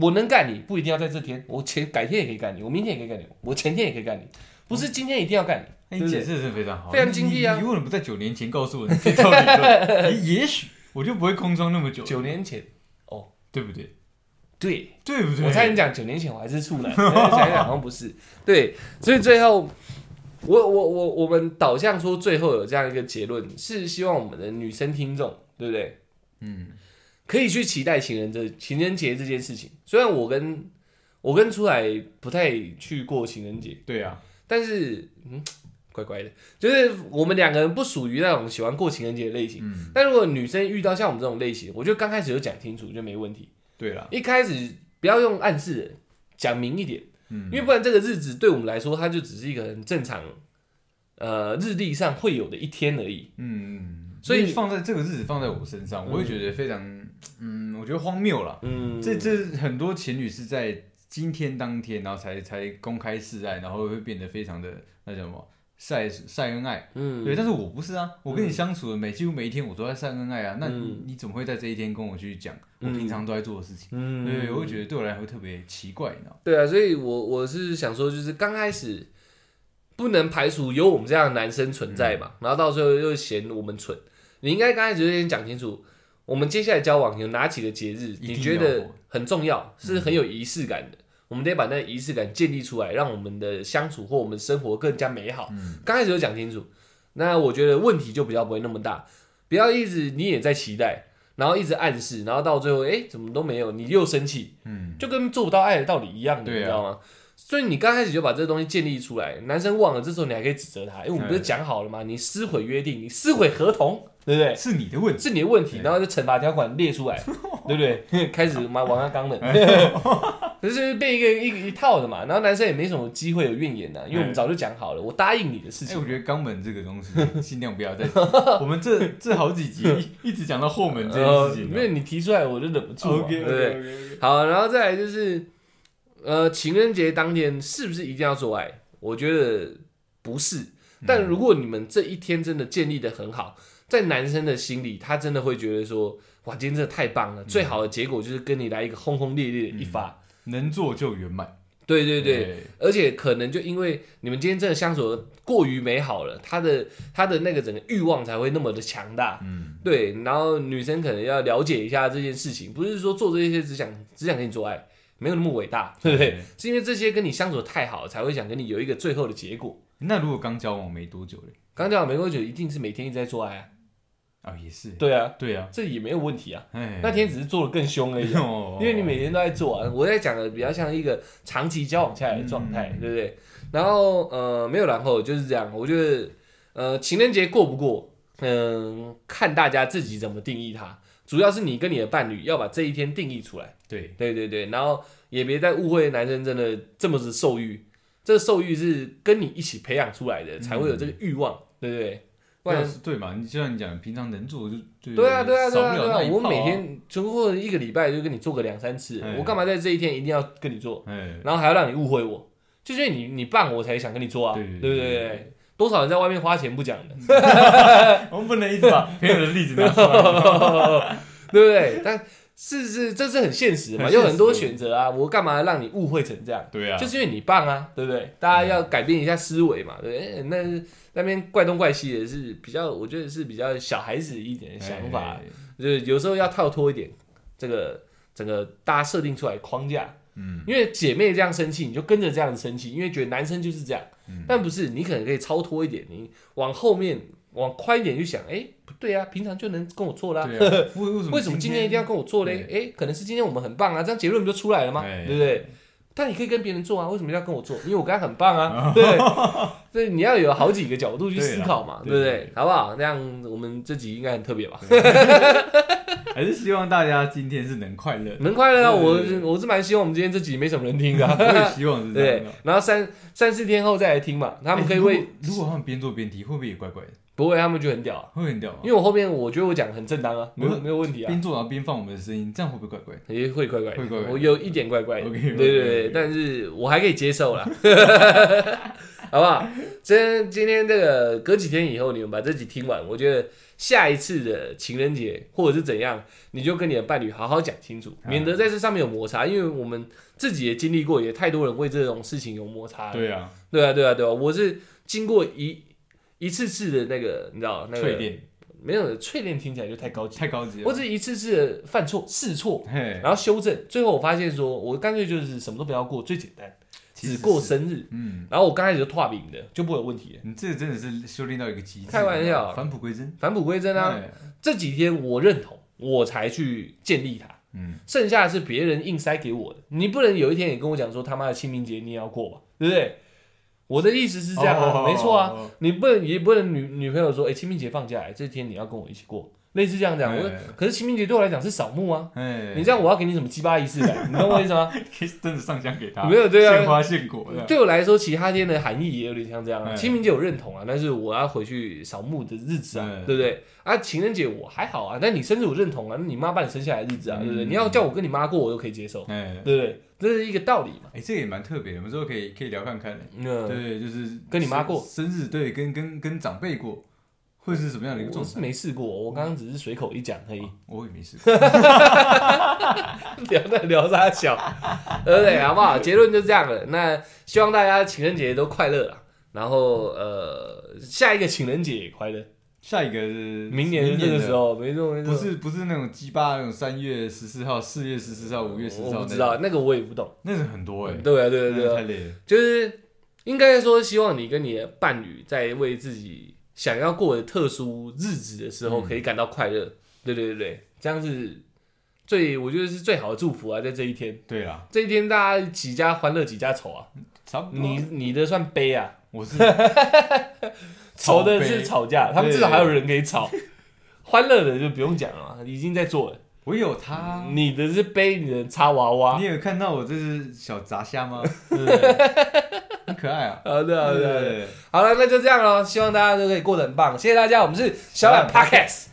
[SPEAKER 1] 我能干你，不一定要在这天，我前改天也可以干你，我明天也可以干你，我前天也可以干你，不是今天一定要干你。
[SPEAKER 2] 哎你
[SPEAKER 1] 对不
[SPEAKER 2] 解
[SPEAKER 1] 对
[SPEAKER 2] 释的真的非常好，
[SPEAKER 1] 非常精辟啊
[SPEAKER 2] 你你为什么不在九年前告诉我你这套理 论？也也许我就不会空窗那么久，
[SPEAKER 1] 九年前，
[SPEAKER 2] 对不对？
[SPEAKER 1] 对，
[SPEAKER 2] 对不对？
[SPEAKER 1] 我猜你讲九年前我还是处男，想一想好像不是。对，所以最后，我我我我们导向说最后有这样一个结论，是希望我们的女生听众，对不对？
[SPEAKER 2] 嗯，
[SPEAKER 1] 可以去期待情人这情人节这件事情。虽然我跟我跟出来不太去过情人节，
[SPEAKER 2] 对啊，
[SPEAKER 1] 但是嗯，乖乖的，就是我们两个人不属于那种喜欢过情人节的类型。
[SPEAKER 2] 嗯，
[SPEAKER 1] 但如果女生遇到像我们这种类型，我觉得刚开始就讲清楚就没问题。
[SPEAKER 2] 对啦，
[SPEAKER 1] 一开始不要用暗示人，讲明一点，
[SPEAKER 2] 嗯
[SPEAKER 1] 因为不然这个日子对我们来说，它就只是一个很正常，呃，日历上会有的一天而已。
[SPEAKER 2] 嗯，
[SPEAKER 1] 所以
[SPEAKER 2] 因为放在这个日子放在我身上，我会觉得非常，嗯，我觉得荒谬啦。
[SPEAKER 1] 嗯，
[SPEAKER 2] 这这很多情侣是在今天当天，然后才才公开示爱，然后会变得非常的那叫什么晒晒恩爱。
[SPEAKER 1] 嗯，
[SPEAKER 2] 对，但是我不是啊，我
[SPEAKER 1] 嗯
[SPEAKER 2] 跟你相处的每几乎每一天我都在晒恩爱啊，那
[SPEAKER 1] 嗯
[SPEAKER 2] 你怎么会在这一天跟我去讲我
[SPEAKER 1] 嗯
[SPEAKER 2] 平常都在做的事情？
[SPEAKER 1] 嗯，
[SPEAKER 2] 对，我会觉得对我来说特别奇怪，你知道吗？
[SPEAKER 1] 对啊，所以我我是想说，就是刚开始不能排除有我们这样的男生存在
[SPEAKER 2] 嗯
[SPEAKER 1] 嘛，然后到时候又嫌我们蠢。你应该刚开始就先讲清楚，我们接下来交往有哪几个节日，
[SPEAKER 2] 定
[SPEAKER 1] 你觉
[SPEAKER 2] 要嗯
[SPEAKER 1] 得
[SPEAKER 2] 过
[SPEAKER 1] 很重要，是很有仪式感的。我们得把那个仪式感建立出来，让我们的相处或我们生活更加美好。
[SPEAKER 2] 嗯，
[SPEAKER 1] 刚开始就讲清楚，那我觉得问题就比较不会那么大。不要一直你也在期待，然后一直暗示，然后到最后，哎、怎么都没有，你又生气，
[SPEAKER 2] 嗯，
[SPEAKER 1] 就跟做不到爱的道理一样的，
[SPEAKER 2] 对啊
[SPEAKER 1] 你知道吗？所以你刚开始就把这东西建立出来，男生忘了，这时候你还可以指责他，哎因为我们不是讲好了吗？你撕毁约定，你撕毁合同，对不对？
[SPEAKER 2] 是你的问题。
[SPEAKER 1] 是你的问题，
[SPEAKER 2] 对
[SPEAKER 1] 然后就惩罚条款列出来，对不对？开始妈王阿刚的，可是就是变一个一一套的嘛，然后男生也没什么机会有怨言呐、因为我们
[SPEAKER 2] 嗯
[SPEAKER 1] 早就讲好了，我答应你的事
[SPEAKER 2] 哎、
[SPEAKER 1] 情。
[SPEAKER 2] 我觉得肛门这个东西尽量不要再提，我们这这好几集一一直讲到后门这件事情
[SPEAKER 1] 呃因为你提出来，我就忍不住嘛
[SPEAKER 2] o
[SPEAKER 1] 对
[SPEAKER 2] k
[SPEAKER 1] 不对？好，然后再来就是，呃，情人节当天是不是一定要做爱？我觉得不是。但如果你们这一天真的建立的很好，在男生的心里，他真的会觉得说，哇，今天真的太棒了！最好的结果就是跟你来一个轰轰烈烈的一发。
[SPEAKER 2] 能做就圆满，
[SPEAKER 1] 对对对，而且可能就因为你们今天真的相处得过于美好了，他的他的那个整个欲望才会那么的强大。
[SPEAKER 2] 嗯，
[SPEAKER 1] 对，然后女生可能要了解一下这件事情，不是说做这些只想只想跟你做爱，没有那么伟大，对不 对？是因为这些跟你相处得太好，才会想跟你有一个最后的结果。
[SPEAKER 2] 那如果刚交往没多久嘞，
[SPEAKER 1] 刚讲好没多久，一定是每天一直在做爱啊，
[SPEAKER 2] 啊，也是，
[SPEAKER 1] 对啊，
[SPEAKER 2] 对啊，
[SPEAKER 1] 这也没有问题啊。
[SPEAKER 2] 哎，
[SPEAKER 1] 那天只是做的更凶而已啊、
[SPEAKER 2] 哦，
[SPEAKER 1] 因为你每天都在做啊。我在讲的比较像一个长期交往下来的状态，
[SPEAKER 2] 嗯
[SPEAKER 1] 对不对？然后呃，没有然后就是这样。我觉得呃，情人节过不过，嗯、看大家自己怎么定义它。主要是你跟你的伴侣要把这一天定义出来，
[SPEAKER 2] 对，
[SPEAKER 1] 对对对，然后也别再误会男生真的这么是兽欲，这个兽欲是跟你一起培养出来的，才会有这个欲望，对不对？不
[SPEAKER 2] 那
[SPEAKER 1] 然
[SPEAKER 2] 是对嘛？你就像你讲，平常能做就对
[SPEAKER 1] 对啊，对啊，对
[SPEAKER 2] 少
[SPEAKER 1] 啊，
[SPEAKER 2] 不
[SPEAKER 1] 对
[SPEAKER 2] 了那
[SPEAKER 1] 啊！
[SPEAKER 2] 一
[SPEAKER 1] 我
[SPEAKER 2] 炮啊
[SPEAKER 1] 每，天就或者一个礼拜就跟你做个两三次，
[SPEAKER 2] 哎
[SPEAKER 1] 我干嘛在这一天一定要跟你做，
[SPEAKER 2] 哎，
[SPEAKER 1] 然后还要让你误会我？就是因为你你棒我才想跟你做啊，
[SPEAKER 2] 对
[SPEAKER 1] 对不
[SPEAKER 2] 对对
[SPEAKER 1] 对？多少人在外面花钱不讲的，
[SPEAKER 2] 我们不能一直把哎 朋友的例子拿出来，
[SPEAKER 1] 对不对？但是是这是很现实的嘛，
[SPEAKER 2] 很
[SPEAKER 1] 有
[SPEAKER 2] 现
[SPEAKER 1] 很多
[SPEAKER 2] 实
[SPEAKER 1] 选择啊，我干嘛让你误会成这样？
[SPEAKER 2] 对啊，
[SPEAKER 1] 就是因为你棒啊，对不对？大家要改变一下思维嘛，对不对？那那边怪东怪西的是比较，我觉得是比较小孩子一点的想法，
[SPEAKER 2] 哎，
[SPEAKER 1] 就是有时候要跳脱一点这个整个大家设定出来的框架，
[SPEAKER 2] 嗯，
[SPEAKER 1] 因为姐妹这样生气，你就跟着这样生气，因为觉得男生就是这样，
[SPEAKER 2] 嗯
[SPEAKER 1] 但不是，你可能可以超脱一点，你往后面往宽一点去想，哎、不对啊，平常就能跟我做啦、
[SPEAKER 2] 对啊，为为什 么
[SPEAKER 1] 为什么今天一定要跟我做嘞？哎、可能是今天我们很棒啊，这样结论不就出来了吗？
[SPEAKER 2] 哎
[SPEAKER 1] 对不对？但你可以跟别人做啊，为什么要跟我做？因为我刚才很棒啊， 对，所以你要有好几个角度去思考嘛，对
[SPEAKER 2] 对
[SPEAKER 1] 不
[SPEAKER 2] 啦对
[SPEAKER 1] 对？好不好？那样我们这集应该很特别吧？
[SPEAKER 2] 还是希望大家今天是能快 乐，
[SPEAKER 1] 能快乐啊！
[SPEAKER 2] 对
[SPEAKER 1] 我
[SPEAKER 2] 对对
[SPEAKER 1] 我是蛮希望我们今天这集没什么人听的、
[SPEAKER 2] 我也
[SPEAKER 1] 啊，
[SPEAKER 2] 希望是这样
[SPEAKER 1] 对
[SPEAKER 2] 的。。
[SPEAKER 1] 然后三三四天后再来听嘛，他们可以
[SPEAKER 2] 哎如果
[SPEAKER 1] 为、
[SPEAKER 2] 如果他们边做边踢，会不会也怪怪的？
[SPEAKER 1] 不会，他们就很屌啊。
[SPEAKER 2] 会很屌吗
[SPEAKER 1] 因？为我后面我觉得我讲得很正当啊，没有
[SPEAKER 2] 嗯
[SPEAKER 1] 没有问题啊，
[SPEAKER 2] 边做然后边放我们的声音，这样会不会怪怪的？
[SPEAKER 1] 也会怪怪的，
[SPEAKER 2] 会怪怪的
[SPEAKER 1] 我有一点怪怪的，对
[SPEAKER 2] OK，OK，OK
[SPEAKER 1] 对对，但是我还可以接受 啦，好不好？今今天这个隔几天以后，你们把这集听完，我觉得下一次的情人节或者是怎样，你就跟你的伴侣好好讲清楚，
[SPEAKER 2] 嗯
[SPEAKER 1] 免得在这上面有摩擦，因为我们自己也经历过，也太多人为这种事情有摩擦了，
[SPEAKER 2] 对啊，
[SPEAKER 1] 对啊对啊对啊，我是经过一一次次的那个，你知道那
[SPEAKER 2] 淬
[SPEAKER 1] 个
[SPEAKER 2] 炼啊
[SPEAKER 1] 没有淬炼听起来就太高级了。
[SPEAKER 2] 太高级
[SPEAKER 1] 我
[SPEAKER 2] 了。
[SPEAKER 1] 只是一次次的犯错、试错，
[SPEAKER 2] 嘿，
[SPEAKER 1] 然后修正。最后我发现说，我干脆就是什么都不要过，最简单，
[SPEAKER 2] 其实
[SPEAKER 1] 只过
[SPEAKER 2] 是
[SPEAKER 1] 生日。
[SPEAKER 2] 嗯，
[SPEAKER 1] 然后我刚开始就画饼的，就不会有问题了。
[SPEAKER 2] 你这个真的是修炼到一个极致，啊
[SPEAKER 1] 开玩笑
[SPEAKER 2] 返璞归真。
[SPEAKER 1] 返璞归真啊！
[SPEAKER 2] 哎
[SPEAKER 1] 这几天我认同，我才去建立它。
[SPEAKER 2] 嗯，
[SPEAKER 1] 剩下的是别人硬塞给我的。你不能有一天也跟我讲说他妈的清明节你也要过吧，对不对？我的意思是这样啊，
[SPEAKER 2] 哦
[SPEAKER 1] 没错啊。，
[SPEAKER 2] 哦
[SPEAKER 1] 你不能也不能女女朋友说，哎、清明节放假、哎这天你要跟我一起过，类似这样讲。我
[SPEAKER 2] 哎
[SPEAKER 1] 可是清明节对我来讲是扫墓啊，
[SPEAKER 2] 哎，
[SPEAKER 1] 你这样我要给你什么鸡巴仪式感？你懂我意思吗？
[SPEAKER 2] 可以真的上香给他，
[SPEAKER 1] 没有对啊
[SPEAKER 2] 现花现果的。
[SPEAKER 1] 对我来说，其他天的含义也有点像这样、啊。
[SPEAKER 2] 哎
[SPEAKER 1] 清明节我认同啊，但是我要回去扫墓的日子啊，
[SPEAKER 2] 哎
[SPEAKER 1] 对不对？啊，情人节我还好啊，但你生日我认同啊，那你妈把你生下来的日子啊，对不对？
[SPEAKER 2] 嗯
[SPEAKER 1] 你要叫我跟你妈过，我都可以接受，
[SPEAKER 2] 哎
[SPEAKER 1] 对不对？这是一个道理嘛。
[SPEAKER 2] 哎，这个也蛮特别的，我们之后可以可以聊看看。
[SPEAKER 1] 嗯，
[SPEAKER 2] 对，就是
[SPEAKER 1] 跟你妈过
[SPEAKER 2] 生日，对，跟跟跟长辈过，会是什么样的一个哦
[SPEAKER 1] 我
[SPEAKER 2] 状
[SPEAKER 1] 是
[SPEAKER 2] 态？
[SPEAKER 1] 没试过，我刚刚只是随口一讲而已。
[SPEAKER 2] 我也没试过。
[SPEAKER 1] 聊在聊啥小，对不对？好不好？结论就这样了。那希望大家情人节都快乐啦。然后呃，下一个情人节也快乐，
[SPEAKER 2] 下一个是
[SPEAKER 1] 明年这个时
[SPEAKER 2] 的，
[SPEAKER 1] 候，没错没错，
[SPEAKER 2] 不是不是那种鸡巴那种三月十四号、四月十四号、五月十四
[SPEAKER 1] 我
[SPEAKER 2] 号，
[SPEAKER 1] 不知道，那个我也不懂。
[SPEAKER 2] 那是很多哎、
[SPEAKER 1] 对啊，对啊，
[SPEAKER 2] 那
[SPEAKER 1] 对
[SPEAKER 2] 太
[SPEAKER 1] 啊，
[SPEAKER 2] 累了。
[SPEAKER 1] 就是应该说，希望你跟你的伴侣在为自己想要过的特殊日子的时候，
[SPEAKER 2] 嗯
[SPEAKER 1] 可以感到快乐。对对对对，这样是最我觉得是最好的祝福啊，在这一天，
[SPEAKER 2] 对啦，
[SPEAKER 1] 这一天大家几家欢乐几家愁啊，
[SPEAKER 2] 差不多。
[SPEAKER 1] 你你的算悲啊，
[SPEAKER 2] 我是
[SPEAKER 1] 愁的
[SPEAKER 2] 悲
[SPEAKER 1] 是吵架，他们至少
[SPEAKER 2] 对
[SPEAKER 1] 还有人可以吵，欢乐的就不用讲了嘛，已经在做了。
[SPEAKER 2] 我有它。
[SPEAKER 1] 你的是背你的擦娃娃
[SPEAKER 2] 你，有看到我这只小杂虾吗？对不对很可爱啊。
[SPEAKER 1] 好的好的好的，
[SPEAKER 2] 对
[SPEAKER 1] 好了，那就这样喽，希望大家都可以过得很棒，谢谢大家，我们是小懒
[SPEAKER 2] 小懒
[SPEAKER 1] Podcast。